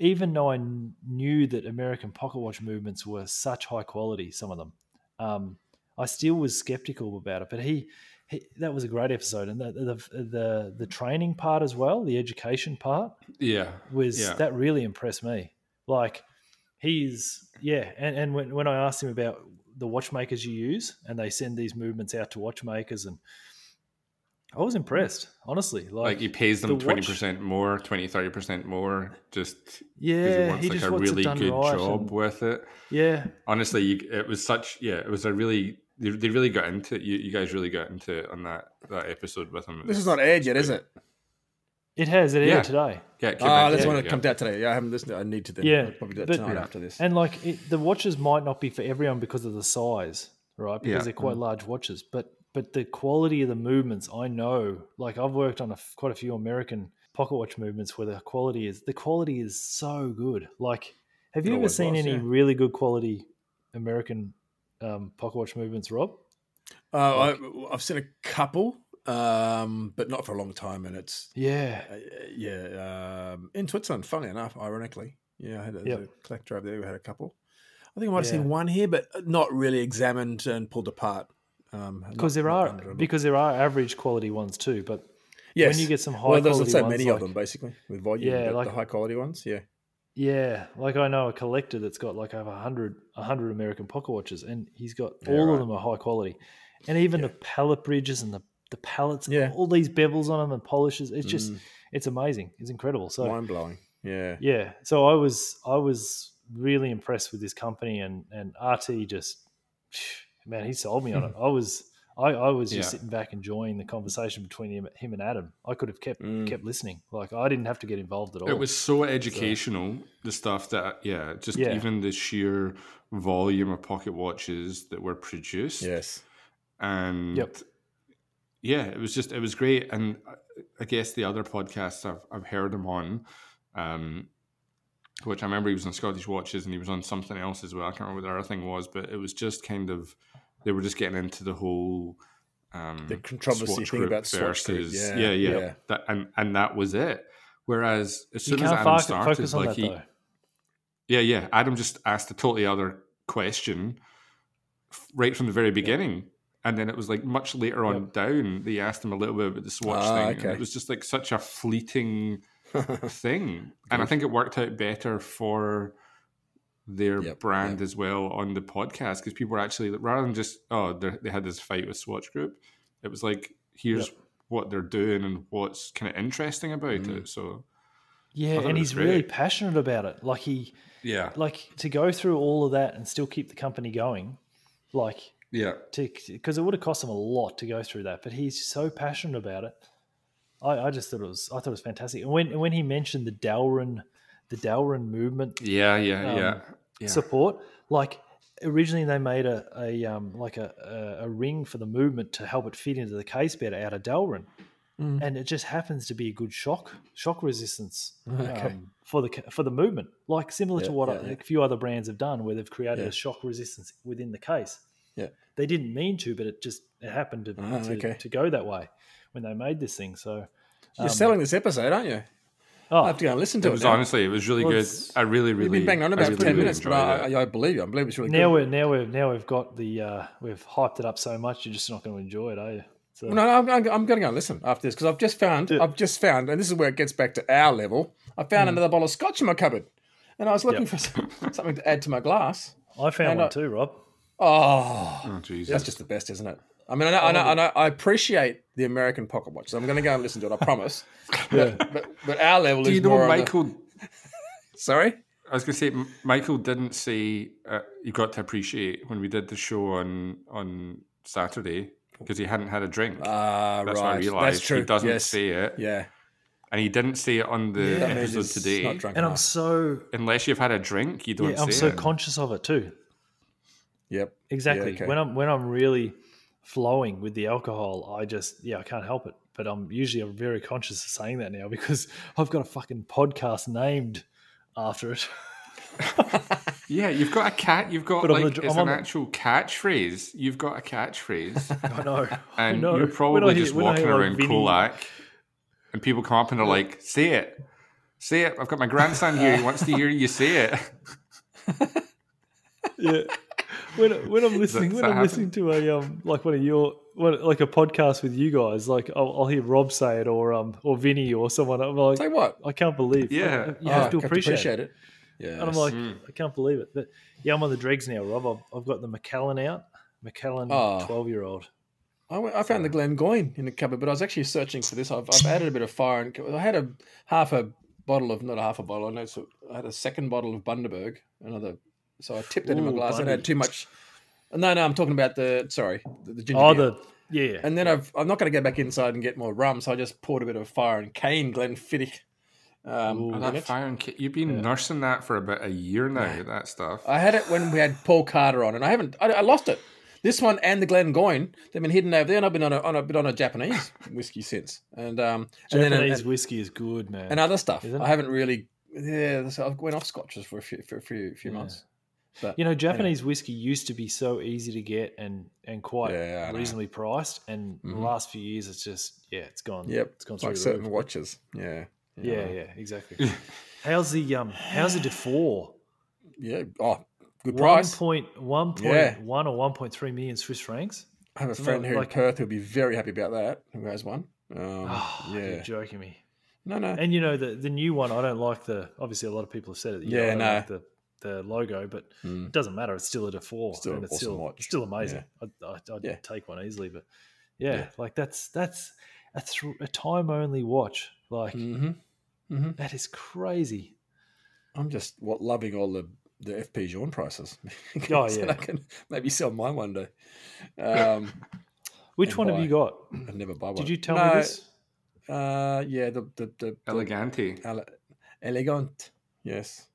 S2: even though I kn- knew that American pocket watch movements were such high quality, some of them, um, I still was skeptical about it. But he, he that was a great episode, and the the, the the training part as well, the education part
S4: Yeah.
S2: was
S4: Yeah.
S2: that really impressed me. Like he's yeah, and, and when when I asked him about the watchmakers you use, and they send these movements out to watchmakers, and I was impressed, honestly. Like,
S4: Like he pays
S2: the
S4: them
S2: watch-
S4: twenty percent more, 20 30 percent more, just because he
S2: yeah,
S4: wants
S2: he
S4: like
S2: just
S4: a
S2: wants
S4: really
S2: it done
S4: good
S2: right.
S4: job
S2: and-
S4: with it.
S2: yeah,
S4: Honestly, you, it was such yeah, it was a really they, they really got into it. You, you guys really got into it on that that episode with him. It
S3: This is
S4: was-
S3: not aired yet, is it?
S2: it has it aired
S4: Yeah.
S2: today.
S4: yeah, it came
S3: Ah,
S4: out
S3: that's
S4: today,
S3: when it
S4: yeah.
S3: comes out today. Yeah, I haven't listened. to it. I need to then.
S2: Yeah,
S3: I'll probably do it
S2: but-
S3: tonight
S4: Yeah.
S3: after this.
S2: And like it, the watches might not be for everyone because of the size, right? Because
S4: Yeah.
S2: they're quite large watches, but but the quality of the movements, I know. Like I've worked on a f quite a few American pocket watch movements where the quality is the quality is so good. Like, have
S3: Oh, It
S2: you ever
S3: always
S2: seen
S3: was,
S2: any
S3: yeah.
S2: really good quality American um, pocket watch movements, Rob?
S3: Uh, I, I've seen a couple, um, but not for a long time, and it's
S2: Yeah,
S3: uh, yeah um, in Switzerland. Funny enough, ironically, yeah, I had a,
S2: Yep.
S3: a collector over there who had a couple. I think I might have
S2: Yeah.
S3: seen one here, but not really examined and pulled apart. Um,
S2: because
S3: not-
S2: there
S3: not
S2: are
S3: under-
S2: because there are average quality ones too, but
S3: yes.
S2: when you get some high
S3: well, there's
S2: quality
S3: so
S2: ones,
S3: many of
S2: like-
S3: them basically with volume.
S2: Yeah,
S3: Yeah,
S2: like-
S3: the high quality ones. Yeah,
S2: Yeah, like I know a collector that's got like over 100, 100 American pocket watches, and he's got
S3: Yeah,
S2: all
S3: right.
S2: of them are high quality, and even the pallet bridges and the the pallets,
S3: Yeah.
S2: all these bevels on them and polishes. It's just
S4: Mm.
S2: it's amazing. It's incredible. So
S3: mind blowing. Yeah,
S2: yeah, so I was I was really impressed with this company, and and RT just man, he sold me on it. I was. I, I was just
S4: Yeah.
S2: sitting back enjoying the conversation between him, him and Adam. I could have kept
S3: Mm.
S2: kept listening. Like I didn't have to get involved at all.
S4: It was so educational, the stuff that yeah, just
S2: Yeah.
S4: even the sheer volume of pocket watches that were produced.
S3: yes.
S4: and
S2: Yep.
S4: yeah, it was just it was great. And I- I guess the other podcasts I've I've heard him on, um, which I remember he was on Scottish Watches and he was on something else as well. I can't remember what the other thing was, but it was just kind of they were just getting into the whole um,
S2: Mm.
S3: The controversy
S4: Swatch
S3: thing
S4: Group
S3: about Swatch Group, yeah,
S4: yeah, yeah,
S3: yeah.
S4: That, and and that was it. Whereas as
S2: you
S4: soon
S2: can't
S4: as Adam
S2: focus,
S4: started,
S2: focus on
S4: like
S2: that
S4: he,
S2: though.
S4: yeah, yeah. Adam just asked a totally other question f- right from the very beginning. And then it was like much later on down, they asked him a little bit about the Swatch
S3: Ah,
S4: thing. And
S3: okay.
S4: it was just like such a fleeting thing. and I think it worked out better for their
S3: Yep,
S4: brand
S3: yep.
S4: as well on the podcast because people were actually, rather than just, oh, they're- they had this fight with Swatch Group, it was like, here's what they're doing and what's kind of interesting about
S3: Mm.
S4: it. So,
S2: Yeah,
S4: thought it
S2: and
S4: was
S2: he's really
S4: great.
S2: passionate about it. Like he
S4: yeah.
S2: like to go through all of that and still keep the company going. Like
S4: Yeah.
S2: to because it would have cost him a lot to go through that, but he's so passionate about it. I, I just thought it was I thought it was fantastic. And when and when he mentioned the Dalrin the Dalrin movement
S4: Yeah. Yeah.
S2: Um,
S4: yeah. Yeah.
S2: support, like originally they made a, a um like a, a, a ring for the movement to help it fit into the case better out of Dalrin.
S3: Mm.
S2: and it just happens to be a good shock shock resistance
S3: Okay.
S2: um, for the ca- for the movement, like similar
S3: Yeah,
S2: to what
S3: yeah,
S2: a,
S3: yeah.
S2: a few other brands have done, where they've created
S3: Yeah.
S2: a shock resistance within the case.
S3: Yeah.
S2: they didn't mean to, but it just it happened to
S3: Ah,
S2: to,
S3: okay.
S2: to go that way when they made this thing. So um,
S3: You're selling this episode, aren't you? I
S2: Oh,
S3: have to go and listen to
S4: It
S3: it.
S4: was
S3: now.
S4: honestly, it was really
S2: Well,
S4: good.
S2: it's-
S4: I really, really.
S3: We've been banging on
S4: I
S3: about
S4: really,
S3: for ten
S4: really
S3: minutes, but I,
S4: enjoyed it.
S3: I, I believe you. I believe it's really
S2: now
S3: good.
S2: we're now we've now we've got the uh, we've hyped it up so much, you're just not going to enjoy it, are you? So,
S3: No, no, I'm, I'm, I'm going to go and listen after this because I've just found,
S2: Yeah. Mm.
S3: I've just found, and this is where it gets back to our level. I found another bottle of scotch in my cupboard, and I was looking for some, something to add to my glass.
S2: I found
S3: and
S2: one
S3: I-
S2: too, Rob.
S3: Oh,
S4: oh, Jesus.
S3: that's just the best, isn't it? I mean, I know, I know,
S4: Oh.
S3: I, know, I appreciate the American pocket watch. So I'm going to go and listen to it. I promise.
S2: Yeah.
S3: But, but our level
S4: Do
S3: is
S4: you know
S3: more. on the-
S4: Michael?
S3: sorry.
S4: I was going to say M- Michael didn't say uh, you got to appreciate when we did the show on on Saturday because he hadn't had a drink.
S3: Ah,
S4: that's what I
S3: right.
S4: realised.
S3: That's true.
S4: He doesn't
S3: yes.
S4: say it,
S3: Yeah.
S4: and he didn't say it on the
S2: Yeah. That
S3: means
S4: episode
S3: it's Not
S4: today.
S3: drunk
S2: And I'm
S3: enough.
S2: so
S4: Unless you've had a drink, you don't
S2: yeah, I'm
S4: say
S2: so
S4: it.
S2: conscious of it too.
S3: Yep.
S2: Exactly.
S3: okay.
S2: When I'm when I'm really flowing with the alcohol, I just yeah, I can't help it. But I'm usually I'm very conscious of saying that now because I've got a fucking podcast named after it.
S4: yeah, you've got a cat. You've got
S2: But I'm
S4: like
S2: the-
S4: it's
S2: I'm on
S4: an
S2: the-
S4: actual catchphrase. You've got a catchphrase.
S2: I know. I
S4: and
S2: know.
S4: you're
S2: When I
S4: probably
S2: hear-
S4: just
S2: when I
S4: walking
S2: hear, like,
S4: around
S2: Vinny-
S4: Colac, and people come up and they're like, "Say it, say it." I've got my grandson here; he wants to hear you say it.
S2: yeah. When, when I'm listening,
S4: does
S2: when
S4: that
S2: I'm
S4: happen?
S2: listening to a um, like one of your one, like a podcast with you guys, like I'll, I'll hear Rob say it or um or Vinny or someone. I'm like,
S3: Say what?
S2: I can't believe.
S4: Yeah.
S2: you
S3: Oh,
S2: have to
S3: got
S2: appreciate. it.
S3: it. Yeah.
S2: And I'm like,
S4: Mm.
S2: I can't believe it. But yeah, I'm on the dregs now, Rob. I've, I've got the McAllen out, McAllen
S3: Oh.
S2: 12 year old.
S3: I, went, I found the Glengoyne in the cupboard, but I was actually searching for this. I've, I've added a bit of fire. And, I had a half a bottle of, not a half a bottle, I know, so I had a second bottle of Bundaberg, another. So I tipped it in my
S2: Ooh,
S3: glass. I
S2: Bundy.
S3: had too much. No, no, I'm talking about the, sorry, the, the ginger
S2: Oh,
S3: beer.
S2: the yeah.
S3: And then I've, I'm not going to go back inside and get more rum, so I just poured a bit of fire and cane Glenfiddich. Um,
S2: Ooh.
S4: Oh,
S3: in
S4: that
S3: it.
S4: fire and kit. You've been nursing that for about a year now. That stuff.
S3: I had it when we had Paul Carter on, and I haven't. I, I lost it. This one and the Glengoyne, they've been hidden over there, and I've been on a, on a bit on a Japanese whiskey since, and um, and then
S2: Japanese
S3: and,
S2: whiskey is good, man.
S3: and other stuff.
S2: Isn't it?
S3: I haven't really. Yeah, so I went off scotches for a few for a few few
S2: Yeah.
S3: months. But
S2: you know, Japanese whiskey used to be so easy to get and and quite
S3: Yeah, I know.
S2: reasonably priced. And the
S3: Mhm.
S2: last few years, it's just yeah, it's gone.
S3: Yep,
S2: it's gone through
S3: like
S2: the
S3: certain
S2: roof.
S3: watches, yeah,
S2: Yeah, yeah, exactly. how's the um? How's the Defoe?
S3: yeah. Oh, good
S2: One
S3: price.
S2: point one point
S3: Yeah.
S2: one or one point three million Swiss francs.
S3: I have a
S2: Isn't
S3: friend
S2: that
S3: here
S2: like-
S3: in Perth who'll be very happy about that. Who has one? Um,
S2: Oh, you're
S3: yeah,
S2: joking me.
S3: no, no.
S2: And you know the the new one, I don't like the. Obviously, a lot of people have said it.
S3: Yeah,
S2: yeah,
S3: no.
S2: like the the logo, but
S3: Mm.
S2: it doesn't matter. It's still a Defoe,
S3: Still
S2: and
S3: an
S2: it's
S3: awesome
S2: still
S3: watch.
S2: it's still amazing. I, I, I'd
S3: Yeah.
S2: take one easily, but yeah,
S3: Yeah.
S2: like that's that's a, th- a time only watch. Like
S3: hmm hmm
S2: that is crazy.
S3: I'm just what loving all the the FP Jean prices.
S2: Oh,
S3: So
S2: yeah.
S3: I can maybe sell mine one day. Um,
S2: Which
S3: And
S2: one have you got?
S3: I never buy one.
S2: Did you tell
S3: No,
S2: me this?
S3: Uh, yeah, the the the, the
S4: Elegante.
S3: ele- elegant. Yes,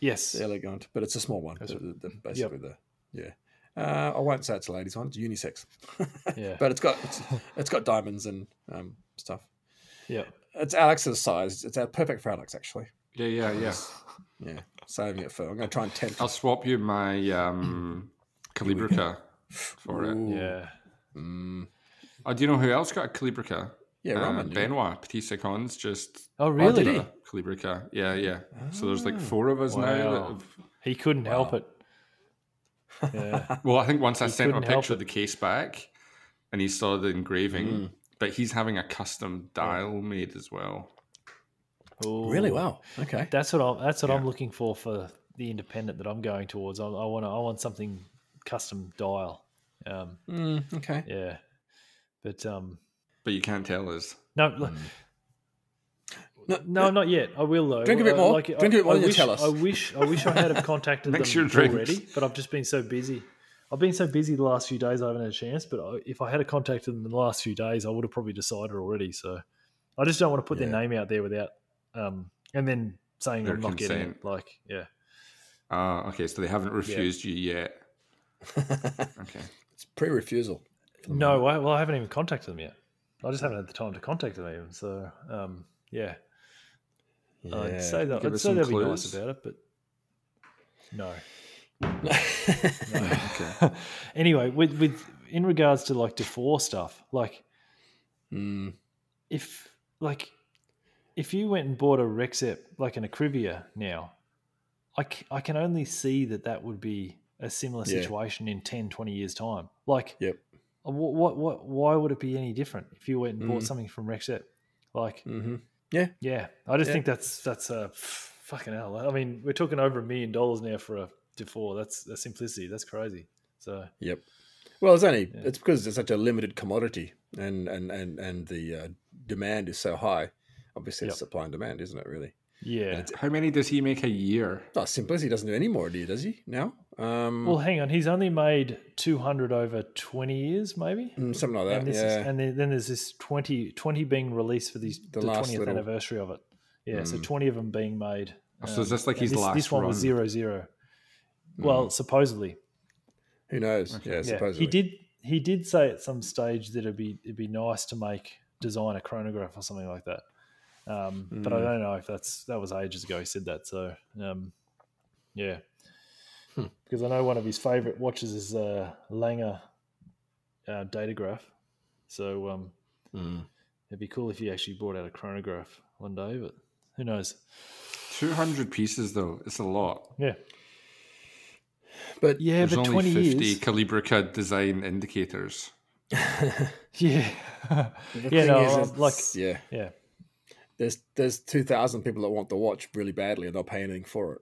S2: Yes.
S3: the elegant, but it's a small one.
S2: That's-
S3: the- the- the- basically, the yeah. Uh, I won't say it's a ladies' one. It's unisex,
S2: Yeah.
S3: but it's got it's, it's got diamonds and um, stuff.
S2: yeah.
S3: It's Alex's size. It's uh, perfect for Alex, actually.
S4: Yeah, yeah, yeah.
S3: Yeah, saving it for. I'm going to try and tempt.
S4: I'll swap you my um, Calibrica for it.
S3: Ooh.
S2: Yeah.
S3: Mm.
S4: Oh, do you know who else got a Calibrica?
S3: Yeah,
S4: Uh,
S3: Roman. yeah.
S4: Benoit Petit Seconds just
S2: Oh
S4: ordered
S2: really?
S4: a Calibrica. Yeah, yeah. So there's like
S3: Ah.
S4: four of us now. That
S2: Wow.
S4: have,
S2: He couldn't help
S3: Wow.
S2: it. Yeah.
S4: well, I think once I
S2: He
S4: sent him a
S2: couldn't help
S4: picture of the case back, and he saw the engraving.
S2: Hmm.
S3: Mm.
S4: But he's having a custom dial made as well.
S3: Really?
S2: Ooh.
S3: Wow. Okay.
S2: That's what I'm. That's what I'm
S4: Yeah.
S2: looking for for the independent that I'm going towards. I, I want. to. I want something custom dial. Um,
S3: Mm, okay.
S2: yeah, but um,
S4: But you can't tell us.
S2: no,
S3: Hmm.
S2: l-
S3: No,
S2: no, not yet. I will though.
S3: Drink a bit
S2: Uh,
S3: more.
S2: I-
S3: Drink a bit
S2: I
S3: more than you
S2: wish,
S3: tell us.
S2: I wish. I wish I had have contacted them
S4: Mix your drinks.
S2: already, but I've just been so busy. I've been so busy the last few days. I haven't had a chance. But I, if I had have contacted them in the last few days, I would have probably decided already. So I just don't want to put
S3: Yeah.
S2: their name out there without, um, and then saying
S4: Their
S2: I'm not getting
S4: consent.
S2: it. Like, yeah.
S4: Ah, okay. So they haven't refused you yet. Okay.
S3: it's pre-refusal.
S2: No, I, well, I haven't even contacted them yet. I just haven't had the time to contact them even. So, um, yeah, I'd say that.
S4: Give
S2: I'd
S4: us
S2: say
S4: some
S2: they'd be nice
S4: clues.
S2: about it, but no.
S3: that.
S2: no. anyway, with with in regards to like DeFore stuff, like
S3: mm,
S2: if like if you went and bought a Rexep like an Acrivia now, I, c- I can only see that that would be a similar
S3: Yeah.
S2: situation in 10, 20 years time. Like,
S3: Yep.
S2: what, what, what, why would it be any different if you went and bought
S3: Mm.
S2: something from Rexep? Like,
S3: hmm
S2: yeah, I just
S3: Yeah.
S2: think that's that's a fucking hell. I mean, we're talking over a million dollars now for a DeFore. That's a simplicity. That's crazy. So
S3: Yep. Well, it's only
S2: Yeah.
S3: it's because it's such a limited commodity, and and and and the uh, demand is so high. Obviously, it's
S2: Yep.
S3: supply and demand, isn't it? Really.
S2: yeah.
S3: it's-
S4: How many does he make a year?
S3: No, simplicity doesn't do any more, do you? Does he now? Um,
S2: Well, hang on. He's only made two hundred over twenty years, maybe.
S3: mm, something like
S2: and
S3: that.
S2: this
S3: Yeah.
S2: is, and then, then there's this 20, 20 being released for these,
S3: The
S2: the
S3: last
S2: twentieth
S3: little-
S2: anniversary of it. Yeah, so
S3: Mm.
S2: twenty of them being made. Um,
S4: Hmm. Oh, so is this like
S2: and
S4: his
S2: this,
S4: last
S2: This one was
S4: run? Hmm.
S2: zero zero.
S3: Mm.
S2: Well, supposedly,
S3: who knows?
S4: Okay.
S3: Yeah,
S4: Yeah,
S2: yeah, he
S3: supposedly.
S2: did. He did say at some stage that it'd be it'd be nice to make design a chronograph or something like that. Um, But I
S4: Hmm.
S3: Mm.
S2: don't know if that's that was ages ago. He said that, so um, yeah.
S4: Hmm.
S2: Because I know one of his favorite watches is uh, Langer uh, Datagraph, so um,
S3: Mm.
S2: it'd be cool if he actually brought out a chronograph one day. But who knows?
S4: Two hundred pieces though. It's a lot.
S2: Yeah,
S3: But
S2: yeah,
S4: There's
S2: but
S4: only
S2: twenty
S4: fifty
S2: years.
S4: Calibrica design indicators.
S2: Yeah,
S3: the
S2: yeah,
S3: thing
S2: no,
S3: is,
S2: I'm um, like
S3: it's- yeah,
S2: yeah,
S3: there's there's two thousand people that want the watch really badly, and they'll pay anything for it.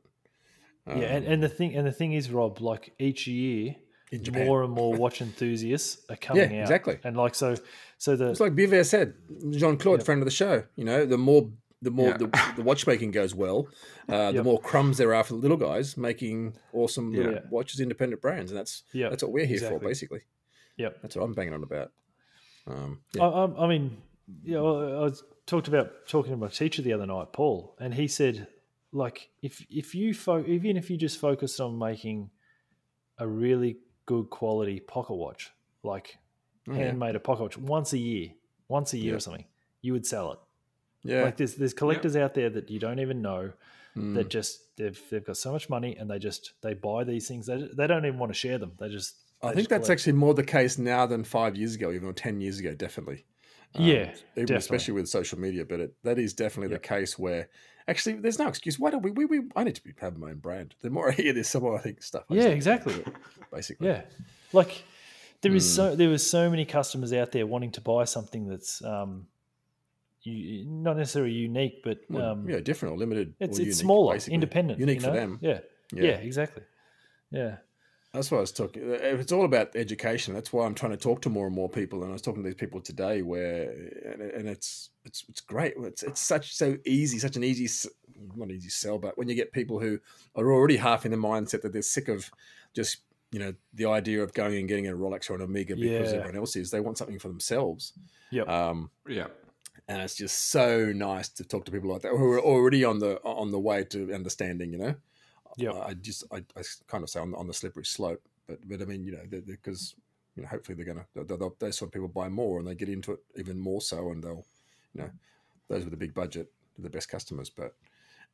S2: yeah, and, and the thing and the thing is, Rob, like each year
S3: in Japan.
S2: more and more watch enthusiasts are coming
S3: Yeah,
S2: out.
S3: exactly.
S2: And like so, so the
S3: It's like Bivere said, Jean Claude, friend of the show. You know, the more the more
S4: Yeah.
S3: the, the watchmaking goes well, uh, the
S2: Yep.
S3: more crumbs there are for the little guys making awesome little
S2: Yeah.
S3: watches, independent brands, and that's
S2: yeah,
S3: that's what we're here for,
S2: exactly.
S3: basically.
S2: Yep.
S3: that's what I'm banging on about. Um, yeah.
S2: I, I, I mean, yeah, well, I was talked about talking to my teacher the other night, Paul, and he said, like, if if you fo- even if you just focused on making a really good quality pocket watch, like
S3: Oh, yeah.
S2: handmade a pocket watch once a year, once a year
S3: Yeah.
S2: or something, you would sell it.
S3: yeah,
S2: Like there's there's collectors out there that you don't even know
S3: Mm.
S2: that just they've they've got so much money and they just they buy these things. They, they don't even want to share them. They just
S3: I
S2: they
S3: think
S2: just
S3: that's
S2: collect.
S3: actually more the case now than five years ago, even or ten years ago, definitely.
S2: Yeah,
S3: um, even
S2: definitely.
S3: especially with social media, but it, that is definitely
S2: Yep.
S3: the case where actually there's no excuse. Why don't we? We, we I need to be having my own brand. The more I hear this, the more I think stuff. I just
S2: yeah
S3: need to do
S2: exactly.
S3: it, Basically,
S2: Yeah, like there is
S3: Mm.
S2: so there was so many customers out there wanting to buy something that's um, you, not necessarily unique, but
S3: Well,
S2: um,
S3: yeah, different or limited.
S2: it's
S3: or
S2: it's
S3: unique,
S2: smaller,
S3: basically.
S2: independent,
S3: unique
S2: you
S3: for
S2: know?
S3: them.
S2: Yeah. yeah,
S3: yeah,
S2: exactly. Yeah,
S3: That's what I was talking. If it's all about education, that's why I'm trying to talk to more and more people. And I was talking to these people today, where and, and it's it's it's great. It's it's such so easy, such an easy s- not easy sell, but when you get people who are already half in the mindset that they're sick of just you know the idea of going and getting a Rolex or an Omega because
S2: Yeah.
S3: everyone else is, they want something for themselves.
S2: Yep.
S3: Um,
S4: Yeah.
S3: and it's just so nice to talk to people like that who are already on the on the way to understanding. You know.
S2: yeah,
S3: I I just I, I s- kind of say on, the- on the slippery slope, but but I mean you know because you know hopefully they're gonna they'll, they'll, those sort of people buy more and they get into it even more so and they'll you know those with a big budget are the best customers. But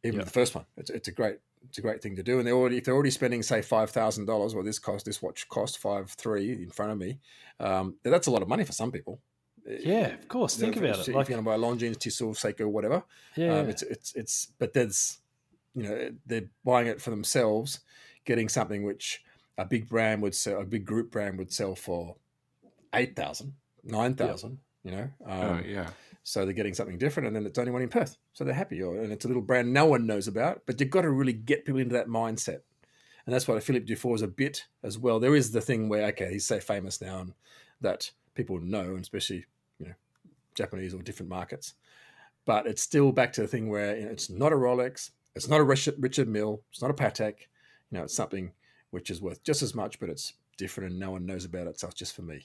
S3: even
S2: Yeah.
S3: the first one, it's, it's a great it's a great thing to do. And they're already if they're already spending say five thousand dollars, well this cost this watch cost five three in front of me, um, that's a lot of money for some people.
S2: yeah. Of course, think about it.
S3: Like
S2: Like,
S3: you want to buy long jeans, Tissot, Seiko, whatever.
S2: yeah,
S3: Um, it's it's it's but there's you know they're buying it for themselves, getting something which a big brand would sell, a big group brand would sell for eight thousand, nine thousand. You know, um,
S2: Oh,
S4: Uh, yeah.
S3: so they're getting something different, and then it's only one in Perth, so they're happy. Or, and it's a little brand no one knows about, but you've got to really get people into that mindset, and that's why Philip Dufour is a bit as well. There is the thing where okay, he's so famous now, and that people know, and especially you know Japanese or different markets, but it's still back to the thing where you know, it's not a Rolex, it's not a Richard, Richard Mill, it's not a Patek, you know, it's something which is worth just as much, but it's different, and no one knows about it, so it's just for me,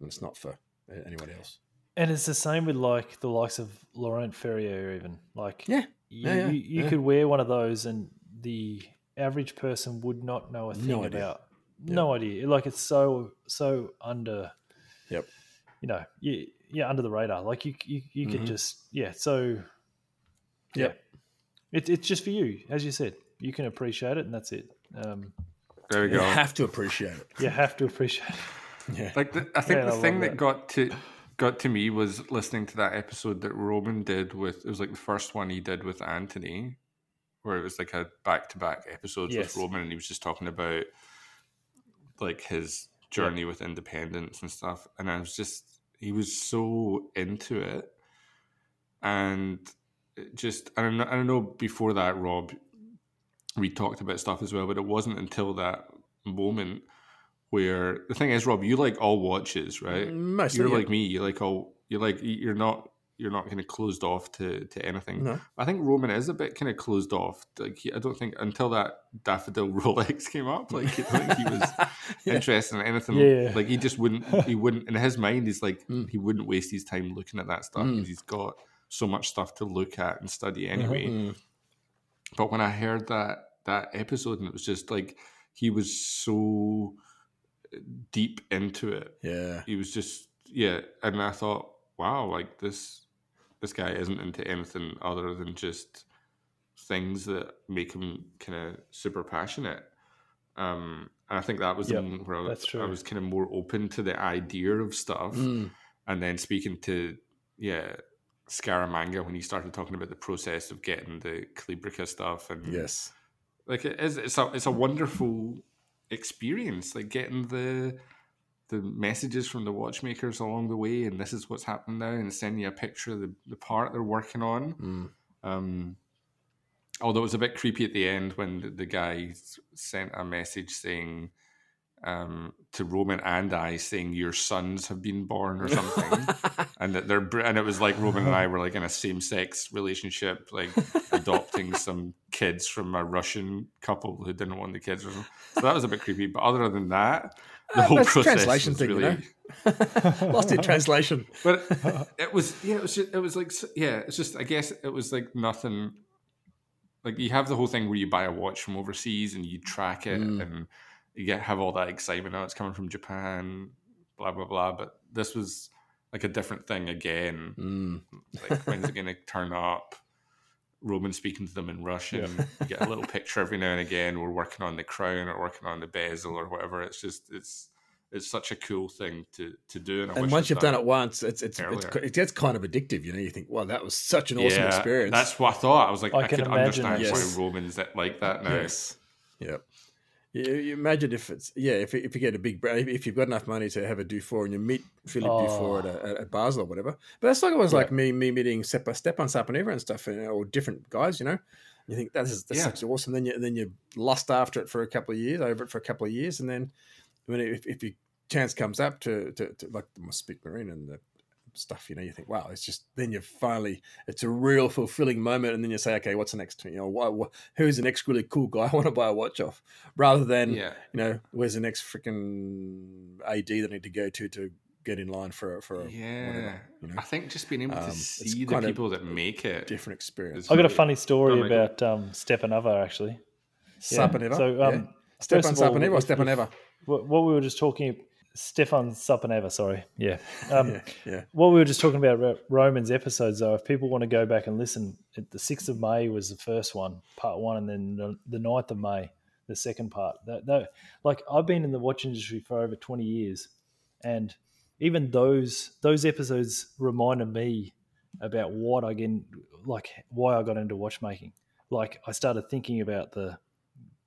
S3: and it's not for uh, anyone else.
S2: and it's the same with like the likes of Laurent Ferrier, even like
S3: Yeah.
S2: you,
S3: Yeah, yeah,
S2: you, you
S3: yeah.
S2: could wear one of those and the average person would not know a thing
S3: No idea.
S2: about
S3: Yeah.
S2: no idea like it's so so under
S3: Yep.
S2: you know you, yeah under the radar like you you, you could
S3: Mhm.
S2: just yeah so yeah
S3: Yep.
S2: it, it's just for you as you said you can appreciate it and that's it um
S4: There we
S3: You
S4: go.
S3: have to appreciate it.
S2: you have to appreciate it
S3: Yeah.
S4: Like the, I think
S2: Yeah, I
S4: the
S2: love
S4: thing that,
S2: that.
S4: got to got to me was listening to that episode that Roman did with it was like the first one he did with Anthony, where it was like a back to back episodes
S2: Yes.
S4: with Roman, and he was just talking about like his journey with independence and stuff. And I was just he was so into it, and it just and I know, I know before that Rob, we talked about stuff as well, but it wasn't until that moment where the thing is, Rob, you like all watches, right?
S3: Mostly,
S4: You're
S3: yeah.
S4: like me. You like all. You like. You're not. You're not kind of closed off to to anything.
S3: No.
S4: I think Roman is a bit kind of closed off. Like he, I don't think until that daffodil Rolex came up, like I don't think he was
S3: Yeah.
S4: interested in anything.
S2: Yeah.
S4: Like he just wouldn't. He wouldn't. In his mind, he's like
S3: Mm.
S4: he wouldn't waste his time looking at that stuff
S3: Mm.
S4: because he's got so much stuff to look at and study anyway.
S3: Mm.
S4: But when I heard that that episode, and it was just like he was so deep into it.
S3: Yeah.
S4: He was just yeah, and I thought, wow, like this this guy isn't into anything other than just things that make him kind of super passionate. Um, and I think that was
S2: Yep,
S4: the moment where I
S2: that's
S4: was,
S2: true.
S4: I was kind of more open to the idea of stuff
S3: Mm.
S4: and then speaking to yeah Scaramanga when he started talking about the process of getting the Calibrica stuff and
S3: Yes.
S4: like it is it's a it's a wonderful experience like getting the the messages from the watchmakers along the way and this is what's happening now and sending you a picture of the, the part they're working on
S3: Mm.
S4: um, although it was a bit creepy at the end when the, the guy s- sent a message saying, um, to Roman and I saying your sons have been born or something, and that they're br- and it was like Roman and I were like in a same sex relationship, like adopting some kids from a Russian couple who didn't want the kids or something. So that was a bit creepy. But other than that, the
S3: Uh,
S4: whole
S3: that's a
S4: process
S3: translation
S4: was
S3: thing, you
S4: really.
S3: know? Lost in translation.
S4: But it- it was yeah, it was just, it was like s- yeah, it's just I guess it was like nothing. Like you have the whole thing where you buy a watch from overseas and you track it
S3: Mm.
S4: and you get have all that excitement. Oh, it's coming from Japan, blah blah blah. But this was like a different thing again.
S3: Mm.
S4: Like when's it going to turn up? Roman speaking to them in Russian. You get a little picture every now and again. We're working on the crown or working on the bezel or whatever. It's just it's it's such a cool thing to to do. I
S3: And
S4: wish I'd
S3: once you've done it once, it's it's, it's
S4: earlier.
S3: it gets kind of addictive. You know, you think, wow, that was such an awesome experience.
S4: That's what I thought. I was like,
S2: I
S4: I,
S2: can
S4: could
S2: imagine
S4: understand
S3: that. Yes.
S4: why Romans that like that now.
S3: Yes. Yep. You, you imagine if it's yeah if if you get a big bra- if you've got enough money to have a Dufour and you meet Philip
S2: Oh.
S3: Dufour at, a, at- at Basel or whatever. But that's like it was
S2: Yeah.
S3: like me me meeting Sepa Stepan Sapaneva and stuff and, or different guys. You know, you think that is that's
S4: Yeah.
S3: such awesome. Then you then you lust after it for a couple of years, over it for a couple of years, and then when if if your chance comes up to to, to like the Speak Marine and the stuff, you know, you think, wow, it's just then you finally it's a real fulfilling moment, and then you say, okay, what's the next? You know, what, what, who's the next really cool guy I want to buy a watch off, rather than
S4: Yeah.
S3: you know, where's the next freaking AD that I need to go to to get in line for a, for a
S4: Yeah.
S3: you know?
S4: I think just being able
S3: Um,
S4: to
S3: it's
S4: see the
S3: kind of
S4: people that make it.
S3: different experience.
S4: is
S2: I've got a
S4: really-
S2: funny story
S4: Oh my God.
S2: about um, Stepanova actually. Yeah.
S3: Sapaneva,
S2: So,
S3: yeah.
S2: um, first
S3: Stepan
S2: of all,
S3: Sapaneva or
S2: if- if-
S3: Stepaneva,
S2: what, what we were just talking, Stefan Sapaneva, sorry. Yeah. Um,
S3: yeah, yeah,
S2: What we were just talking about Ro- Romans episodes, though, if people want to go back and listen, it, the 6th of May was the first one, part one, and then the, the 9th of May, the second part. That, that, like, I've been in the watch industry for over 20 years, and even those those episodes reminded me about what I get, like, why I got into watchmaking. Like, I started thinking about the,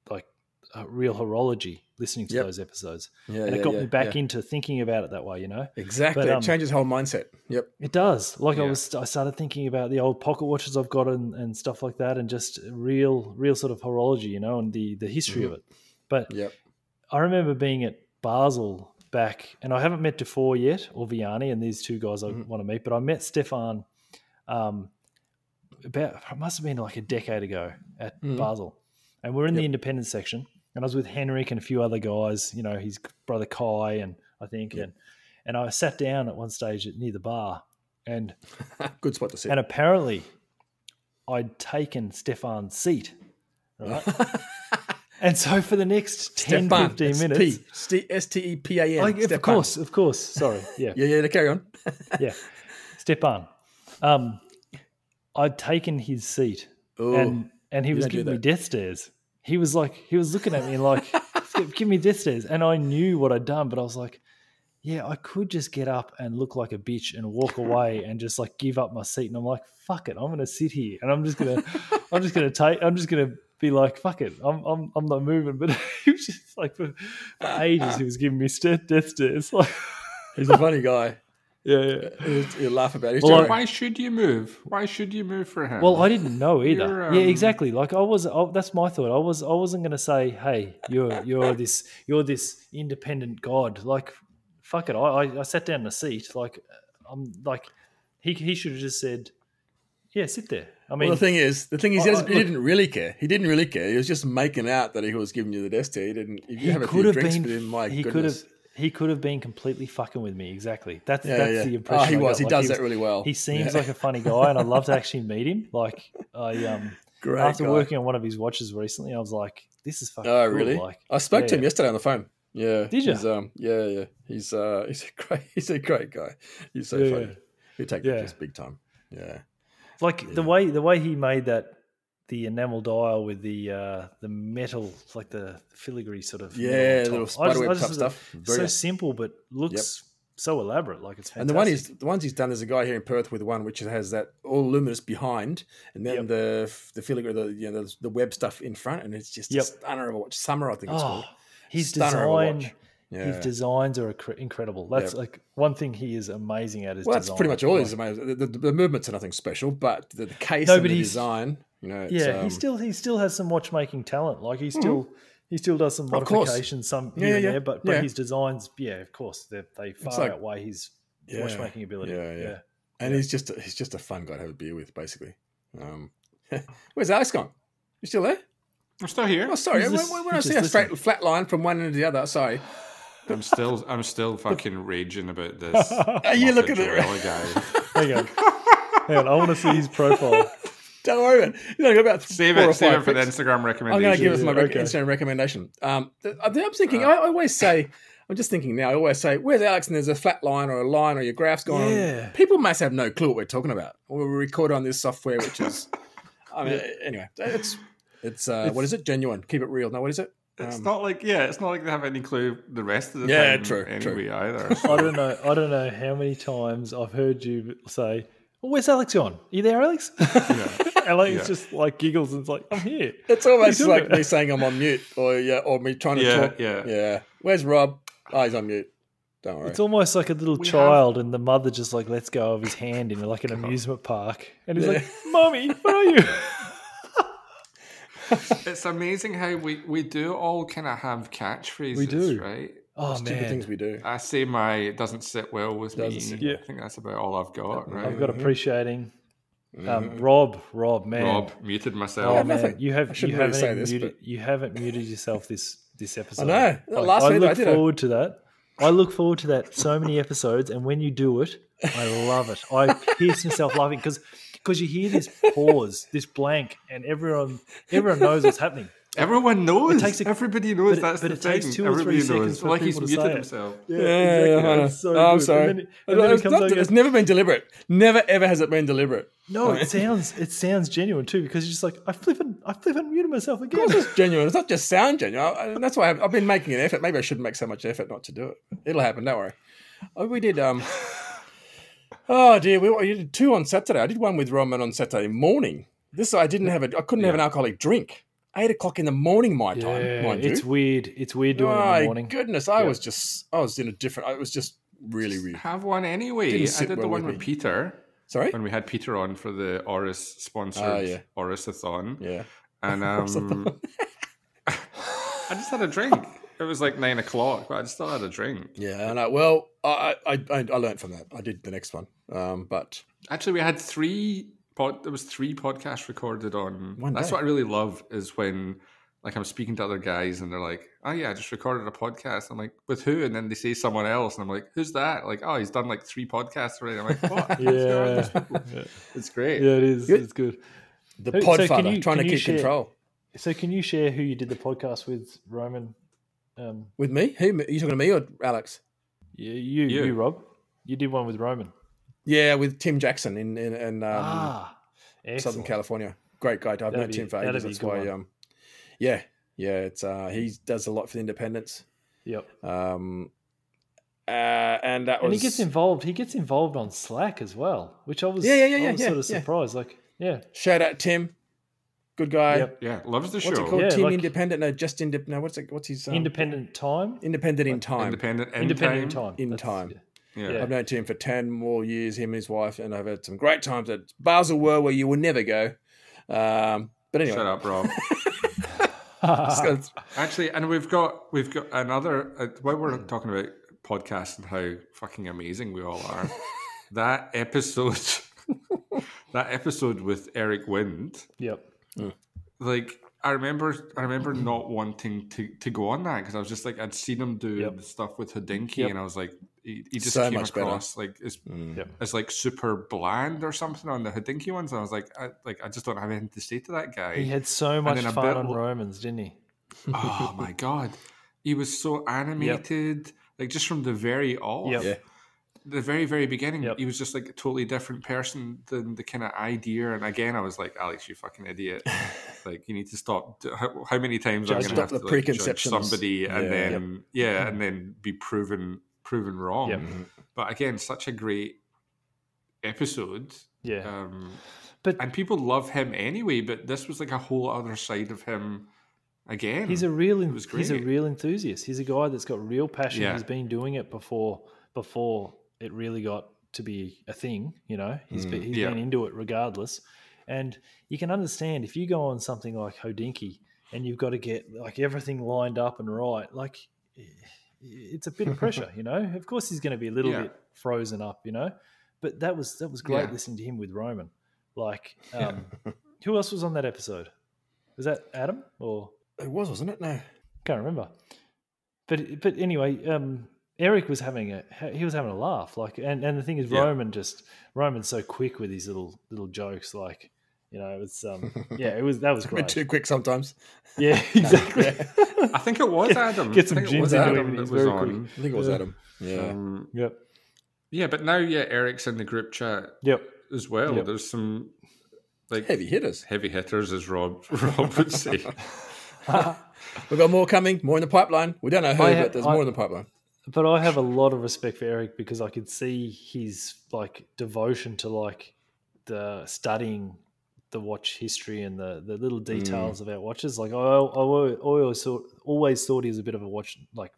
S2: like, uh, real horology listening to
S3: Yep.
S2: those episodes.
S3: yeah.
S2: And
S3: yeah,
S2: it got
S3: yeah,
S2: me back
S3: yeah.
S2: into thinking about it that way, you know?
S3: Exactly,
S2: But, um,
S3: it changes whole mindset. Yep.
S2: It does. Like I
S4: Yeah.
S2: was, I started thinking about the old pocket watches I've got and, and stuff like that, and just real, real sort of horology, you know, and the the history of it. But
S3: Yep.
S2: I remember being at Basel back, and I haven't met Defoe yet or Vianney, and these two guys I
S3: Mhm.
S2: want to meet. But I met Stefan um, about it must have been like a decade ago at
S3: Mhm.
S2: Basel, and we're in the
S3: Yep.
S2: independent section, and I was with Henrik and a few other guys, you know, his brother Kai, and I think,
S3: Yep.
S2: and and I sat down at one stage near the bar, and
S3: Good spot to sit.
S2: and apparently, I'd taken Stefan's seat, right? and so for the next 10,
S3: Stepan,
S2: 15
S3: it's
S2: minutes.
S3: E P, Ste- S-T-E-P-A-N,
S2: Like, of
S3: Stepan.
S2: course, of course. Sorry. Yeah.
S3: Yeah, yeah, no, carry on.
S2: yeah. Stepan. Um, I'd taken his seat
S3: Oh,
S2: and, and he was
S3: don't do
S2: giving me
S3: that.
S2: death stares. He was like, he was looking at me and like, "Skip, give me death stares. And I knew what I'd done, but I was like, yeah, I could just get up and look like a bitch and walk away and just like give up my seat. And I'm like, fuck it, I'm gonna sit here and I'm just gonna, I'm just gonna take, I'm just gonna be like, fuck it, I'm, I'm, I'm not moving. But he was just like for, for ages, he was giving me st- death stares. Like,
S3: he's a funny guy.
S2: yeah, yeah.
S3: You laugh about it.
S2: Well,
S3: Well,
S2: I-
S4: Why should you move? Why should you move for him?
S2: Well, I didn't know either.
S4: You're,
S2: yeah,
S4: um,
S2: exactly. Like I was. I, that's my thought. I was. I wasn't going to say, "Hey, you're you're this you're this independent god." Like, fuck it. I, I, I sat down in a seat. Like, uh, I'm like, he he should have just said, "Yeah, sit there." I mean,
S3: the thing is, the thing is, he,
S2: I- I-
S3: doesn't- he
S2: look-
S3: didn't really care. He didn't really care. He was just making out that he was giving you the death stare. He didn't. If you
S2: he
S3: have a
S2: could
S3: few
S2: have
S3: drinks
S2: been.
S3: with him, my
S2: he could have.
S3: goodness.
S2: He could have been completely fucking with me. Exactly. That's
S3: Yeah,
S2: that's
S3: yeah.
S2: the
S3: Oh,
S2: impression.
S3: he
S2: I
S3: was.
S2: got.
S3: He
S2: Like,
S3: does that really well.
S2: He seems
S3: Yeah.
S2: like a funny guy, and I'd love to actually meet him. Like, I um.
S3: great.
S2: after
S3: guy.
S2: working on one of his watches recently, I was like, "This is fucking."
S3: Oh,
S2: cool,
S3: really?
S2: Like,
S3: I spoke to
S2: yeah.
S3: him yesterday on the phone. Yeah.
S2: Did ya?
S3: He's, um, yeah, yeah. He's uh, he's a great he's a great guy. He's so
S2: Yeah,
S3: funny.
S2: yeah.
S3: He'll take
S2: Yeah.
S3: pictures big time. Yeah.
S2: Like
S3: Yeah.
S2: the way the way he made that the enamel dial with the uh the metal, like the filigree sort of metal on
S3: Yeah,
S2: top.
S3: little
S2: I just-
S3: spiderweb
S2: I just
S3: type
S2: was
S3: stuff.
S2: like,
S3: Very
S2: so
S3: nice.
S2: simple, but looks so elaborate. Like it's fantastic.
S3: And the one he's the ones he's done. There's a guy here in Perth with one which has that all luminous behind, and then
S2: Yep.
S3: the the filigree, the you know the, the web stuff in front, and it's just
S2: Yep.
S3: a stunner of a watch. Summer, I think it's
S2: oh,
S3: called.
S2: his
S3: Stunner of a
S2: design,
S3: watch. Yeah.
S2: his designs are incre- incredible. That's
S3: Yep.
S2: like one thing he is amazing at. Is
S3: well, that's
S2: design.
S3: pretty much all.
S2: Like,
S3: He's amazing. The, the, the movements are nothing special, but the, the case
S2: No,
S3: and
S2: but
S3: the
S2: he's-
S3: design, you know, it's,
S2: yeah,
S3: um, Mm-hmm.
S2: he still he still has some watchmaking talent. Like he still He still does some
S3: Of course.
S2: modifications, some
S3: Yeah,
S2: here and
S3: yeah,
S2: there, but but
S3: yeah.
S2: his designs, yeah, of course, they they far
S3: like-
S2: outweigh his
S3: Yeah.
S2: watchmaking ability.
S3: Yeah, yeah.
S2: yeah.
S3: and
S2: Yeah.
S3: he's just a, he's just a fun guy to have a beer with, basically. Um, where's Alex gone? You still there?
S4: I'm still here.
S3: Oh, sorry.
S2: He's
S3: When,
S2: just-
S3: when- when I
S2: he's
S3: see a
S2: just
S3: straight flat line from one end to the other, sorry.
S4: I'm still I'm still fucking raging about this.
S3: Are you
S4: Muppet
S3: looking at
S4: Joella guy.
S2: Hang on. Hang on. I want to see his profile.
S3: Don't worry about it. You know, about
S4: Save
S3: four or
S4: it. Save
S3: five
S4: it for the
S3: picks.
S4: Instagram
S3: I'm
S4: recommendation.
S3: going to give us my
S2: Yeah,
S3: rec-
S2: okay.
S3: Instagram recommendation. Um, th- I think I'm thinking. I always say. I'm just thinking now. I always say, "Where's Alex?" And there's a flat line or a line or your graph's gone.
S2: Yeah.
S3: People must have no clue what we're talking about. We record on this software, which is. I mean, uh, anyway, it's it's, uh, what
S2: It's-
S3: is it? Genuine. Keep it real. No, what is it?
S4: It's
S3: Um,
S4: not like yeah, it's not like they have any clue the rest of the
S3: Yeah,
S4: time
S3: true, true.
S4: anyway either.
S2: I
S4: So
S2: don't know. I don't know how many times I've heard you say, well, "Where's Alex on? Are you there, Alex?" Alex
S4: Yeah.
S2: just like giggles and's like, "I'm here."
S3: It's almost
S2: He's
S3: like
S2: doing it.
S3: me saying I'm on mute, or yeah, or me trying to
S4: Yeah,
S3: talk.
S4: yeah.
S3: yeah. Where's Rob? Oh, he's on mute. Don't worry.
S2: It's almost like a little
S4: We have-
S2: child, and the mother just like lets go of his hand in like an amusement park, and he's like, "Mommy, where are you?"
S4: it's amazing how we we do all kind of have catchphrases.
S2: We do.
S4: right.
S2: Oh
S3: Stupid
S2: man,
S3: things we do.
S4: I say my it doesn't sit well with me.
S3: Doesn't sit
S2: well.
S4: I think that's about all I've got. Right.
S2: I've got appreciating. Um, Rob, Rob, man,
S4: Rob muted myself.
S2: oh,
S3: had
S2: man,
S3: nothing.
S2: you
S3: I
S2: have you
S3: shouldn't
S2: haven't
S3: really say
S2: even
S3: this,
S2: muted, you haven't muted yourself this this episode.
S3: know. Last
S2: I
S3: week I
S2: look
S3: did it.
S2: forward to that. I look forward to that so many episodes, and when you do it, I love it. I pierce myself laughing because because you hear this pause, this blank, and everyone everyone knows what's happening.
S4: Everyone knows.
S2: takes a-
S4: Everybody
S2: but
S4: knows
S2: it-
S4: that's
S2: but
S4: the
S2: it takes
S4: thing.
S2: two or three
S4: Everybody
S2: seconds
S4: knows.
S2: for
S4: Like he's
S2: people to say
S4: muted
S2: it.
S4: himself.
S3: Yeah,
S2: exactly.
S3: yeah, I know.
S2: It's so
S3: Oh, I'm
S2: good.
S3: sorry.
S2: And then, and then he
S3: it's,
S2: comes
S3: not-
S2: over and
S3: it's
S2: goes,
S3: never been deliberate. Never ever has it been deliberate.
S2: No, it sounds it sounds genuine too because you're just like I flippin' I flippin' muted myself
S3: Of
S2: again.
S3: course, it's genuine. It's not just sound genuine. I- I- that's why I've, I've been making an effort. Maybe I shouldn't make so much effort not to do it. It'll happen. Don't worry. Oh, we did. Um, oh dear, we, we did two on Saturday. I did one with Roman on Saturday morning. This I didn't have a. I couldn't have an alcoholic drink. Eight o'clock in the morning, my time, mind you.
S2: it's weird. It's weird doing it in
S3: My
S2: the morning.
S3: goodness, I
S2: Yeah.
S3: was just. I was in a different. It was just really weird.
S4: Have one anyway.
S3: Didn't
S4: I
S3: sit
S4: did the
S3: well
S4: one
S3: with
S4: with
S3: me.
S4: Peter
S3: Sorry.
S4: when we had Peter on for the Oris sponsored
S3: Ah, yeah.
S4: Orisathon.
S3: Yeah.
S4: And um, I just had a drink. It was like nine o'clock, but I just still had a drink.
S3: Yeah, I know. Well, I I, I I learned from that. I did the next one, um, but
S4: Actually, we had three. Pod, there was three podcasts recorded on.
S3: One
S4: that's
S3: day.
S4: what I really love is when, like, I'm speaking to other guys and they're like, "Oh yeah, I just recorded a podcast." I'm like, "With who?" And then they say someone else, and I'm like, "Who's that?" Like, "Oh, he's done like three podcasts already." I'm like, "What?"
S2: Yeah. yeah,
S4: it's great.
S2: yeah, it is.
S3: Good.
S2: It's good.
S3: the
S2: Hey, so
S3: Podfather
S2: can you-
S3: trying to
S2: can you
S3: keep
S2: share-
S3: control
S2: So, can you share who you did the podcast with, Roman? Um,
S3: with me. Who are you talking to me or Alex?
S2: you, you,
S4: You.
S2: you, Rob, you did one with Roman.
S3: Um, Yeah, with Tim Jackson in in, in um,
S2: ah,
S3: Southern
S2: excellent.
S3: California. Great guy. I've known
S2: That'd be-
S3: Tim for
S2: that'd
S3: ages.
S2: be a
S3: That's
S2: good
S3: why.
S2: one.
S3: Um, yeah, yeah. It's uh, he does a lot for the Independents.
S2: Yep,
S3: Um, uh, and that was
S2: and he gets involved. He gets involved on Slack as well, which I was,
S3: Yeah, yeah, yeah,
S2: I was
S3: yeah,
S2: sort of
S3: yeah.
S2: surprised. Like, yeah,
S3: shout out Tim, good guy.
S2: Yep.
S4: Yeah, loves the
S3: What's
S4: show.
S3: it called?
S2: Yeah,
S3: Team
S2: like-
S3: Independent? No, just Independent. No, what's it? What's his um,
S2: independent time,
S3: Independent in time.
S4: Independent. End
S2: independent
S4: time.
S2: time,
S3: In
S2: That's-
S3: time.
S4: Yeah.
S2: Yeah.
S4: yeah.
S3: I've known Tim for 10 more years, him and his wife, and I've had some great times at Basel World where you will never go. Um, but anyway,
S4: Shut up, Rob.
S3: just gotta-
S4: Actually, and we've got we've got another. Uh, while we're talking about podcasts and how fucking amazing we all are, that episode, that episode with Eric Wind,
S2: Yep.
S4: like I remember, I remember not wanting to to go on that because I was just like I'd seen him do
S2: Yep.
S4: the stuff with Hadinki,
S2: Yep.
S4: and I was like, he, he just
S3: So
S4: came
S3: much better.
S4: across like as
S3: Mm.
S2: Yep.
S4: as like super bland or something on the Hadinki ones, and I was like, I, like I just don't have anything to say to that guy.
S2: He had so much
S4: then a
S2: fun
S4: bit
S2: on
S4: wa-
S2: Romans, didn't he?
S4: oh my god he was so animated like just from the very off
S2: Yep.
S3: Oh, Yeah.
S4: the very very beginning
S2: Yep.
S4: he was just like a totally different person than the kind of idea and again i was like alex you fucking idiot like you need to stop d- how, how many times i'm
S2: Judge-
S4: gonna
S2: Stop
S4: have
S3: the
S4: to like, judge
S3: preconceptions.
S4: somebody and
S3: Yeah.
S4: then yeah and then be proven proven wrong
S2: Yep.
S3: Mm-hmm.
S4: but again such a great episode
S2: Yeah.
S4: um
S2: But-
S4: and people love him anyway but this was like a whole other side of him again
S2: He's a real en-
S4: was
S2: he's a
S4: great.
S2: real enthusiast. He's a guy that's got real passion.
S4: Yeah.
S2: He's been doing it before before it really got to be a thing, you know. He's been, he's
S4: Mm, Yeah.
S2: been into it regardless. And you can understand if you go on something like Hodinky and you've got to get like everything lined up and right. Like i- it's a bit of pressure, you know. Of course, he's going to be a little
S4: Yeah.
S2: bit frozen up, you know. But that was that was great
S4: Yeah.
S2: listening to him with Roman. Like,
S4: Yeah.
S2: um, who else was on that episode? Was that Adam or
S3: It was, wasn't it? No.
S2: can't remember. But but anyway, um, Eric was having a he was having a laugh like, and, and the thing is,
S4: Yeah.
S2: Roman just Roman's so quick with his little little jokes like. You know, it's um, yeah, it was that was
S3: A bit
S2: great.
S3: too quick sometimes.
S2: Yeah, exactly.
S4: I think it was
S2: Get-
S4: Adam.
S2: get
S4: I
S2: some
S4: think it
S2: gins
S4: was
S2: into
S4: Adam
S2: him,
S4: that
S2: he's
S4: was
S2: very
S4: on.
S3: I think it was
S2: Yeah.
S3: Adam. Yeah.
S4: Um,
S2: yep,
S4: yeah, but now yeah, Eric's in the group chat
S2: yep.
S4: as well.
S2: Yep.
S4: There's some like
S3: Heavy hitters.
S4: heavy hitters, as Rob Rob would say.
S3: We've got more coming, more in the pipeline. We don't know who,
S2: I ha-
S3: but there's
S2: I-
S3: more in the pipeline.
S2: But I have a lot of respect for Eric because I could see his like devotion to like the studying the watch history and the the little details about watches. Like I, I al- always thought, always thought he was a bit of a watch like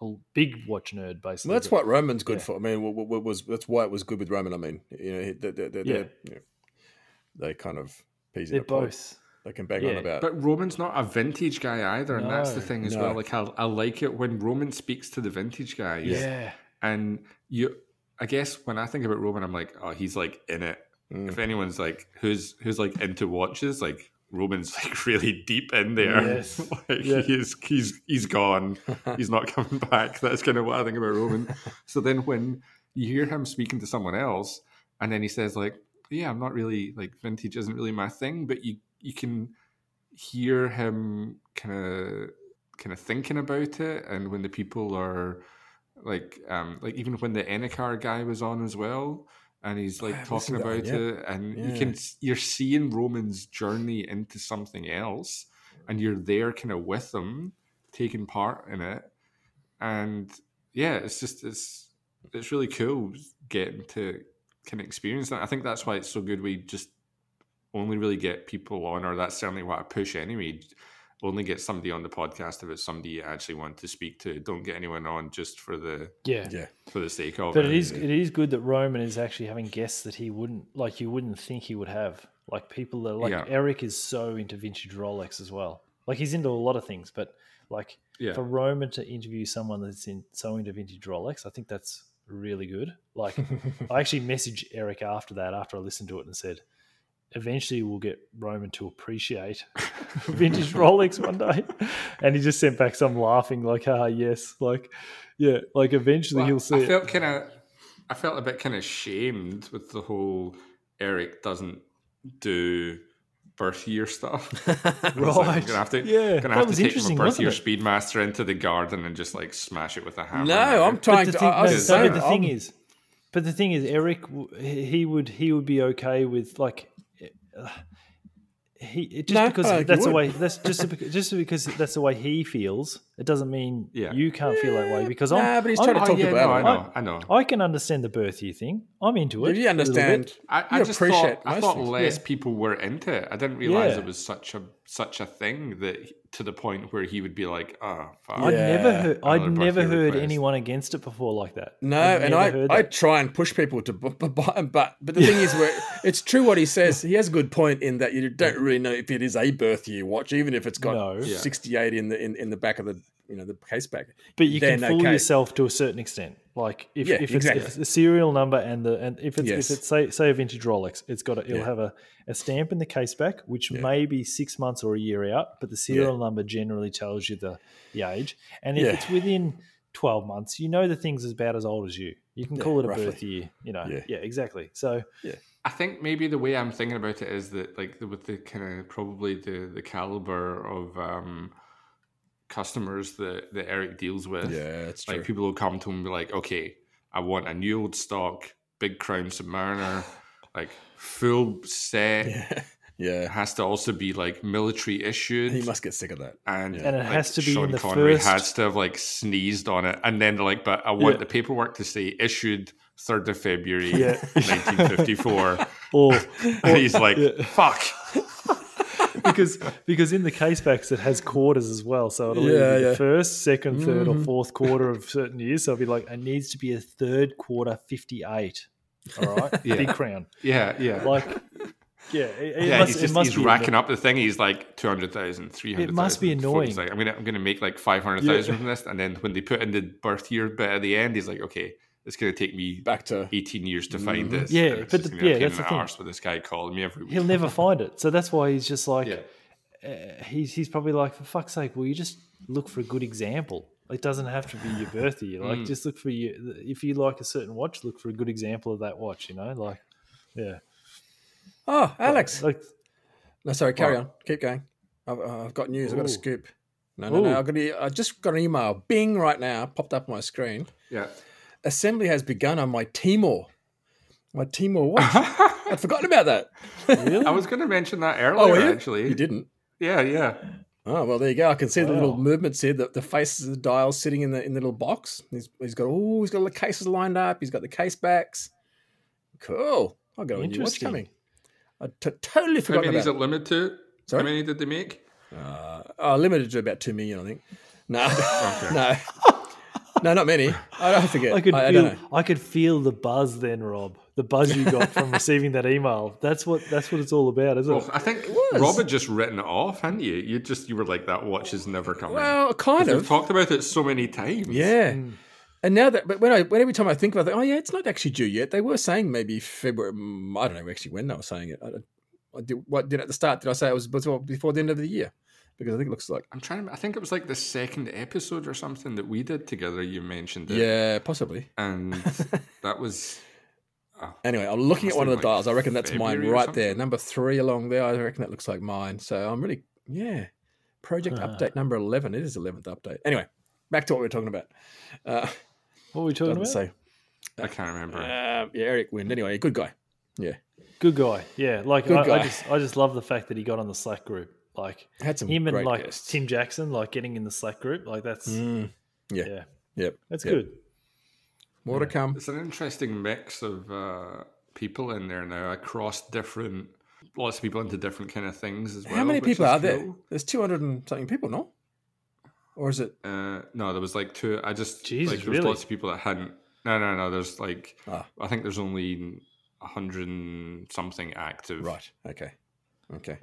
S2: a big watch nerd basically.
S3: Well, that's
S2: but-
S3: what Roman's good
S2: Yeah.
S3: for. I mean, what, what was that's why it was good with Roman. I mean, you know, they, they, they,
S2: Yeah.
S3: they, they kind of peas in
S2: they're
S3: a pod.
S2: both.
S3: They can bang on
S2: Yeah.
S3: about.
S4: But Roman's not a vintage guy either, and that's the
S2: No,
S4: thing as
S3: no.
S4: well. Like I, I like it when Roman speaks to the vintage guys,
S2: Yeah,
S4: and you. I guess when I think about Roman, I'm like, oh, he's like in it.
S3: Mm.
S4: If anyone's like who's who's like into watches, like Roman's like really deep in there.
S2: Yes.
S4: like
S2: Yeah.
S4: he's he's he's gone. he's not coming back. That's kind of what I think about Roman. so then when you hear him speaking to someone else, and then he says like, "Yeah, I'm not really like vintage isn't really my thing," but you you can hear him kind of kind of thinking about it, and when the people are like um like even when the Enicar guy was on as well. And he's
S3: Oh,
S4: like
S2: Ah,
S3: yeah, I've
S4: talking
S3: listened to that
S4: about
S3: one, yeah.
S4: it, and you
S3: Yeah.
S4: can s- you're seeing Roman's journey into something else, and you're there kind of with them, taking part in it, and yeah, it's just it's it's really cool getting to kind of experience that. I think that's why it's so good. We just only really get people on, or that's certainly what I push anyway. Only get somebody on the podcast if it's somebody you actually want to speak to. Don't get anyone on just for the
S2: yeah.
S3: Yeah.
S4: for the sake of
S2: But it is it is good that Roman is actually having guests that he wouldn't like. You wouldn't think he would have like people that like
S4: Yeah.
S2: Eric is so into vintage Rolex as well. Like he's into a lot of things, but like
S4: Yeah.
S2: for Roman to interview someone that's in so into vintage Rolex, I think that's really good. Like I actually messaged Eric after that after I listened to it and said, eventually we'll get Roman to appreciate vintage Rolex one day. And he just sent back some laughing like, ah, yes, like yeah, like eventually
S4: Well,
S2: he'll see
S4: I
S2: it.
S4: felt kind of, I felt a bit kind of shamed with the whole Eric doesn't do birth year stuff. I was like, I'm
S2: Right.
S4: gonna have to,
S2: Yeah,
S4: gonna
S2: that
S4: have to
S2: was
S4: take my
S2: interesting,
S4: birth
S2: wasn't
S4: year
S2: it?
S4: speedmaster into the garden and just like smash it with a hammer.
S3: no, I'm
S2: But
S3: trying
S2: the
S3: to.
S2: thing,
S3: I, I
S2: no,
S3: was
S2: but
S3: saying,
S2: the
S3: I'm-
S2: thing is, but the thing is, Eric, w- he he would he would be okay with like. uh, He, it- just
S3: No,
S2: because
S3: I think he
S2: that's the
S3: would.
S2: way that's just beca- just because that's the way he feels it doesn't mean
S4: Yeah.
S2: you can't feel that way because I'm,
S3: Nah, but he's
S2: I'm-
S3: trying to
S4: Oh,
S3: talk
S4: yeah, no, I
S3: about it.
S4: know, I know.
S2: I can understand the birth year thing I'm into it
S3: If you
S2: a little bit.
S3: understand,
S4: I, I
S3: you
S4: just
S3: appreciate
S4: thought, I
S3: most
S4: thought
S3: things.
S4: less
S2: Yeah.
S4: people were into it. I didn't realize
S2: Yeah.
S4: it was such a such a thing that he- to the point where he would be like, "Oh, fuck."
S2: I'd never
S3: Yeah.
S2: heard
S4: Another
S2: I'd
S4: birth
S2: never
S4: year
S2: heard
S4: request.
S2: anyone against it before like that
S3: No,
S2: I'd
S3: and
S2: never
S3: I,
S2: heard
S3: I
S2: that.
S3: try and push people to bu- bu- buy them, but but the thing is, where it's true what he says. He has a good point in that you don't really know if it is a birth year watch, even if it's got
S2: No. Yeah.
S3: 68 in the in, in the back of the you know the case back.
S2: But you can
S3: then
S2: fool
S3: okay.
S2: yourself to a certain extent. Like if,
S3: Yeah,
S2: if, it's,
S3: exactly.
S2: if it's the serial number and the and if it's
S3: Yes.
S2: if it's say say a vintage Rolex, it's got a, it'll
S3: Yeah.
S2: have a, a stamp in the case back, which may be six months or a year out, but the serial number generally tells you the the age. And if
S3: Yeah.
S2: it's within twelve months, you know the thing's about as old as you. You can
S3: Yeah,
S2: call it a
S3: roughly.
S2: birth year. You know. Yeah.
S3: Yeah.
S2: exactly. So
S4: I think maybe the way I'm thinking about it is that like the, with the kind of probably the the caliber of um customers that that Eric deals with.
S3: Yeah, it's
S4: like
S3: true.
S4: people will come to him and be like, okay, I want a new old stock, big crown submariner, like full set.
S3: yeah,
S4: It
S3: yeah.
S4: has to also be like military issued.
S3: He must get sick of that.
S4: and,
S3: And
S2: it
S4: like,
S2: has to be in
S4: Sean
S2: the
S4: Connery
S2: first-
S4: has to have like sneezed on it, and then they're like, but I want
S2: Yeah.
S4: the paperwork to say issued third of February,
S2: Yeah.
S4: 1954.
S2: or
S4: and he's like,
S2: Yeah.
S4: fuck.
S2: because because in the case backs it has quarters as well. So it'll
S3: Yeah,
S2: either be
S3: yeah.
S2: the first, second, third,
S4: Mm-hmm.
S2: or fourth quarter of certain years. So it'll be like it needs to be a third quarter fifty eight. All right,
S4: Yeah.
S2: big crown.
S4: Yeah, yeah.
S2: Like yeah, it, it
S4: yeah,
S2: must,
S4: he's
S2: it
S4: just
S2: must
S4: he's
S2: be
S4: racking up the thing. He's like 200,000, 300,000.
S2: must be
S4: So he's
S2: annoying.
S4: Like, I'm gonna I'm gonna make like 500,000 from this, and then when they put in the birth year bit at the end, he's like, okay, it's gonna take me
S3: Back to
S4: 18 years to find
S3: Mhm.
S4: this.
S2: Mm-hmm. Yeah,
S4: and it's
S2: but the-
S4: just gonna be a
S2: yeah,
S4: pain
S2: that's
S4: in
S2: the thing.
S4: arse with this guy calling me every week.
S2: He'll never find it. So that's why he's just like,
S4: Yeah.
S2: uh, he's he's probably like, for fuck's sake, will you just look for a good example? It doesn't have to be your birth year. Like,
S4: Mm.
S2: just look for you. If you like a certain watch, look for a good example of that watch. You know, like, yeah,
S3: oh Alex.
S2: Like,
S3: No, sorry, carry
S4: What?
S3: on. Keep going. I've, uh, I've got news. I've got a
S2: Ooh.
S3: scoop. No, no, no.
S2: Ooh.
S3: I've got a, I just got an email. Bing right now popped up on my screen.
S4: Yeah.
S3: Assembly has begun on my Timor. My Timor
S4: Uh-huh.
S3: watch. I'd forgotten about that.
S2: really?
S4: I was going to mention
S2: Oh,
S4: that earlier,
S3: were you?
S4: actually.
S3: You didn't.
S4: Yeah, yeah.
S3: Oh well, there you go. I can see the little
S2: Wow.
S3: movements here. The, the faces of the dials sitting in the in the little box. He's, he's got oh, he's got all the cases lined up. He's got the case backs. Cool. I got a new watch
S2: Interesting.
S3: coming. I t- totally
S4: How
S3: forgot
S4: many's it
S3: about.
S4: limited to?
S3: Sorry?
S4: How many did they make?
S3: Uh, oh, limited to about two million, I think. No,
S4: Okay.
S3: no, no, not many. I don't forget.
S2: I could
S3: I, I don't
S2: feel
S3: know.
S2: I could feel the buzz then, Rob. The buzz you got from receiving that email. That's what that's what it's all about, isn't
S4: Well,
S2: it?
S4: I think
S3: was.
S4: Rob had just written it off, hadn't you? You just you were like that watch is never coming.
S3: Well, kind
S4: We've
S3: of.
S4: talked about it so many times.
S3: Yeah.
S2: Mm.
S3: And now that, but when I, when every time I think about it, oh yeah, it's not actually due yet. They were saying maybe February. mm, I don't know actually when they were saying it. I, I did, what did at the start? Did I say it was before, before the end of the year? Because I think it looks like.
S4: I'm trying. to- I think it was like the second episode or something that we did together. You mentioned it,
S3: Yeah, possibly.
S4: and that was
S3: Anyway, I'm looking
S4: Must
S3: at one
S4: be
S3: of the
S4: like
S3: dials. I reckon that's mine
S4: February or
S3: right there.
S4: something.
S3: Number three along there. I reckon that looks like mine. So I'm really, yeah. Project
S4: Ah.
S2: Huh.
S3: update number 11. It is 11th update. Anyway, back to what we were talking about. Uh,
S2: What were we talking
S3: doesn't
S2: about?
S3: say.
S4: I can't remember.
S3: Um, yeah, Eric Wind. Anyway, good guy.
S2: Good guy. Yeah. Like
S3: Good
S2: I,
S3: guy.
S2: I just I just love the fact that he got on the Slack group. Like
S3: Had some
S2: him and
S3: great
S2: like
S3: guests.
S2: Tim Jackson, like getting in the Slack group. Like that's
S3: Mm,
S2: yeah.
S3: yeah. Yep.
S2: That's
S3: yep.
S2: good.
S3: More to come.
S4: It's an interesting mix of uh, people in there now across different, lots of people into different kind of things as well.
S3: How many
S4: which
S3: people
S4: is
S3: are there?
S4: cool.
S3: There's 200 and something people, no? Or is it?
S4: Uh, no, there was like two. I just
S2: Jesus,
S4: like there was
S2: really?
S4: lots of people that hadn't. No, no, no. There's like
S3: Ah.
S4: I think there's only a hundred and something active.
S3: Right. Okay. Okay.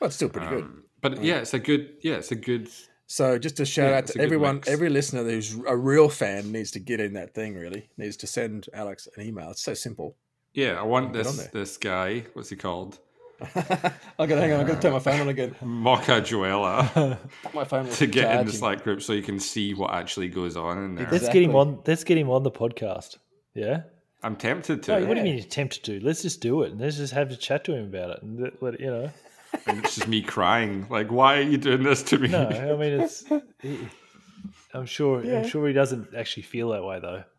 S3: Well, it's still pretty good.
S4: Um, But yeah, it's a good. Yeah, it's a good.
S3: So just a shout
S4: Yeah,
S3: out
S4: it's a
S3: to
S4: good
S3: everyone,
S4: mix.
S3: every listener who's a real fan needs to get in that thing. Really needs to send Alex an email. It's so simple.
S4: Yeah, I want
S3: Get on
S4: this
S3: there.
S4: this guy. What's he called?
S3: I got hang on. I got to turn my phone on again.
S4: Mocha Joella
S3: My phone was
S4: to get in the
S3: charging.
S4: Slack group so you can see what actually goes on in there.
S2: Let's get him
S3: Exactly.
S2: on let's get him on the podcast. Yeah.
S4: I'm tempted to.
S2: No, What do you
S3: Yeah.
S2: mean attempt to do? Let's just do it and let's just have to chat to him about it and let- let you know.
S4: And it's just me crying. Like, why are you doing this to me?
S2: No, I mean it's. he- I'm sure. I'm sure he doesn't actually feel that way though.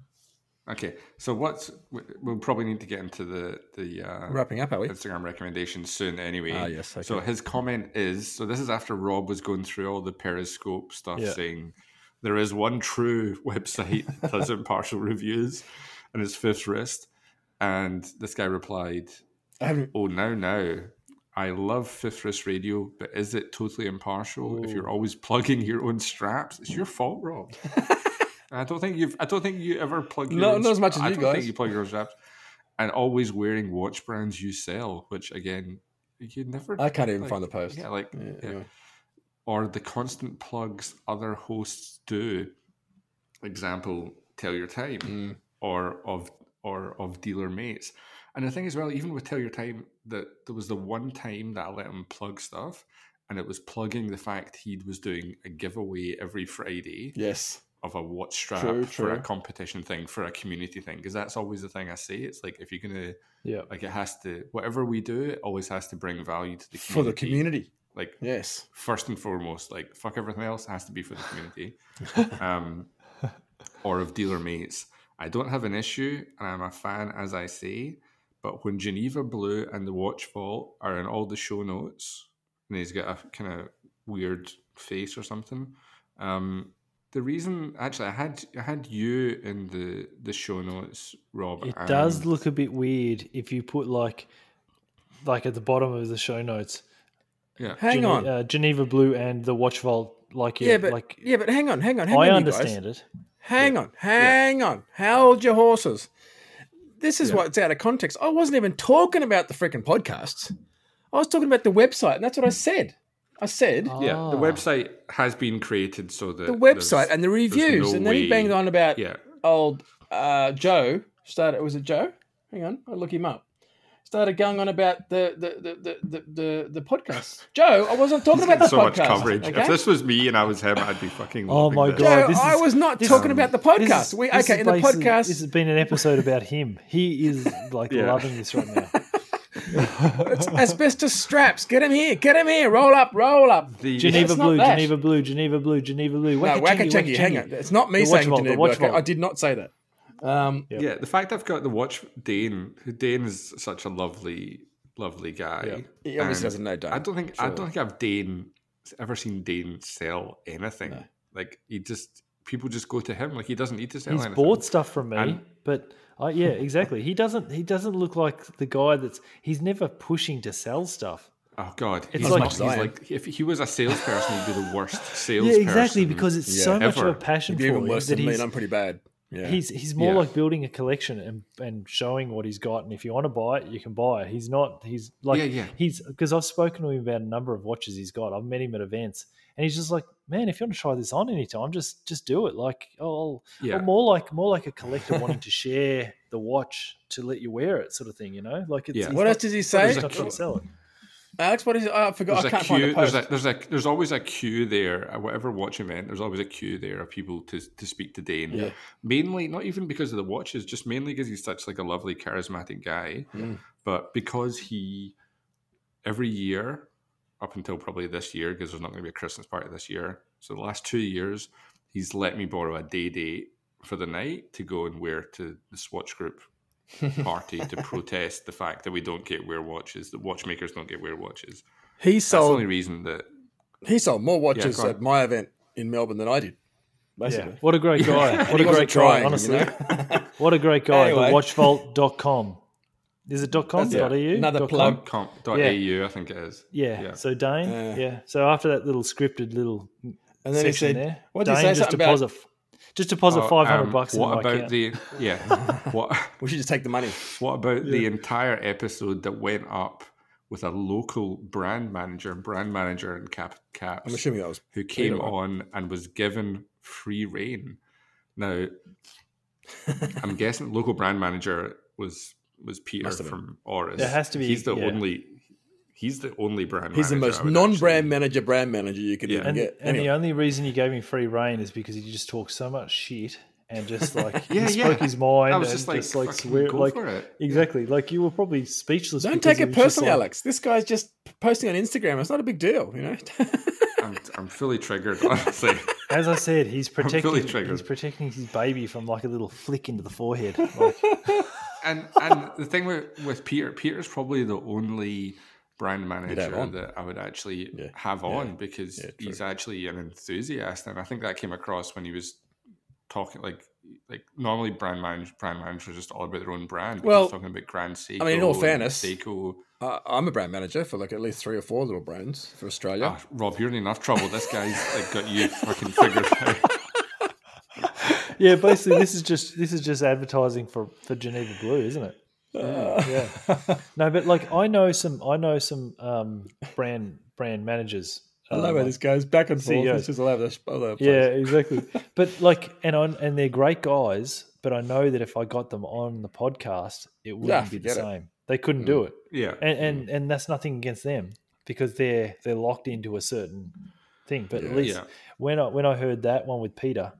S4: Okay, so what's we- we'll probably need to get into the the uh,
S3: Wrapping up, are we?
S4: Instagram recommendations soon anyway.
S3: Ah, yes, okay.
S4: So his comment is so this is after Rob was going through all the Periscope stuff
S2: Yeah.
S4: saying there is one true website that does impartial reviews and it's fifth wrist. And this guy replied,
S3: I haven't.
S4: Oh no no. I love fifth wrist radio, but is it totally impartial if you're always plugging your own straps? It's your fault, Rob. I don't think you've I don't think you ever plug your
S3: No,
S4: own
S3: not as much
S4: stra-
S3: as
S4: I
S3: you
S4: don't think
S3: guys.
S4: you plug your own straps. And always wearing watch brands you sell, which again you never
S3: I can't even
S4: like,
S3: find the post.
S4: yeah, like
S3: Yeah,
S4: yeah.
S3: anyway.
S4: or the constant plugs other hosts do. Example, tell your time
S3: Mm.
S4: or of or of dealer mates. And the thing as well, even with tell your time, that there was the one time that I let him plug stuff, and it was plugging the fact he was doing a giveaway every Friday
S3: Yes.
S4: of a watch strap
S3: True,
S4: for a
S3: true.
S4: competition thing for a community thing because that's always the thing I say. It's like if you're gonna
S2: Yeah.
S4: like it has to whatever we do, it always has to bring value to the community.
S3: For the community.
S4: like
S3: Yes.
S4: first and foremost. Like fuck everything else has to be for the community, um, or of dealer mates. I don't have an issue, and I'm a fan, as I say. But when Geneva Blue and the Watch Vault are in all the show notes, and he's got a kind of weird face or something. Um, the reason, actually, I had I had you in the the show notes, Rob.
S3: Um,
S2: It does
S4: and-
S2: look a bit weird if you put like, like at the bottom of the show notes.
S4: yeah.
S3: Hang
S2: Gene-
S3: on.
S2: uh, Geneva Blue and the Watch Vault. Like
S3: yeah, but
S2: like
S3: yeah, but hang on, hang on, hang
S2: I
S3: on, you guys.
S2: understand it.
S3: Hang on, hang on. Hold your horses. This is what's out of context. I wasn't even talking about the freaking podcasts. I was talking about the website, and that's what I said. I said
S4: Yeah,
S2: Ah.
S4: the website has been created so that
S3: the website
S4: there's-
S3: and the reviews,
S4: no
S3: and then he
S4: way-
S3: banged on about
S4: yeah,
S3: old uh, Joe started. Was it Joe? Hang on, I'll look him up. Started going on about the the the the the, the, the podcast. Joe, I wasn't talking about the
S4: so
S3: podcast.
S4: much coverage.
S3: okay?
S4: If this was me and I was him, I'd be fucking.
S2: Oh
S4: loving
S2: my
S4: this.
S2: God.
S3: Joe,
S2: this
S3: I
S2: is-
S3: was not
S2: this-
S3: talking about the
S2: This
S3: podcast.
S2: is-
S3: we
S2: this
S3: okay
S2: is
S3: in the
S2: basically-
S3: podcast.
S2: This has been an episode about him. He is like
S4: Yeah.
S2: loving this right now.
S3: It's asbestos straps. Get him here. Get him here. Roll up. Roll up.
S4: The-
S2: Geneva
S3: It's not
S2: blue,
S3: that.
S2: Geneva blue, Geneva blue, Geneva blue.
S3: No,
S2: Whack
S3: whack a checky. Hang on. It's not me
S2: The
S3: saying
S2: Watchmog, the
S3: Geneva Blue, okay?
S2: Watchmog.
S3: I did not say that. Um,
S2: Yeah.
S4: Yeah, the fact I've got the watch Dane, who Dane is such a lovely, lovely guy.
S2: Yeah.
S3: he obviously
S4: and
S3: doesn't know. Dave.
S4: I don't think I
S3: Sure.
S4: don't think I've Dane ever seen Dane sell anything.
S3: No.
S4: Like he just people just go to him. Like he doesn't need to sell
S2: He's
S4: anything.
S2: bought stuff from me,
S4: And-
S2: but I, yeah, exactly. He doesn't. He doesn't look like the guy that's. He's never pushing to sell stuff.
S4: Oh god,
S2: It's
S4: he's
S2: like-
S4: not- he's
S3: Zion.
S4: like if he was a salesperson, he'd be the worst
S2: Yeah,
S4: salesperson.
S2: exactly. Because it's so much of a
S4: ever.
S2: passion
S3: He'd
S2: for
S3: be even
S2: him
S3: worse
S2: that
S3: than me,
S2: he's,
S3: and I'm pretty bad. Yeah.
S2: he's he's more
S4: Yeah.
S2: like building a collection and and showing what he's got. And if you want to buy it, you can buy it. He's not. He's like
S4: Yeah, yeah.
S2: he's because I've spoken to him about a number of watches he's got. I've met him at events, and he's just like, man, if you want to try this on anytime, just just do it. Like, oh,
S4: yeah,
S2: Or more like more like a collector wanting to share the watch to let you wear it, sort of thing. You know, like it's,
S4: Yeah.
S2: he's
S3: What
S2: not-
S3: else does he
S2: he's
S3: say?
S4: There's
S2: not trying to sell it.
S3: Alex, what is it? Oh, I forgot.
S4: there's
S3: I
S4: a
S3: can't find the
S4: queue. There's
S3: post.
S4: a, there's a there's always a queue there at whatever watch event. There's always a queue there of people to to speak to Dane.
S3: Yeah.
S4: Mainly, not even because of the watches, just mainly because he's such like a lovely, charismatic guy.
S3: Mm.
S4: But because he every year up until probably this year, because there's not going to be a Christmas party this year. So the last two years, he's let me borrow a day date for the night to go and wear to the Swatch Group party to protest the fact that we don't get wear watches, that watchmakers don't get wear watches.
S3: he
S4: That's the
S3: sold.
S4: only reason that
S3: He sold more watches
S4: go on.
S3: at my event in Melbourne than I did.
S2: Yeah.
S3: Basically,
S2: What a great guy.
S3: And
S2: What
S3: he
S2: a great
S3: wasn't trying,
S2: guy,
S3: you
S2: honestly.
S3: know?
S2: What a great guy.
S3: Anyway.
S2: The watchvault.com. Is it dot .com?
S3: That's it.
S2: Dot .eu?
S3: Another
S2: Dot com?
S3: plug.
S4: um, comp.au, I think it is.
S2: Yeah.
S4: Yeah.
S2: So Dane,
S3: Yeah.
S2: yeah. So after that little scripted little
S3: and then he
S2: section
S3: said,
S2: there,
S3: what did
S2: Dane
S3: he say?
S2: just
S3: Something about
S2: deposit just deposit
S4: Oh,
S2: five hundred
S4: um,
S2: bucks in
S4: What
S2: my
S4: about
S2: account.
S4: the yeah? what
S3: we should just take the money.
S4: what about the entire episode that went up with a local brand manager, brand manager in cap
S3: I'm
S4: caps,
S3: assuming that was
S4: who came
S3: Peter, right?
S4: on and was given free reign. Now, I'm guessing local brand manager was was Peter
S3: Must have been.
S4: from Oris.
S2: There has to be,
S4: He's the
S2: yeah.
S4: only. He's the only brand.
S3: He's the
S4: manager
S3: most
S4: I would
S3: non-brand
S4: actually-
S3: manager, brand manager you could
S4: Yeah.
S3: even
S2: and,
S3: get.
S2: and
S3: Anyway.
S2: the only reason you gave me free reign is because he just talked so much shit and just like
S4: Yeah,
S2: he
S4: yeah.
S2: spoke his mind
S4: I was
S2: and
S4: just like,
S2: like
S4: fucking
S2: swear
S4: go
S2: like
S4: for it.
S2: exactly like you were probably speechless.
S3: Don't
S2: because
S3: take it
S2: was just
S3: personally,
S2: like-
S3: Alex. This guy's just posting on Instagram. It's not a big deal, you know.
S4: I'm, I'm fully triggered, honestly.
S2: As I said, he's protecting
S4: really triggered.
S2: he's protecting his baby from like a little flick into the forehead. Like,
S4: and and the thing with with Peter, Peter's probably the only brand manager
S3: on.
S4: that I would actually
S3: Yeah.
S4: have
S3: Yeah.
S4: on because
S3: Yeah, true.
S4: he's actually an enthusiast, and I think that came across when he was talking. Like like normally, brand manage, brand managers are just all about their own brand. but he was
S3: Well,
S4: talking about Grand Seiko.
S3: I mean, in all
S4: and
S3: fairness,
S4: Seiko.
S3: I I'm a brand manager for like at least three or four little brands for Australia.
S4: Ah, Rob, you're in enough trouble. This guy's like got you fucking figured out.
S2: yeah, basically this is just this is just advertising for for Geneva Blue, isn't it?
S3: Uh,
S2: Yeah. No, but like I know some I know some um, brand brand managers.
S3: I
S2: um,
S3: love how
S2: like-
S3: this goes back and forth.
S2: CEOs.
S3: This is all over the all over the place.
S2: Yeah, exactly. but like, and I and they're great guys, but I know that if I got them on the podcast, it wouldn't be the
S3: forget it. Hmm.
S2: same. They couldn't do it,
S4: Yeah,
S2: and and and that's nothing against them because they're they're locked into a certain thing. But
S3: Yeah.
S2: at least
S4: Yeah.
S2: when I when I heard that one with Peter,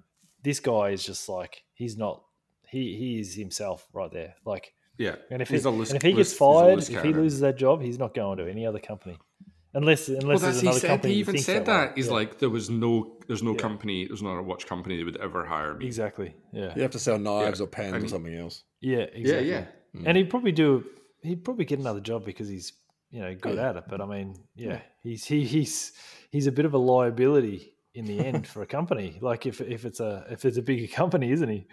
S2: this guy is just like he's not he he is himself right there. Like,
S4: yeah.
S2: and if
S4: He's
S2: he,
S4: a loose-
S2: and if he
S4: loose-
S2: gets
S4: he's a
S2: fired,
S4: loose
S2: if he
S4: cannon.
S2: loses that job, he's not going to any other company. Unless,
S4: Well,
S2: unless
S4: that's
S2: there's
S4: he
S2: another
S4: said.
S2: company
S4: He
S2: that
S4: even
S2: thinks
S4: said
S2: way.
S4: that. He's
S2: Yeah,
S4: like, there was no, there's no
S2: Yeah.
S4: company, there's not a watch company that would ever hire me.
S2: exactly, yeah,
S3: You have to sell knives
S4: Yeah.
S3: or pens
S4: And
S3: or
S4: he-
S3: something else.
S2: yeah, exactly.
S4: Yeah, Hmm. yeah.
S2: And he'd probably do. He'd probably get another job because he's you know good
S3: yeah.
S2: at it. But I mean, yeah, he's he, he's he's a bit of a liability in the end for a company. Like if if it's a if it's a bigger company, isn't he?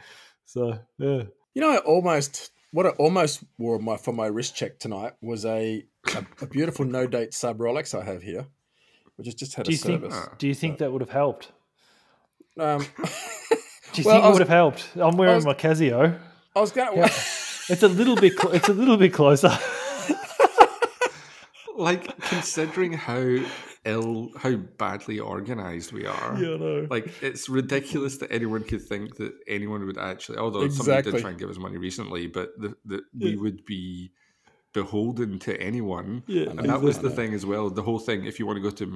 S2: So yeah,
S3: You know, I almost what I almost wore my for my wrist check tonight was a a, a beautiful no date sub Rolex I have here, which has just had
S2: do
S3: a
S2: you think
S3: service.
S2: do you think that would have helped?
S3: Um,
S2: Do you
S3: Well,
S2: think
S3: I
S2: it
S3: was-
S2: would have helped? I'm wearing
S3: was-
S2: my Casio.
S3: I was going. to
S2: It's a little bit. Cl- it's a little bit closer.
S4: like considering how ill, how badly organized we are.
S2: Yeah, I know.
S4: Like it's ridiculous that anyone could think that anyone would actually. Although somebody
S3: Exactly.
S4: did try and give us money recently, but the, the, we would be beholden to anyone.
S2: yeah,
S3: I
S4: And that was the
S3: Exactly.
S4: thing as well. The whole thing. If you want to go to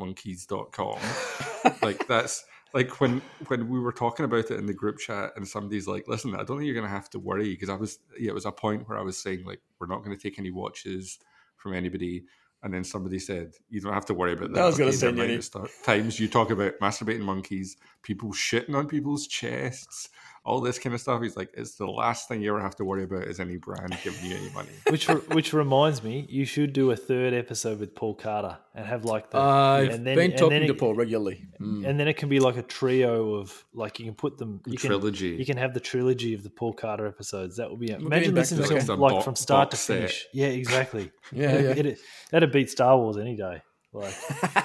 S4: masturbatingmonkeys.com, like that's like when when we were talking about it in the group chat, and somebody's like, "Listen, I don't think you're going to have to worry," because I was yeah, it was a point where I was saying like, "We're not going to take any watches from anybody." And then somebody said, "You don't have to worry about that."
S3: I was gonna
S4: okay,
S3: say,
S4: there might
S3: Nini.
S4: be st- Times you talk about masturbating monkeys, people shitting on people's chests, all this kind of stuff. He's like, "It's the last thing you ever have to worry about is any brand giving you any money."
S2: which re- which reminds me, you should do a third episode with Paul Carter and have like the
S3: I've
S2: and then-
S3: been
S2: and
S3: talking
S2: then
S3: to
S2: it-
S3: Paul regularly. Mm.
S2: and then it can be like a trio of like you can put them you can,
S4: Trilogy.
S2: You can have the trilogy of the Paul Carter episodes. That would be
S3: getting
S2: imagine
S3: back
S2: listening
S3: to
S2: to
S3: that.
S2: them,
S4: Like a
S2: like
S4: bo-
S2: from start to
S4: box set.
S2: finish. Yeah, exactly.
S3: Yeah, yeah.
S2: It, that'd beat Star Wars any day. Like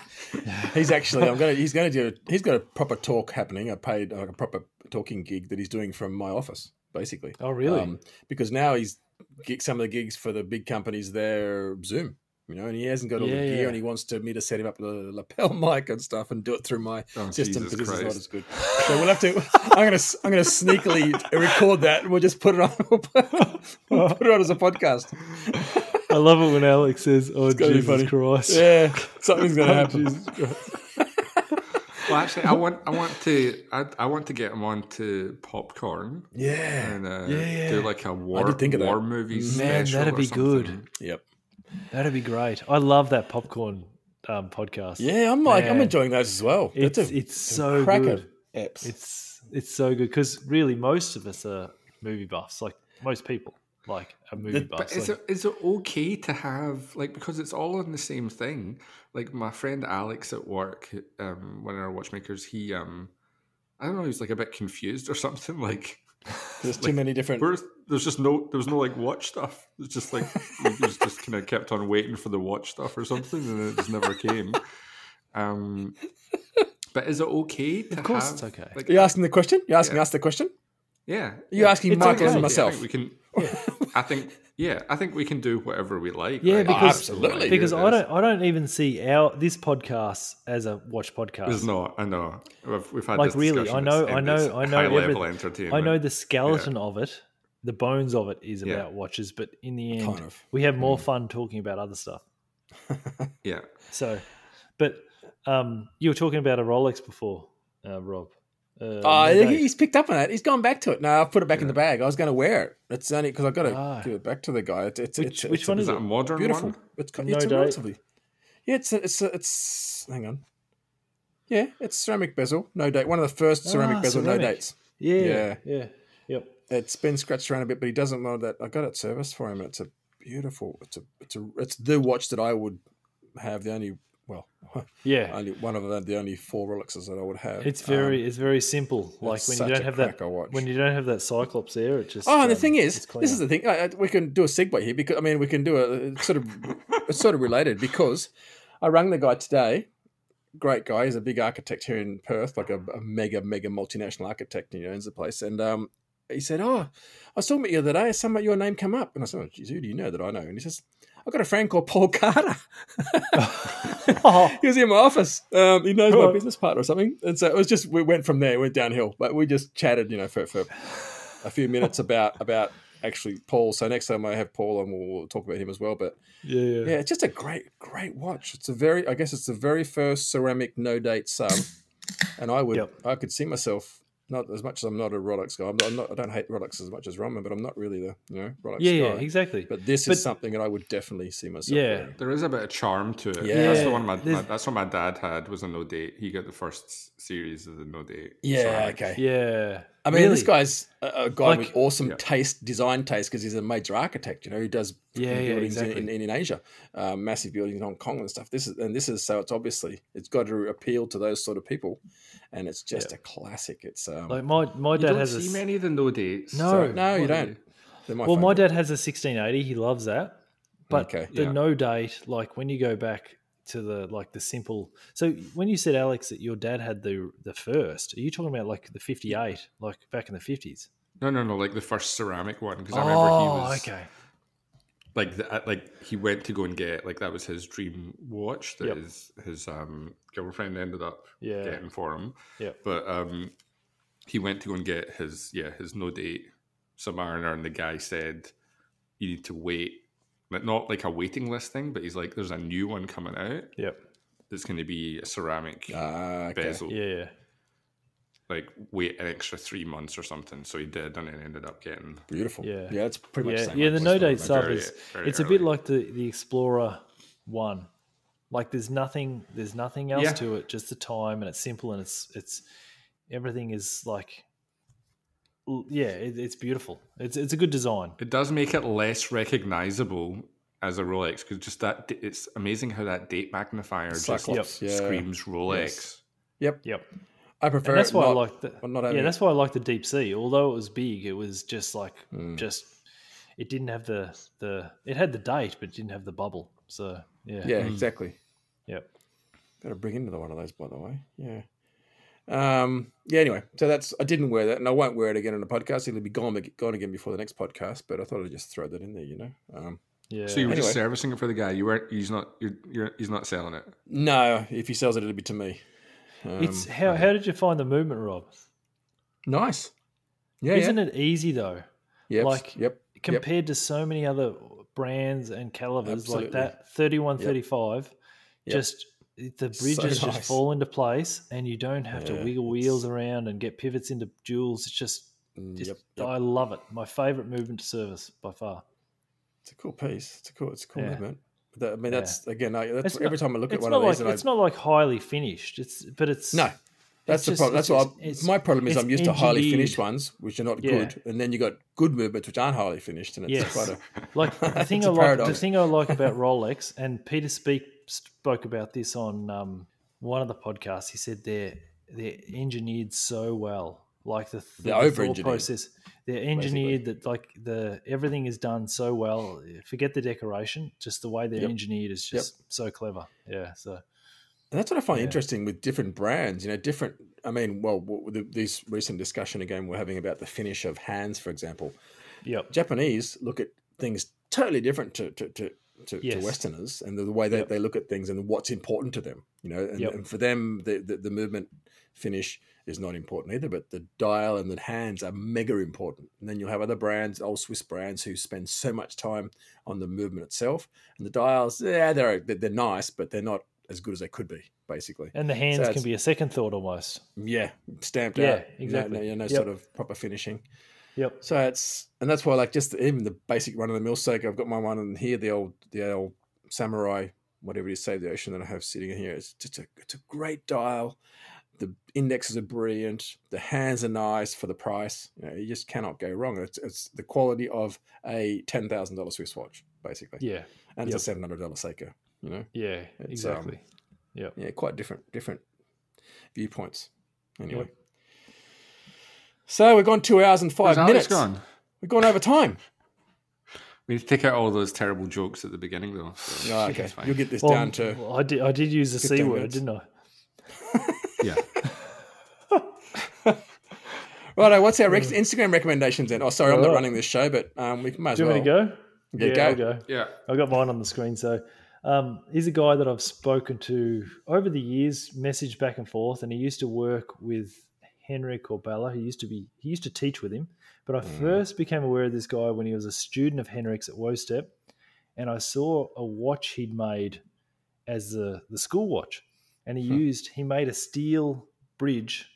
S3: He's actually, I'm gonna, he's gonna do, he's got a proper talk happening, a paid, like a proper talking gig that he's doing from my office, basically.
S2: oh really?
S3: Um, because now he's gig, some of the gigs for the big companies there Zoom, you know, and he hasn't got all
S2: Yeah,
S3: the gear,
S2: yeah.
S3: and he wants to me to set him up with a lapel mic and stuff, and do it through my
S4: Oh,
S3: system
S4: Jesus
S3: because this is not
S4: Christ.
S3: as good. So we'll have to. I'm gonna, s- I'm gonna sneakily record that, and we'll just put it on. We'll put, we'll put it on as a podcast.
S2: I love it when Alex says, "Oh
S3: gotta be
S2: Jesus
S3: funny.
S2: Christ."
S3: Yeah, something's gonna
S2: Oh,
S3: happen.
S2: Jesus Christ.
S4: Well, actually, I want I want to I, I want to get him on to popcorn
S3: Yeah.
S4: and uh,
S2: Yeah,
S4: do
S2: yeah.
S4: like a war
S3: think of that.
S4: war movies.
S2: Man, that'd be good.
S3: Yep.
S2: That'd be great. I love that popcorn um, podcast.
S3: Yeah, I'm like, I'm
S2: Man.
S3: enjoying those as well.
S2: it's
S3: That's a
S2: it's so
S3: cracker
S2: good.
S3: eps.
S2: It's it's so good because really most of us are movie buffs. Like most people, like a movie
S3: The- but
S2: buff.
S4: But is it is it okay to have like because it's all on the same thing? Like my friend Alex at work, um, one of our watchmakers, he um, I don't know, he was like a bit confused or something. Like
S3: There's too many different.
S4: Where's, there's just no, there was no like watch stuff. It's just like we was just kind of kept on waiting for the watch stuff or something, and it just never came. Um, but is it okay? To
S2: Of course
S4: have,
S2: it's okay.
S4: Like,
S3: Are you asking the question? You're asking
S4: Yeah.
S3: us the question?
S4: yeah,
S3: You're asking
S2: It's
S3: Michael
S2: okay.
S3: and
S4: I
S3: myself.
S4: think we can. I think yeah, I think we can do whatever we like.
S2: Yeah,
S4: right?
S2: because- Oh,
S3: absolutely.
S2: because I don't I don't even see our this podcast as a watch podcast.
S4: There's not. I know. We've, we've had
S2: Like,
S4: this
S2: really, I
S4: discussion.
S2: know-
S4: It's-
S2: I know-
S4: it's
S2: I know
S4: High level
S2: everyth-
S4: entertainment.
S2: I know the skeleton of it, the bones of it is
S4: Yeah.
S2: about watches, but in the end,
S3: Kind of. Mm.
S2: we have more fun talking about other stuff.
S4: Yeah,
S2: So, but um, you were talking about a Rolex before, uh, Rob. Uh,
S3: Oh,
S2: Monday.
S3: he's picked up on it. He's gone back to it. No, I've put it back in the bag. I was going to wear it. It's only because I've got to
S2: Ah.
S3: give it back to the guy. It's, it's,
S2: Which-
S3: it's,
S2: which
S3: it's
S2: one
S3: a
S4: is that a modern
S3: beautiful.
S4: one?
S3: It's,
S2: No
S3: it's a
S2: date.
S3: relatively. Yeah, it's a, it's a, it's. Hang on. Yeah, it's ceramic bezel, no date. One of the first ceramic
S2: Ah,
S3: bezel, no
S2: ceramic.
S3: dates.
S2: Yeah, yeah,
S3: Yeah.
S2: yep.
S3: It's been scratched around a bit, but he doesn't mind that. I got it serviced for him. It's a beautiful. It's a it's a it's the watch that I would have. The only well,
S2: Yeah,
S3: only one of the, the only four Rolexes that I would have.
S2: it's
S3: Um,
S2: very it's very simple. Like when you
S3: such
S2: don't
S3: a
S2: have that
S3: cracker watch.
S2: when you don't have that Cyclops there, it just
S3: Oh, and the
S2: um,
S3: thing
S2: it's
S3: is,
S2: cleaner.
S3: this is the thing. I, I, we can do a segue here because I mean, we can do a it's sort of it's sort of related because I rang the guy today. Great guy, he's a big architect here in Perth, like a, a mega mega multinational architect, and he owns the place. And um, he said, "Oh, I was talking about you the other day. Some your name come up." And I said, "Oh, geez, who do you know that I know?" And he says, "I've got a friend called Paul Carter."
S2: Oh,
S3: he was in my office. Um, he knows my
S2: Right.
S3: business partner or something. And so it was just we went from there, went downhill. But we just chatted, you know, for, for a few minutes about about actually Paul. So next time I have Paul, and we'll, we'll talk about him as well. But
S2: yeah, yeah.
S3: yeah, it's just a great great watch. It's a very I guess it's the very first ceramic no date sub, and I would
S2: Yep.
S3: I could see myself. Not as much as I'm not a Rolex guy. I'm not, I'm not. I don't hate Rolex as much as Roman, but I'm not really the you know Rolex
S2: yeah,
S3: guy.
S2: yeah, exactly.
S3: But this
S2: But-
S3: is something that I would definitely see myself.
S2: Yeah.
S3: wearing.
S4: there is a bit of charm to it.
S3: Yeah.
S4: that's the one. My, my
S2: There's-
S4: that's what my dad had was a no date. He got the first s- series of the no date.
S3: Yeah.
S4: ceramic.
S3: Okay.
S2: yeah,
S3: I mean,
S2: Really?
S3: this guy's a, a guy
S2: Like-
S3: with awesome
S4: Yeah.
S3: taste, design taste, because he's a major architect. You know, he does
S2: Yeah,
S3: freaking
S2: yeah,
S3: buildings in-
S2: exactly.
S3: in, in, in Asia, uh, massive buildings in Hong Kong and stuff. This is and this is so it's obviously it's got to appeal to those sort of people, and it's just a classic. It's um,
S2: Like my my
S4: You
S2: dad
S4: don't
S2: has a
S4: see
S2: s-
S4: many of the no dates.
S2: No.
S4: Sorry.
S3: no, you
S4: What are
S3: don't. They're my
S2: well, my
S3: favourite.
S2: dad has a 1680. He loves that. But
S3: Okay.
S2: the
S4: Yeah.
S2: no date, like when you go back to the like the simple. So when you said Alex that your dad had the the first, are you talking about like the 58, like back in the 50s?
S3: Oh,
S4: No, no, no. Like the first ceramic one, because I remember he was.
S2: okay.
S4: like the, uh, like he went to go and get like that was his dream watch that
S2: Yep.
S4: his his um girlfriend ended up
S2: Yeah.
S4: getting for him.
S2: Yep.
S4: But um he went to go and get his yeah, his no date submariner and the guy said you need to wait. Like not like a waiting list thing, but he's like there's a new one coming out
S2: Yep.
S4: that's gonna be a ceramic
S3: Ah, okay.
S4: bezel.
S2: Yeah.
S4: Like wait an extra three months or something. So he did and it ended up getting
S3: Beautiful.
S2: Yeah.
S3: Yeah, it's pretty much
S2: Yeah.
S3: the same
S2: Yeah, the
S3: like
S2: no
S3: Western
S2: date
S3: Road.
S2: stuff
S4: very-
S2: is
S4: very
S2: it's a bit
S4: early.
S2: like the the Explorer one. Like there's nothing there's nothing else
S4: Yeah.
S2: to it, just the time and it's simple and it's it's everything is like l- yeah, it, it's beautiful. It's it's a good design.
S4: It does make it less recognizable as a Rolex because just that it's amazing how that date magnifier just
S3: Cyclops. Yeah.
S4: screams Rolex.
S3: Yes. Yep.
S2: Yep.
S3: I prefer
S2: And that's
S3: it
S2: why I
S3: not-
S2: like the
S3: well, not
S2: yeah.
S3: having
S2: That's why I like the deep sea. Although it was big, it was just like
S3: Mm.
S2: just it didn't have the the it had the date, but it didn't have the bubble. So yeah,
S3: Yeah,
S4: Mm.
S3: exactly.
S2: Yep.
S3: Got to bring another one of those, by the way. Yeah. Um. Yeah. Anyway, so that's I didn't wear that, and I won't wear it again on the podcast. It'll be gone ag- gone again before the next podcast. But I thought I'd just throw that in there. You know. Um.
S2: yeah.
S4: So you were just
S3: Anyway.
S4: servicing it for the guy. You weren't. He's not. You're, you're, he's not selling it.
S3: No, if he sells it, it'll be to me. Um,
S2: it's how how did you find the movement, Rob?
S3: nice. Yeah.
S2: Isn't it easy though?
S3: Yep.
S2: like-
S3: Yep.
S2: compared to so many other brands and calibers
S3: Absolutely.
S2: like that 3135
S3: Yep.
S2: just the
S3: So
S2: bridges just
S3: nice.
S2: fall into place and you don't have to
S3: Yeah,
S2: wiggle
S3: it's-
S2: wheels around and get pivots into jewels it's just, just
S3: Mm, Yep. yep.
S2: i love it my favorite movement to service by far
S3: It's a cool piece. It's a cool. It's a cool
S2: Yeah.
S3: movement. But that, I mean,
S2: Yeah.
S3: that's again. I, that's
S2: It's
S3: every
S2: not-
S3: time I look at
S2: it's
S3: one
S2: not
S3: of
S2: like
S3: these, and I,
S2: it's not like highly finished it's but it's
S3: no, That's the
S2: just-
S3: problem.
S2: it's
S3: That's what
S2: just-
S3: I-
S2: it's-
S3: my problem is.
S2: it's
S3: I'm used to highly finished
S2: engineered.
S3: ones, which are not
S2: Yeah.
S3: good, and then you got good movements which aren't highly finished, and it's
S2: Yes.
S3: quite a
S2: Like the
S3: It's
S2: thing
S3: a
S2: I like, the
S3: paradox.
S2: thing I like about Rolex, and Peter Speak spoke about this on um, one of the podcasts. He said they're they're engineered so well, like the, th-
S3: They're
S2: the
S3: over-engineered,
S2: process. They're engineered that like the everything is done so well. Forget the decoration, just the way they're
S3: Yep.
S2: engineered is just so clever. Yeah, so
S3: And that's what I find
S2: Yeah.
S3: interesting with different brands. You know, different. I mean, well, w- with the- this recent discussion again we're having about the finish of hands, for example.
S2: yep,
S3: Japanese look at things totally different to to to, to, to
S2: Yes.
S3: Westerners and the, the way that
S2: Yep.
S3: they look at things and what's important to them. You know, and,
S2: Yep.
S3: and for them, the, the the movement finish is not important either, but the dial and the hands are mega important. And then you'll have other brands, old Swiss brands, who spend so much time on the movement itself and the dials. Yeah, they're they're they're nice, but they're not as good as they could be, basically.
S2: and the hands
S3: it's-
S2: can be a second thought almost.
S3: Yeah, stamped
S2: Yeah,
S3: out. No-
S2: exactly.
S3: No, no
S2: Yep.
S3: sort of proper finishing.
S2: Yep,
S3: So it's and that's why like just even the basic run of the mill steak. I've got my one in here, the old the old samurai, whatever it is, save the ocean that I have sitting in here. It's just a it's a great dial. The indexes are brilliant. The hands are nice for the price. You, know, you just cannot go wrong. It's it's the quality of a ten thousand dollar Swiss watch basically,
S2: yeah,
S3: and
S2: yep.
S3: it's a seven hundred dollar Seiko. You know,
S2: yeah,
S3: um,
S2: exactly. yep.
S3: yeah, quite different different viewpoints. Anyway.
S2: Yep.
S3: So we've gone two hours and five
S4: Where's Alex
S3: minutes.
S4: gone?
S3: We've gone over time.
S4: We need to take out all those terrible jokes at the beginning, though. So
S3: Oh,
S4: it's
S3: okay.
S4: fine.
S3: You'll get this
S2: Well,
S3: down to
S2: well, I did I did use the c
S3: 15
S2: word,
S3: minutes.
S2: didn't I?
S4: yeah.
S3: Right, what's our rec- Instagram recommendations then? Oh, sorry, I'm not
S2: Alright.
S3: running this show, but um, we might as
S2: Do you
S3: well.
S2: want me to go?
S3: Yeah,
S2: I'll
S3: go.
S2: go.
S4: Yeah.
S2: I've got mine on the screen. So um, he's a guy that I've spoken to over the years, messaged back and forth, and he used to work with Henry Corbella. He used to be he used to teach with him. But I
S3: Mm.
S2: first became aware of this guy when he was a student of Henrik's at Wostep, and I saw a watch he'd made as the, the school watch. And he
S3: Hmm.
S2: used he made a steel bridge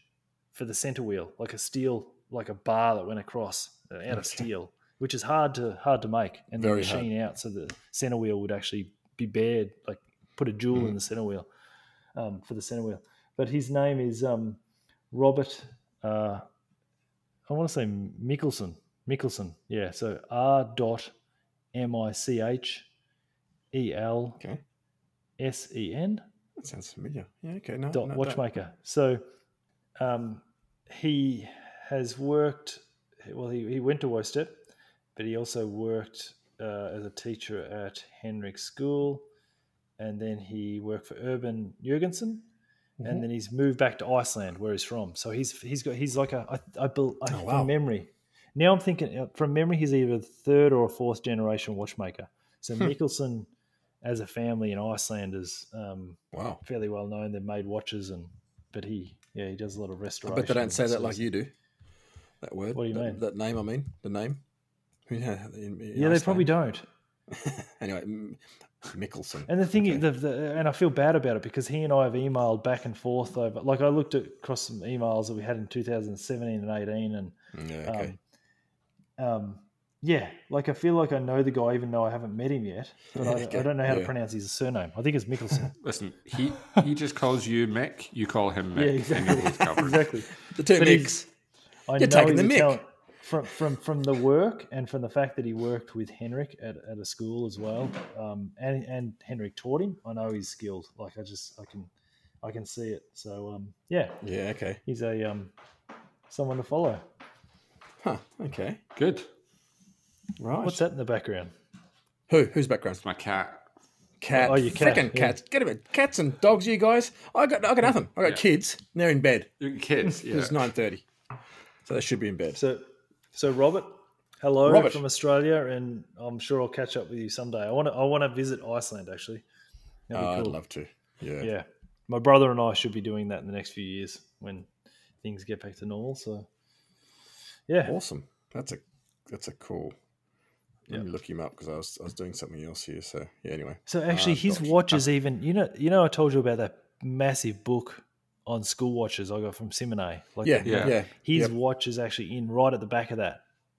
S2: for the center wheel, like a steel like a bar that went across uh, out of
S3: Okay.
S2: steel, which is hard to hard to make. And the
S3: Very hard.
S2: machine out so the center wheel would actually be bared, like put a jewel
S3: Mm.
S2: in the center wheel um, for the center wheel. But his name is um, Robert. Uh, I want to say Mickelson. Mickelson, yeah. So R dot M I C H E L
S3: Okay,
S2: S E N
S3: that sounds familiar. Yeah, okay, no.
S2: dot
S3: no, don't.
S2: watchmaker. So um, he has worked. Well, he, he went to Wostep, but he also worked uh, as a teacher at Henrik School, and then he worked for Urban Jurgensen,
S3: Mhm.
S2: and then he's moved back to Iceland, where he's from. So he's he's got he's like a I, I, bel- I
S3: Oh, wow.
S2: from memory. Now I'm thinking uh, from memory, he's either a third or a fourth generation watchmaker. So
S4: Hmm.
S2: Mickelson, as a family in Iceland, is um,
S3: Wow.
S2: fairly well known. They've made watches, and but he, yeah, he does a lot of
S3: I
S2: restoration.
S3: bet they don't
S2: and
S3: say that
S2: sort of-
S3: like you do. That word.
S2: What do you
S3: that,
S2: mean?
S3: That name, I mean. The name. Yeah, in- in
S2: Yeah, they
S3: Iceland.
S2: probably don't.
S3: anyway, M- Mickelson.
S2: And the thing
S3: Okay.
S2: is, the, the, and I feel bad about it because he and I have emailed back and forth over. Like I looked at across some emails that we had in 2017 and 18, and
S3: Yeah, okay.
S2: um, um, yeah, like I feel like I know the guy even though I haven't met him yet. But I,
S3: Okay,
S2: I don't know how
S3: yeah.
S2: to pronounce his surname. I think it's Mickelson.
S4: Listen, he he just calls you Mick. You call him Mick.
S2: yeah,
S4: and you're both
S2: exactly.
S4: covered.
S2: exactly.
S3: the two
S2: but
S3: Micks.
S2: he's- I
S3: You're taking the
S2: he's
S3: mick.
S2: Italian- From, from from the work and from the fact that he worked with Henrik at, at a school as well, um, and and Henrik taught him. I know he's skilled. Like I just I can I can see it. So um, yeah,
S3: Yeah, okay.
S2: he's a um, someone to follow.
S3: Huh, okay.
S4: Good.
S3: Right.
S2: What's that in the background?
S3: Who? Whose background?
S4: It's my cat.
S3: Cat.
S2: Oh, your cat,
S3: Frickin'
S2: yeah.
S3: cats. Get a bit. Cats and dogs, you guys. I got, I got nothing. I got
S4: Yeah.
S3: kids. and They're in bed.
S4: Your kids. Yeah.
S3: It's 9.30. So they should be in bed.
S2: So so Robert, hello
S3: Robert.
S2: from Australia, and I'm sure I'll catch up with you someday. I want to I want to visit Iceland actually. That'd
S3: Oh,
S2: be
S3: I'd
S2: cool.
S3: love to. Yeah.
S2: yeah, my brother and I should be doing that in the next few years when things get back to normal. So, yeah,
S3: Awesome. That's a that's a cool. Let
S2: Yeah.
S3: me look him up because I was, I was doing something else here. So yeah, anyway.
S2: So actually,
S3: Uh,
S2: his
S3: Dodge.
S2: watch is even you know you know I told you about that massive book on school watches I got from Simone. Like
S3: Yeah,
S2: the-
S3: yeah,
S4: Yeah.
S3: yeah.
S2: his
S3: Yep.
S2: watch is actually in right at the back of that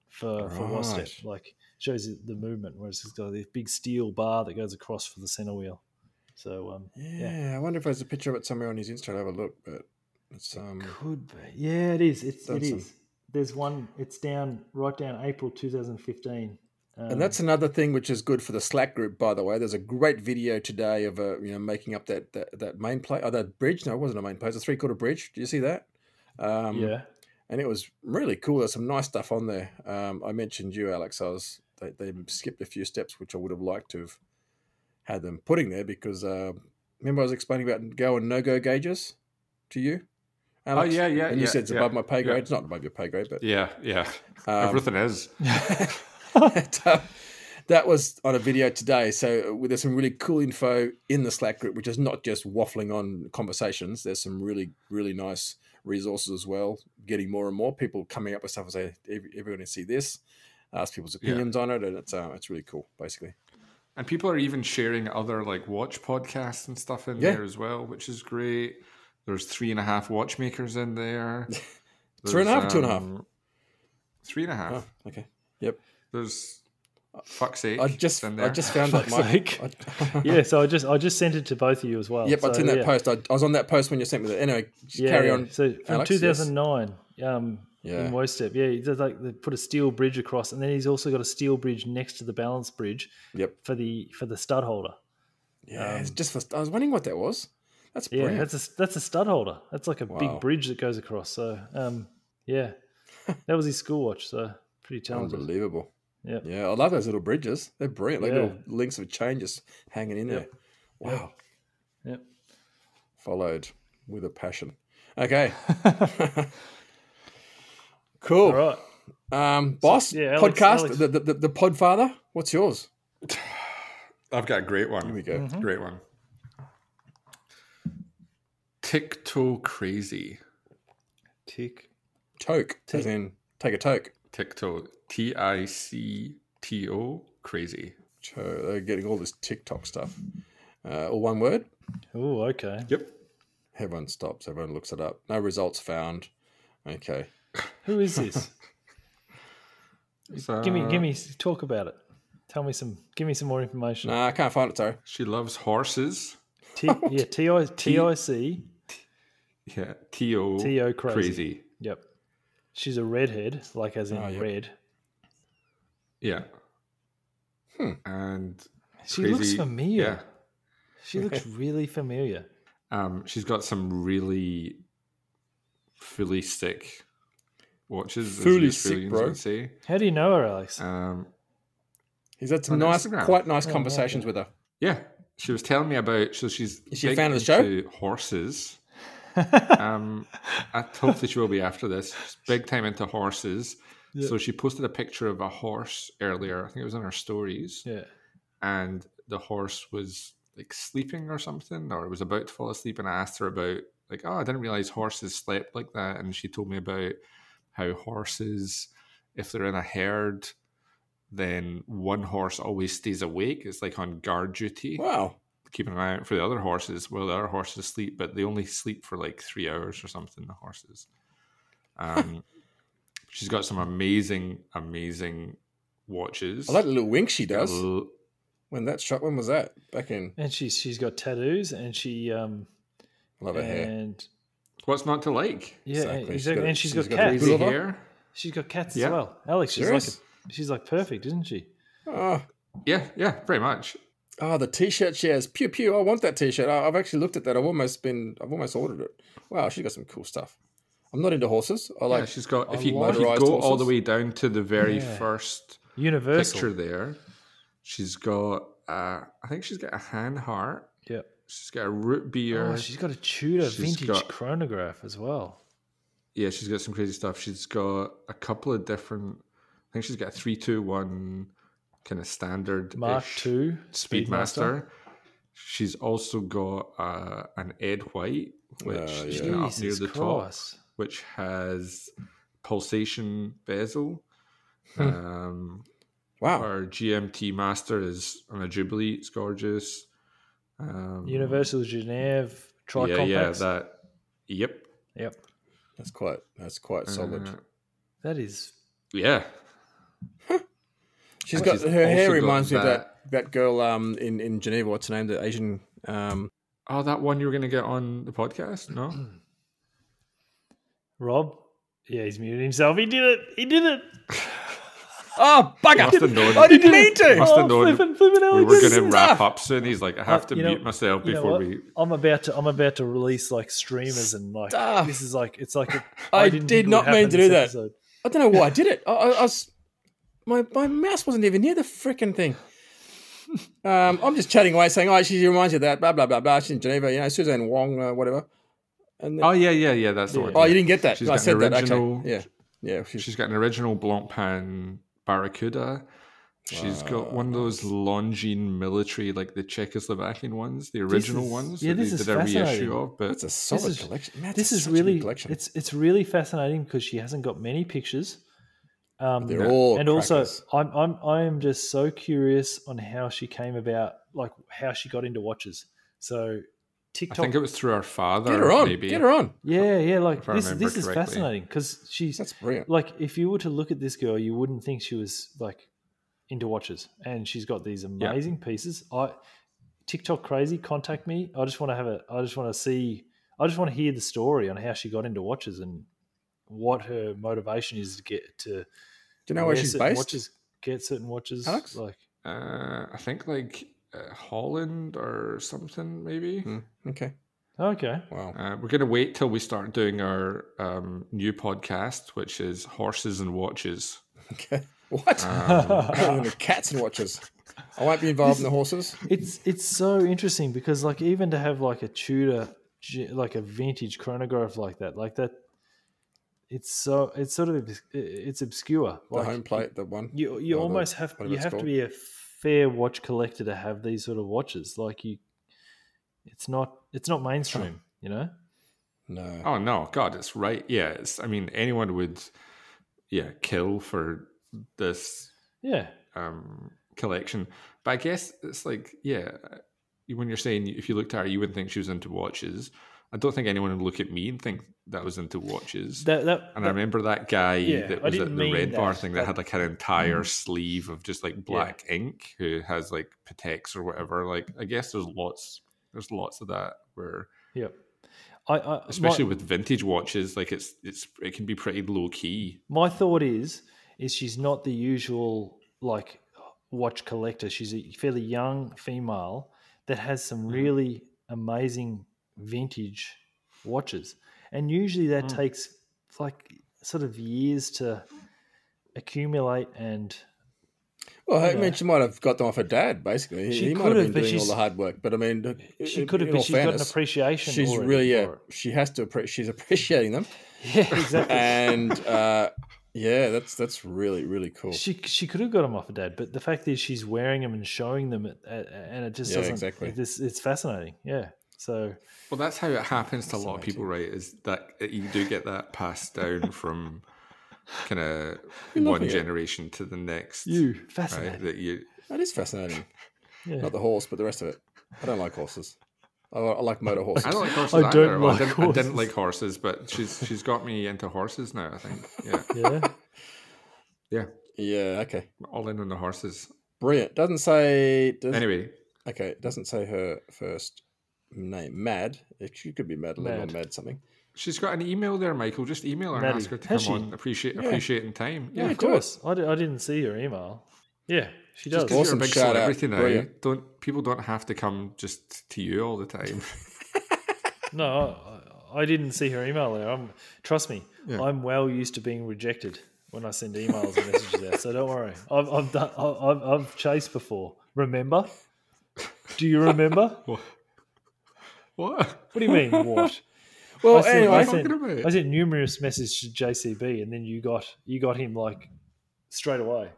S2: for for one step.
S3: Right.
S2: Like shows the movement, whereas he's got this big steel bar that goes across for the center wheel. So um, yeah.
S3: Yeah, I wonder if there's a picture of it somewhere on his Insta. I'll have a look, but it's um.
S2: could be yeah it is it's it
S3: Samsung.
S2: is. There's one. It's down right down April 2015. Um,
S3: And that's another thing which is good for the Slack group, by the way. There's a great video today of uh, you know making up that that, that main plate, oh, that bridge. No, it wasn't a main plate. It's a three quarter bridge. Did you see that? Um,
S2: yeah.
S3: and it was really cool. There's some nice stuff on there. Um, I mentioned you, Alex. I was they, they skipped a few steps, which I would have liked to have had them putting there because uh, remember I was explaining about go and no go gauges to you,
S4: Oh
S3: Alex.
S4: yeah, yeah.
S3: and
S4: yeah,
S3: you said it's
S4: yeah,
S3: above my pay grade.
S4: yeah.
S3: It's not above your pay grade, but
S4: Yeah, yeah.
S3: um,
S4: Everything is.
S3: that, um, that was on a video today. So uh, there's some really cool info in the Slack group, which is not just waffling on conversations. There's some really, really nice resources as well. Getting more and more people coming up with stuff and say, "Ev- everyone can see this. Ask people's
S4: Yeah.
S3: opinions on it, and it's uh, it's really cool, basically.
S4: And people are even sharing other like watch podcasts and stuff in
S3: Yeah.
S4: there as well, which is great. There's three and a half watchmakers in there.
S3: Three and a half or two and a half?
S4: There's, um, Three and a half.
S3: Oh, okay.
S4: There's uh, fuck's sake.
S3: I just
S4: it's in there.
S3: I just found that
S2: Fuck's
S3: Mike.
S2: sake.
S3: I-
S2: yeah, so I just I just sent it to both of you as well.
S3: Yep,
S2: so,
S3: I seen that
S2: yeah.
S3: post. I, I was on that post when you sent me that. Anyway, just
S2: Yeah,
S3: carry
S2: yeah.
S3: on.
S2: So from
S3: Alex, yes.
S2: 2009, um,
S3: Yeah.
S2: in Wostep, yeah, he does like they put a steel bridge across, and then he's also got a steel bridge next to the balance bridge
S3: Yep.
S2: for the for the stud holder.
S3: Yeah, it's
S2: Um,
S3: just for, I was wondering what that was. That's
S2: Yeah,
S3: brilliant.
S2: that's a that's a stud holder. That's like a
S3: Wow.
S2: big bridge that goes across. So um, yeah, that was his school watch. So pretty talented.
S3: Unbelievable.
S2: Yep.
S3: Yeah, I love those little bridges. They're brilliant. Like
S2: Yeah.
S3: little links of chain just hanging in
S2: Yep.
S3: there. Wow.
S2: Yep.
S3: Followed with a passion. Okay. cool.
S2: All right.
S3: Um, boss,
S2: yeah, Alex-
S3: podcast,
S2: Alex.
S3: The, the, the, the Podfather. What's yours?
S4: I've got a great one.
S3: Here we go.
S2: Mm.
S4: Great one. Tic-toe crazy.
S2: Tick.
S3: Toke, as
S2: Take-
S3: in take a toke.
S4: Tic-toe. T I C T O crazy.
S3: So they're getting all this TikTok stuff. Uh, all one word.
S2: Oh, okay.
S4: Yep.
S3: Everyone stops. Everyone looks it up. No results found. Okay.
S2: Who is this?
S4: uh,
S2: give me, give me, talk about it. Tell me some, give me some more information.
S3: Nah, I can't find it. Sorry.
S4: She loves horses.
S2: T, yeah, T I T I C.
S4: Yeah. T O
S2: T.O. crazy.
S4: crazy.
S2: Yep. She's a redhead, like as in
S3: Oh, yep.
S2: red.
S4: Yeah.
S3: Hmm.
S4: And
S2: She
S4: crazy.
S2: looks familiar.
S4: Yeah.
S2: She looks really familiar.
S4: Um, she's got some really fully sick watches. as you
S3: Fully sick,
S4: Australians
S3: bro.
S4: would say.
S2: How do you know her, Alex?
S4: Um,
S3: He's had some
S4: On
S3: nice,
S4: Instagram.
S3: quite nice
S2: Oh,
S3: conversations with her.
S4: yeah, she was telling me about. So she's
S3: Is she a
S4: big
S3: fan of the show?
S4: into Horses. um, I, hopefully she will be after this. She's big time into horses.
S2: Yeah.
S4: So she posted a picture of a horse earlier. I think it was on her stories,
S2: Yeah.
S4: and the horse was like sleeping or something, or it was about to fall asleep. And I asked her about like, oh, I didn't realize horses slept like that, and she told me about how horses, if they're in a herd, then one horse always stays awake. It's like on guard duty
S3: Wow.
S4: keeping an eye out for the other horses while the other horses sleep, but they only sleep for like three hours or something, the horses. Um, she's got some amazing, amazing watches.
S3: I like the little wink she does.
S4: L-
S3: When that shot, when was that? Back in.
S2: And she's she's got tattoos and she um
S3: Love her hair.
S2: and
S4: What's not to like?
S2: yeah
S3: Exactly.
S2: and-
S3: She's
S2: exactly.
S3: got-
S2: and she's
S3: she's
S2: got
S3: got
S2: cats.
S4: Easy
S3: Pullover?
S4: hair.
S2: She's got cats
S4: Yeah.
S2: as well. Alex, she's like
S3: Serious?
S2: a, she's like perfect, isn't she?
S3: Ah,
S4: Yeah, yeah, pretty much.
S3: ah, the t-shirt she has. Pew pew. I want that t-shirt. I, I've actually looked at that. I've almost been. I've almost ordered it. Wow, she's got some cool stuff. I'm not into horses. I
S4: yeah,
S3: like.
S4: she's got. If
S3: on
S4: you, if you go
S3: motorized
S4: all the
S3: horses.
S4: way down to the very
S2: Yeah.
S4: first
S2: Universal.
S4: picture there, she's got. Uh, I think she's got a hand heart.
S2: Yeah.
S4: She's got a root beer.
S2: Oh, she's got a Tudor
S4: She's
S2: vintage
S4: got-
S2: chronograph as well.
S4: yeah, she's got some crazy stuff. She's got a couple of different. I think she's got a three-two-one kind of standard
S2: Mark II Speedmaster.
S4: Speedmaster. She's also got uh, an Ed White, which
S3: Ah,
S4: is
S3: yeah.
S4: kinda up near
S2: Jesus
S4: the top,
S2: Christ.
S4: which has pulsation bezel.
S3: Hmm.
S4: um,
S2: Oh.
S3: wow.
S4: our GMT Master is on a Jubilee. It's gorgeous. Um,
S2: Universal Geneve tri
S4: Yeah, yeah, that. Yep.
S2: yep.
S3: That's quite. That's quite solid.
S4: Uh,
S2: That is
S4: yeah,
S3: She's
S4: And
S3: got
S4: she's
S3: her hair
S4: also got
S3: reminds me of that that girl um in in Geneva. What's her name? The Asian. Um,
S4: Oh, that one you were going to get on the podcast? No.
S2: Rob. Yeah, he's muted himself. He did it. He did it.
S3: oh bugger!
S4: Must have known.
S3: I didn't mean to.
S4: Must have
S2: oh,
S4: known.
S2: flipping, flipping
S4: we
S2: Alex.
S4: were going to
S3: Stuff.
S4: wrap up soon. He's like, I have
S2: Uh,
S4: to
S2: you know-
S4: mute myself
S2: you know
S4: before
S2: what?
S4: we.
S2: I'm about to. I'm about to release like streamers and like
S3: Stuff.
S2: this is like it's like. I
S3: I
S2: didn't think
S3: did
S2: it would
S3: not mean
S2: happen
S3: to
S2: this
S3: do that.
S2: episode.
S3: I don't know why I did it. I, I, I was, my my mouse wasn't even near the freaking thing. Um, I'm just chatting away, saying, "Oh, she reminds you of that." Blah blah blah blah. She's in Geneva, you know, Suzanne Wong, uh, whatever. And then,
S4: Oh yeah, yeah, yeah. That's the one.
S3: oh, you didn't get that.
S4: She's
S3: I
S4: got an
S3: said that.
S4: original-
S3: Okay. Yeah, yeah. She's,
S4: She's got an original Blancpain Barracuda. She's got one of those Longines military, like the Czechoslovakian ones, the original
S2: is-
S4: ones.
S2: yeah,
S4: that
S2: this
S4: they
S2: is
S4: did a
S2: fascinating.
S4: reissue of. But
S3: that's a solid
S2: is-
S3: collection. Man,
S2: This
S3: that's
S2: is
S3: such a good
S2: really.
S3: collection.
S2: It's it's really fascinating because she hasn't got many pictures. Um,
S3: They're all
S2: and also
S3: crackers.
S2: I'm I'm I am just so curious on how she came about, like how she got into watches. So
S4: I
S2: TikTok,
S4: think it was through her father.
S3: get her on.
S4: Maybe.
S3: Get her on.
S2: yeah, yeah, like
S4: I
S2: this
S4: remember
S2: this is
S4: correctly.
S2: fascinating because she's
S3: That's brilliant.
S2: like if you were to look at this girl, you wouldn't think she was like into watches, and she's got these amazing pieces. I TikTok crazy, contact me. I just want to have a. I just want to see. I just want to hear the story on how she got into watches and what her motivation is to get to
S3: Do you know where
S2: wear
S3: she's
S2: certain
S3: based?
S2: Watches, get certain watches,
S3: Alex?
S2: like
S4: Uh, I think like uh, Holland or something. Maybe.
S3: Hmm, Okay.
S2: okay,
S3: Wow.
S4: Uh, we're going to wait till we start doing our um, new podcast, which is horses and watches.
S3: Okay. What?
S4: Um,
S3: Other than cats and watches. I won't be involved in the horses.
S2: it's it's so interesting because like even to have like a Tudor, ge- like a vintage chronograph like that, like that, it's so it's sort of obs- it's obscure.
S3: The
S2: Like
S3: home plate, the one.
S2: you you
S3: or the-
S2: almost have
S3: whatever
S2: you
S3: it's
S2: have to
S3: called.
S2: be a fair watch collector to have these sort of watches. Like you, it's not it's not mainstream. You know,
S3: No.
S4: oh no, God, it's right. Yeah, it's, I mean, anyone would, yeah, kill for this
S2: yeah,
S4: um, collection. But I guess it's like, yeah, you- when you're saying if you looked at her, you wouldn't think she was into watches. I don't think anyone would look at me and think that was into watches.
S2: that that,
S4: and I
S2: that-
S4: remember that guy
S2: Yeah,
S4: that
S2: I
S4: was
S2: didn't
S4: at the
S2: mean
S4: red bar
S2: that, Mm.
S4: thing that
S2: but-
S4: had like an entire sleeve of just like black ink who has like Patex or whatever. Like I guess there's lots there's lots of that where
S2: yep. I, I
S4: especially
S2: Uh, my,
S4: with vintage watches, like it's it's it can be pretty low key.
S2: my thought is is she's not the usual like watch collector. She's a fairly young female that has some
S3: Hmm.
S2: really amazing vintage watches, and usually that
S3: Hmm.
S2: takes like sort of years to accumulate and
S3: Well, I
S2: Yeah.
S3: mean, she might have got them off her dad, basically.
S2: She
S3: She he might
S2: could
S3: have
S2: have,
S3: been
S2: but
S3: doing all
S2: she's-
S3: the hard work. But I mean, look,
S2: She
S3: in-
S2: could have,
S3: in
S2: but
S3: all
S2: she's got an
S3: fairness,
S2: appreciation.
S3: She's
S2: already
S3: really,
S2: for
S3: yeah,
S2: it.
S3: she has to appreciate. She's appreciating them,
S2: yeah, exactly.
S3: and uh, Yeah, that's that's really really cool.
S2: She she could have got them off her dad, but the fact is she's wearing them and showing them, at, at, and it just
S3: Yeah,
S2: doesn't.
S3: exactly.
S2: This it's fascinating. Yeah. So
S4: Well, that's how it happens to a
S3: That's
S4: lot of people, right? Is that you do get that passed down from kind of
S3: We love
S4: one
S3: it.
S4: generation to the next. right?
S2: fascinating.
S4: That you
S3: That is fascinating.
S2: Yeah.
S3: Not the horse, but the rest of it. I don't like horses. I, I like motor horses.
S4: I don't like horses.
S2: I don't
S4: either.
S2: like
S4: I, didn't, I
S2: horses.
S4: didn't like horses, but she's she's got me into horses now. I think. Yeah,
S2: yeah.
S3: yeah. Okay.
S4: all in on the horses.
S3: Brilliant. Doesn't say. Does,
S4: Anyway,
S3: Okay. it Doesn't say her first name. Mad. It- She could be Madeline
S2: Mad.
S3: or Mad something.
S4: she's got an email there, Michael. Just email her
S2: Maddie,
S4: and ask her to come
S2: has she?
S4: on. Appreciate
S3: Yeah.
S4: appreciating time. Yeah,
S3: Yeah,
S2: Of
S3: do it.
S2: course. I, di- I didn't see your email. Yeah, she does.
S4: Just 'cause
S3: Awesome
S4: you're a big
S3: shout out.
S4: celebrity now,
S3: Brilliant.
S4: don't people don't have to come just to you all the time.
S2: No, I, I didn't see her email there. I'm, trust me,
S4: Yeah.
S2: I'm well used to being rejected when I send emails and messages out. So don't worry. I've I've done I've, I've- I've chased before. Remember? Do you remember?
S4: what? What?
S2: What do you mean? What?
S3: Well,
S2: I sent,
S3: anyway,
S2: I
S4: What are you
S2: sent,
S4: talking about?
S2: I sent numerous messages to JCB, and then you got you got him like straight away.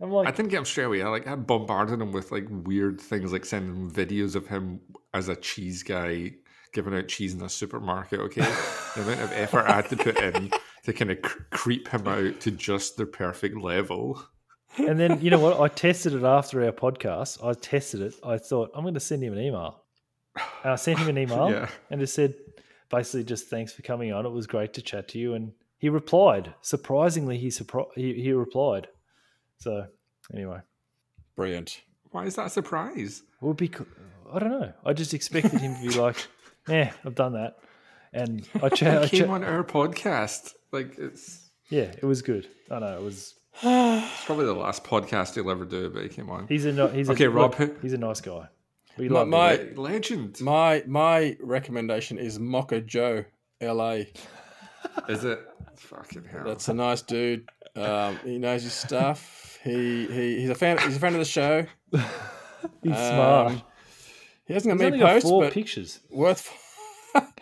S2: I'm like,
S4: I didn't get him straight away. I like I bombarded him with like weird things, like sending him videos of him as a cheese guy giving out cheese in a supermarket. Okay, the amount of effort I had to put in to kind of cr- creep him out to just the perfect level.
S2: And then you know what? I tested it after our podcast. I tested it. I thought I'm going to send him an email. And I sent him an email
S4: Yeah.
S2: and it said basically just thanks for coming on. It was great to chat to you. And he replied. Surprisingly, he surpri- he, he replied. So anyway,
S3: brilliant.
S4: Why is that a surprise?
S2: it would be. co- I don't know. I just expected him to be like, "Yeah, I've done that," and I, ch- I
S4: He
S2: ch-
S4: came on our podcast. Like it's,
S2: yeah, it was good. I know it was.
S4: it's probably the last podcast he'll ever do, but he came on.
S2: He's a no, he's
S4: Okay,
S2: a,
S4: Rob,
S2: look, he's a nice guy. We
S3: My,
S2: love him.
S3: my
S4: Legend,
S3: my my recommendation is Mocha Joe, L.A.
S4: is it? Fucking hell.
S3: That's a nice dude. Um, he knows his stuff. He, he he's a fan. He's a fan of the show.
S2: He's smart.
S3: Um, He hasn't got
S2: He's only
S3: many
S2: got
S3: posts,
S2: four
S3: but
S2: pictures.
S3: worth.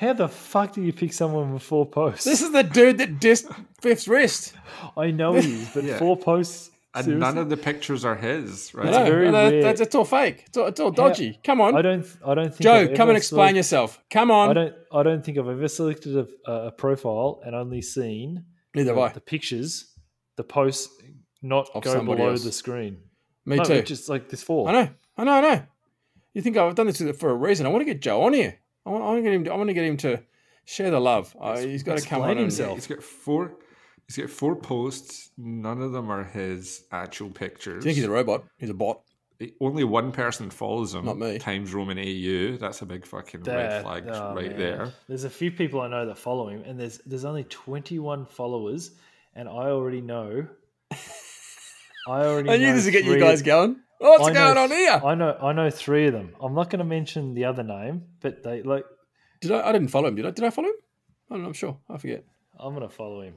S2: How the fuck do you pick someone with four posts?
S3: This is the dude that dissed Fifth's wrist.
S2: I know he is, but
S4: Yeah.
S2: four posts.
S4: and
S2: seriously?
S4: none of the pictures are his, right?
S2: That's
S3: No,
S2: very
S3: no,
S2: rare.
S3: That's, it's all fake. It's all, it's all dodgy. Come
S2: I
S3: on,
S2: don't. I don't think. I've
S3: Joe.
S2: ever
S3: Come and explain
S2: select-
S3: yourself. Come
S2: I
S3: on.
S2: don't. I don't think I've ever selected a, a profile and only seen
S3: Neither have
S2: the,
S3: I.
S2: the pictures, the posts not
S3: Of
S2: go
S3: somebody
S2: below
S3: else.
S2: the screen.
S3: Me
S2: no,
S3: too.
S2: it's Just like this four.
S3: I know. I know. I know. You think I've done this for a reason? I want to get Joe on here. I want. I want to get him. I want to get him to share the love. Uh, he's got to come
S2: explain
S3: on and-
S2: himself.
S4: He's got four. He's got four posts. None of them are his actual pictures.
S3: Do you think he's a robot? He's a bot.
S4: Only one person follows him.
S3: Not me.
S4: Times Roman AU. That's a big fucking
S2: That-
S4: red flag
S2: oh,
S4: right
S2: man.
S4: there.
S2: There's a few people I know that follow him, and there's there's only 21 followers, and I already know. I already.
S3: I knew
S2: know
S3: this would get you
S2: three
S3: guys
S2: of-
S3: going. Oh, What's
S2: I know
S3: going on
S2: th-
S3: here?
S2: I know. I know three of them. I'm not going to mention the other name, but they like.
S3: Did I? I didn't follow him. Did I? Did I follow him? I don't know. I'm sure. I forget.
S2: I'm going to follow him.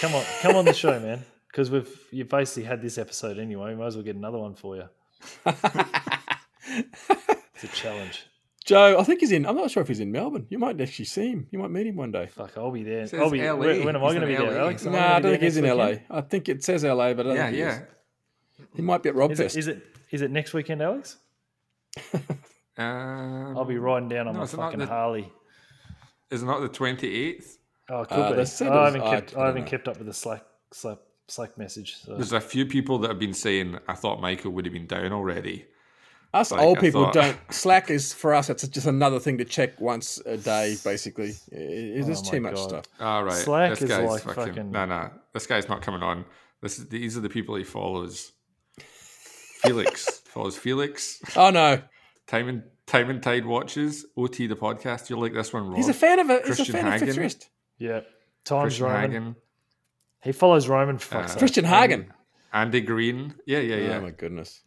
S2: Come on, come on the show, man. Because we've you basically had this episode anyway. We might as well get another one for you. It's a challenge.
S3: Joe, I think he's in. I'm not sure if he's in Melbourne. You might actually see him. You might meet him one day.
S2: Fuck, I'll be there.
S4: says
S2: I'll be.
S4: LA.
S2: When, when am I
S4: E. He's
S2: going to
S4: in
S2: be there,
S4: LA.
S2: Alex?
S3: No,
S2: Am
S3: I
S2: gonna be
S3: don't think
S2: there
S3: he's in
S2: next
S3: LA.
S2: weekend?
S3: I think it says LA, but I don't
S4: Yeah,
S3: think he
S4: yeah.
S3: is. He might be at
S2: Is it,
S3: Robfest.
S2: is it is it next weekend, Alex?
S4: Um,
S2: I'll be riding down on
S4: No,
S2: my
S4: it's not
S2: fucking
S4: the-
S2: Harley.
S4: Is it not the twenty eighth?
S2: Oh, it could
S3: Uh,
S2: be.
S3: they said it
S2: I
S3: was-
S2: haven't
S3: I-
S2: kept.
S3: I
S2: I,
S3: don't
S2: haven't
S3: know.
S2: kept up with the Slack Slack Slack message. So.
S4: There's a few people that have been saying I thought Michael would have been down already.
S3: Us
S4: Like,
S3: old
S4: I
S3: people
S4: thought-
S3: don't. Slack is for us. It's just another thing to check once a day, basically. It- it- There's
S2: Oh my
S3: too much
S2: God.
S3: stuff.
S4: All Ah, right.
S2: Slack
S4: this
S2: is
S4: guy's
S2: like fucking-
S4: fucking. No, no. This guy's not coming on. This is, these are the people he follows. Felix follows Felix.
S3: Oh no,
S4: Time and Time and Tide watches OT the podcast. You'll like this one, Rob.
S3: he's a fan of a. He's a
S4: Christian
S3: fan of Fifth
S4: Hagen.
S3: Wrist.
S2: yeah, times
S4: Christian
S2: Roman.
S4: Hagen.
S2: He follows Roman. For fuck's
S4: Uh,
S2: sake.
S3: Christian Hagen.
S4: Andy Green. Yeah, yeah, yeah.
S3: Oh my goodness.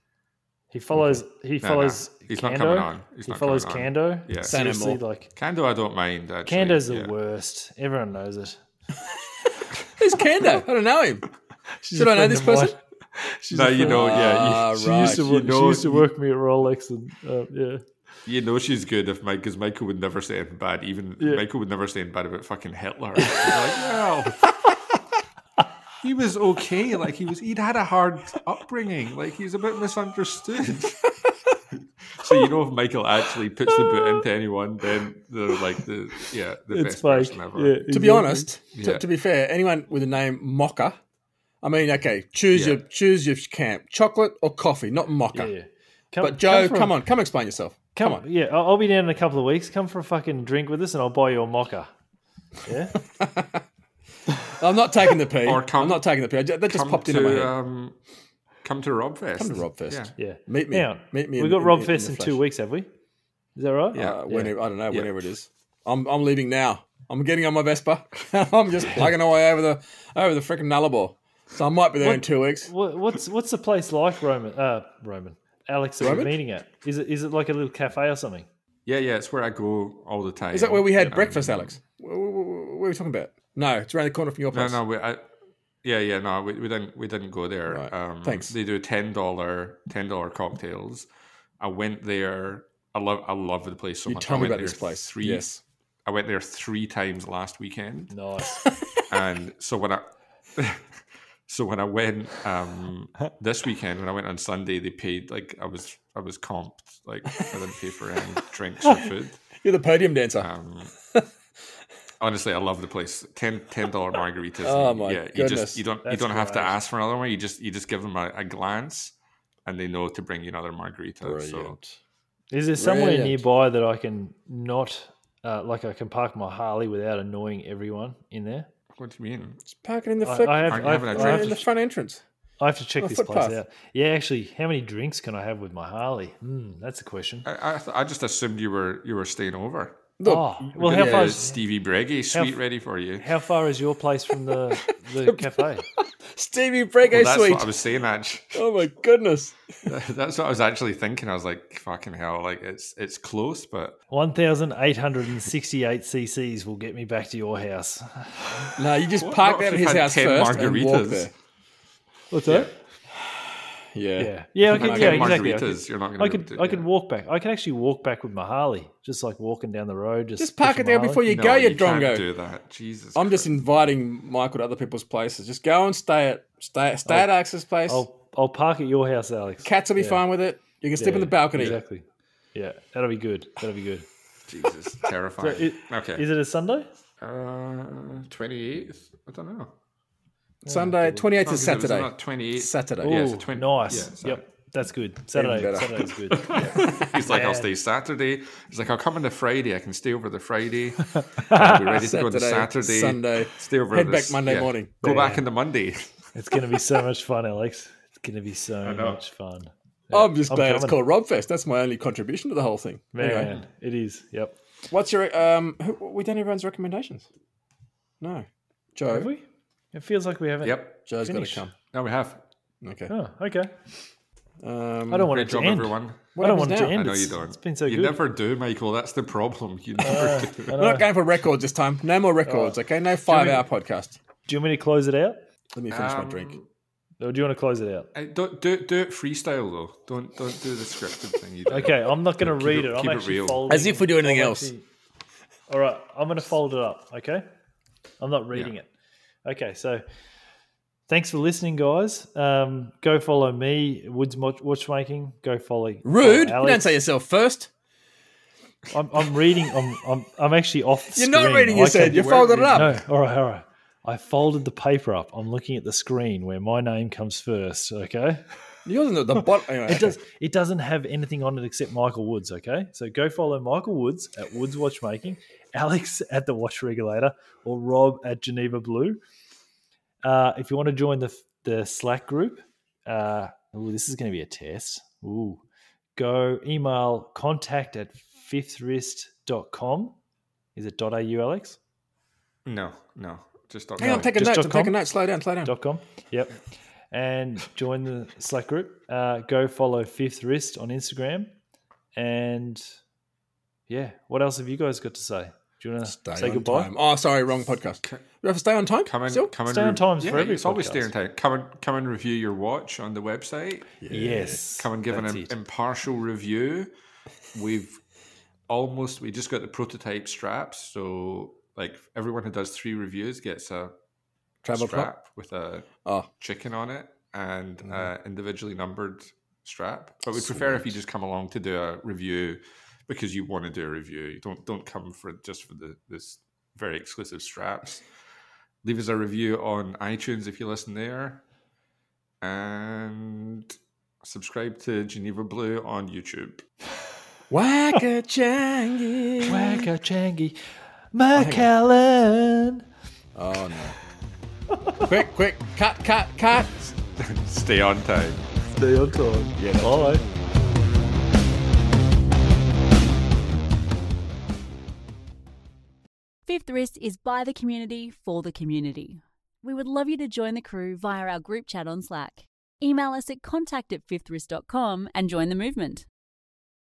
S2: He follows. He
S4: No, no.
S2: follows.
S4: He's
S2: Kando.
S4: not coming on. He's
S2: he
S4: not
S2: follows
S4: coming on.
S2: Kando.
S4: Yeah. Say
S3: no
S2: seriously,
S3: more.
S2: like
S4: Kando, I don't mind. Actually.
S2: Kando's
S4: yeah.
S2: the worst. Everyone knows it.
S3: Who's Kendo? I don't know him.
S2: She's
S3: Should
S2: a
S3: I know this
S2: friend of
S3: person?
S2: mine. She's
S4: No,
S2: a
S4: you
S2: friend-
S4: know, Oh, yeah,
S3: Ah,
S4: you,
S2: She used to
S3: right.
S4: you
S2: work. she
S4: know-
S2: used to work me at Rolex, and uh, yeah,
S4: you know she's good if Mike, because Michael would never say anything bad. Even
S2: Yeah.
S4: Michael would never say anything bad about fucking Hitler. He'd be like, well, he was okay. Like he was, he'd had a hard upbringing. Like he was a bit misunderstood. so you know, if Michael actually puts the boot into anyone, then they're like the yeah the
S2: it's
S4: best
S2: like,
S4: person
S2: yeah,
S4: ever.
S3: to
S2: exactly.
S3: be honest,
S4: Yeah.
S3: to, to be fair, anyone with the name Mocha, I mean, okay, choose
S4: Yeah.
S3: your choose your camp: chocolate or coffee, not
S2: Yeah,
S3: Mocha.
S2: yeah. Come-
S3: But Joe,
S2: for a-
S3: come on, come explain yourself.
S2: Come,
S3: Come on.
S2: on. Yeah, I'll I'll be down in a couple of weeks. Come for a fucking drink with us and I'll buy you a mocha. Yeah.
S3: I'm not taking the P.
S4: Or come-
S3: I'm not taking the P. I ju- That just
S4: Come
S3: popped
S4: to
S3: into my head.
S4: um, come to Rob Fest.
S3: come to Rob Fest.
S4: Yeah.
S2: Yeah.
S3: Meet me.
S2: Now,
S3: Meet me.
S2: We've
S3: in-
S2: got
S3: in-
S2: Rob
S3: in- in
S2: Fest
S3: the
S2: in
S3: flesh.
S2: two weeks, have we? Is that right?
S4: Yeah.
S3: Uh, whenever, I don't know,
S4: Yeah.
S3: whenever it is. I'm, I'm leaving now. I'm getting on my Vespa. I'm just plugging away over the over the freaking Nullarbor. So I might be there in
S2: What-
S3: two weeks.
S2: Wha- What's what's the place like, Roman? Uh, Roman. Alex that we're
S3: Roman?
S2: meeting at. Is it is it like a little cafe or something?
S4: yeah, yeah. It's where I go all the time.
S3: Is that where we had
S4: Um,
S3: breakfast, Alex? What, what, what are we talking about? No, it's around the corner from your
S4: No,
S3: place.
S4: no. We, I, yeah, yeah. No, we, we didn't. We didn't go there.
S3: Right.
S4: Um,
S3: Thanks.
S4: They do ten dollar ten dollar cocktails. I went there. I love I love the place so
S3: you
S4: much. I
S3: tell me
S4: went
S3: about this
S4: there
S3: place.
S4: Three.
S3: Yes.
S4: I went there three times last weekend.
S2: Nice.
S4: and so when I so when I went um, this weekend, when I went on Sunday, they paid like I was I was comped like I didn't pay for any drinks or food.
S3: You're the podium dancer.
S4: Um, honestly, I love the place. Ten ten dollar margaritas.
S3: Oh
S4: and
S3: my
S4: yeah, you
S3: goodness.
S4: just you don't you
S2: That's
S4: don't have to
S2: great.
S4: ask for another one. You just you just give them a, a glance, and they know to bring you another margarita. So
S3: Brilliant.
S2: Is there somewhere
S3: Brilliant.
S2: nearby that I can not, uh, like I can park my Harley without annoying everyone in there?
S4: what do you mean?
S3: Just parking in the,
S2: I,
S3: frick-
S2: I have,
S4: Aren't
S2: I,
S4: you having a
S2: have, I
S3: right
S2: have
S4: drink?
S3: in the
S2: to,
S3: front entrance.
S2: I have to check
S3: A
S2: this place
S3: footpath.
S2: out. Yeah, actually, how many drinks can I have with my Harley? Mm, that's a question.
S4: I, I, th- I just assumed you were you were staying over.
S3: Look,
S2: oh, well,
S4: Good
S2: how
S4: to
S2: far
S4: get
S2: is
S4: Stevie Breggy suite ready for you?
S2: how far is your place from the the cafe?
S3: Stevie Brego
S4: Well, that's
S3: Suite.
S4: what I was saying. Actually,
S3: Oh my goodness.
S4: that's what I was actually thinking. I was like, "Fucking hell!" Like it's it's close, but
S2: One thousand eight hundred and sixty-eight CCs will get me back to your house.
S3: No, you just
S4: What-
S3: park
S4: what
S3: that
S4: if
S3: at
S4: you
S3: his
S4: had
S3: house
S4: 10
S3: first and walk
S4: margaritas?
S3: there.
S2: What's that?
S3: Yeah.
S2: Yeah, yeah, I
S4: if you
S2: could, yeah,
S4: don't get
S2: exactly. I could,
S4: margaritas, you're not going
S2: I
S4: to.
S2: could, I could walk back. I could actually walk back with my Harley, just like walking down the road. Just,
S3: Just park
S2: pushing
S3: it
S2: my
S3: there
S2: Harley.
S3: before you
S4: no,
S3: go, you,
S4: you can't
S3: drongo.
S4: do that. Jesus,
S3: I'm just
S4: Christ.
S3: inviting Michael to other people's places. Just go and stay at stay stay at Alex's place.
S2: I'll I'll park at your house, Alex.
S3: Cats will be
S2: Yeah.
S3: fine with it. You can step in
S2: Yeah,
S3: the balcony.
S2: Exactly. Yeah, that'll be good. That'll be good.
S4: Jesus, terrifying.
S2: it-
S4: okay,
S2: Is it a Sunday?
S4: twenty eighth? Uh, I don't know.
S3: Sunday, 28th
S4: No,
S3: is
S4: 'cause it was
S3: Saturday.
S4: not 28th.
S3: Saturday.
S2: Oh,
S4: Yeah, it's a twin- yeah,
S2: nice.
S4: Saturday.
S2: yep, that's good. Saturday,
S3: better.
S2: Saturday's good. Yeah.
S4: He's like, I'll stay Saturday. He's like, I'll come on the Friday. I can stay over the Friday. I'll be ready to go on the
S3: Saturday,
S4: Saturday,
S3: Sunday.
S4: Stay over
S3: Head
S4: the
S3: back
S4: s-
S3: Monday morning.
S4: Go back on the Monday.
S2: It's gonna be so much fun, Alex. It's gonna be so
S4: know.
S2: much fun.
S3: I'm just
S2: I'm
S3: glad it's
S2: coming.
S3: called Robfest. That's my only contribution to the whole thing.
S2: Man,
S3: Anyway,
S2: it is. Yep.
S3: what's your um? Who, we done everyone's recommendations. No,
S2: Have
S3: Joe.
S2: we? It feels like we haven't.
S4: Yep.
S3: Joe's got to
S2: Finish.
S3: come.
S4: Now we have.
S3: Okay.
S2: Oh, okay.
S3: Um,
S2: I don't want
S4: Great
S2: it to
S4: job,
S2: end.
S4: everyone.
S3: what
S2: I don't
S3: happens
S2: want it to
S3: now?
S2: end.
S4: I know
S2: It's-
S4: you don't.
S2: It's been so
S4: you
S2: good.
S4: never do, Michael. That's the problem.
S3: Uh,
S4: You never do.
S2: I know.
S3: We're not going for records this time. No
S2: Uh,
S3: more records. Okay. No five-hour podcast.
S2: Do you want me to close it out,
S3: Let me finish my
S4: Um,
S3: drink.
S2: or do you want to close it out?
S4: I- don't do do it freestyle though. Don't don't do the scripted thing. You do.
S2: Okay, I'm not going to
S4: Keep
S2: read
S4: it-
S2: it. I'm
S4: keep it
S2: actually
S4: real.
S2: folding.
S3: As if we do anything
S2: I'm
S3: else.
S2: actually- all right, I'm going to fold it up. Okay, I'm not reading it. Okay, so thanks for listening, guys. Um, go follow me, Woods Mo- Watchmaking. Go follow
S3: Rude.
S2: follow
S3: you don't
S2: Oh, Alex.
S3: say yourself first.
S2: I'm, I'm reading. I'm, I'm I'm actually off. The
S3: You're not
S2: screen.
S3: reading.
S2: I
S3: You
S2: can-
S3: said you
S4: weren't
S3: folded it
S4: reading.
S3: up.
S2: No, all right, all right. I folded the paper up. I'm looking at the screen where my name comes first. Okay.
S3: Yours is at the bottom. Anyway,
S2: It does. It doesn't have anything on it except Michael Woods. Okay, so go follow Michael Woods at Woods Watchmaking, Alex at the Watch Regulator, or Rob at Geneva Blue. Uh, if you want to join the the Slack group, uh, ooh, this is going to be a test. Ooh, go email contact at fifthwrist.com. Is it dot .au, Alex?
S4: No, no. Just don't.
S3: Hang on, I'm
S4: no.
S3: taking
S2: just
S3: notes.
S2: dot
S3: I'm
S2: com?
S3: taking notes. Slow down, slow down.
S2: dot com. Yep. And join the Slack group. Uh, go follow Fifth Wrist on Instagram. And yeah, what else have you guys got to say? Do you want
S3: Stay
S2: to say
S3: on
S2: goodbye?
S3: time. Oh, sorry, wrong podcast. We have to stay on time.
S4: Come and
S3: still?
S4: come and
S2: Stay on
S4: re-
S2: times for
S4: yeah,
S2: every
S4: It's always
S2: podcast.
S4: stay on time. Come and come and review your watch on the website.
S2: Yes.
S4: Come and give
S2: that's
S4: an
S2: it.
S4: impartial review. We've almost we just got the prototype straps, so like everyone who does three reviews gets a
S3: Travel clock.
S4: strap with a
S3: Oh,
S4: chicken on it and
S3: Mhm.
S4: uh, individually numbered strap. But we prefer if you
S3: Sweet.
S4: just come along to do a review because you want to do a review. You don't don't come for just for the this very exclusive straps. Leave us a review on iTunes if you listen there, and subscribe to Geneva Blue on YouTube.
S3: whack-a changy.
S2: Wacko Changi.
S3: on.
S2: McAllen.
S3: Oh no! quick, quick, cut, cut, cut.
S4: Stay on time.
S2: Stay on time.
S3: Yeah, that's
S2: Bye.
S1: Fifth Wrist is by the community for the community. We would love you to join the crew via our group chat on Slack. Email us at contact at fifthwrist.com and join the movement.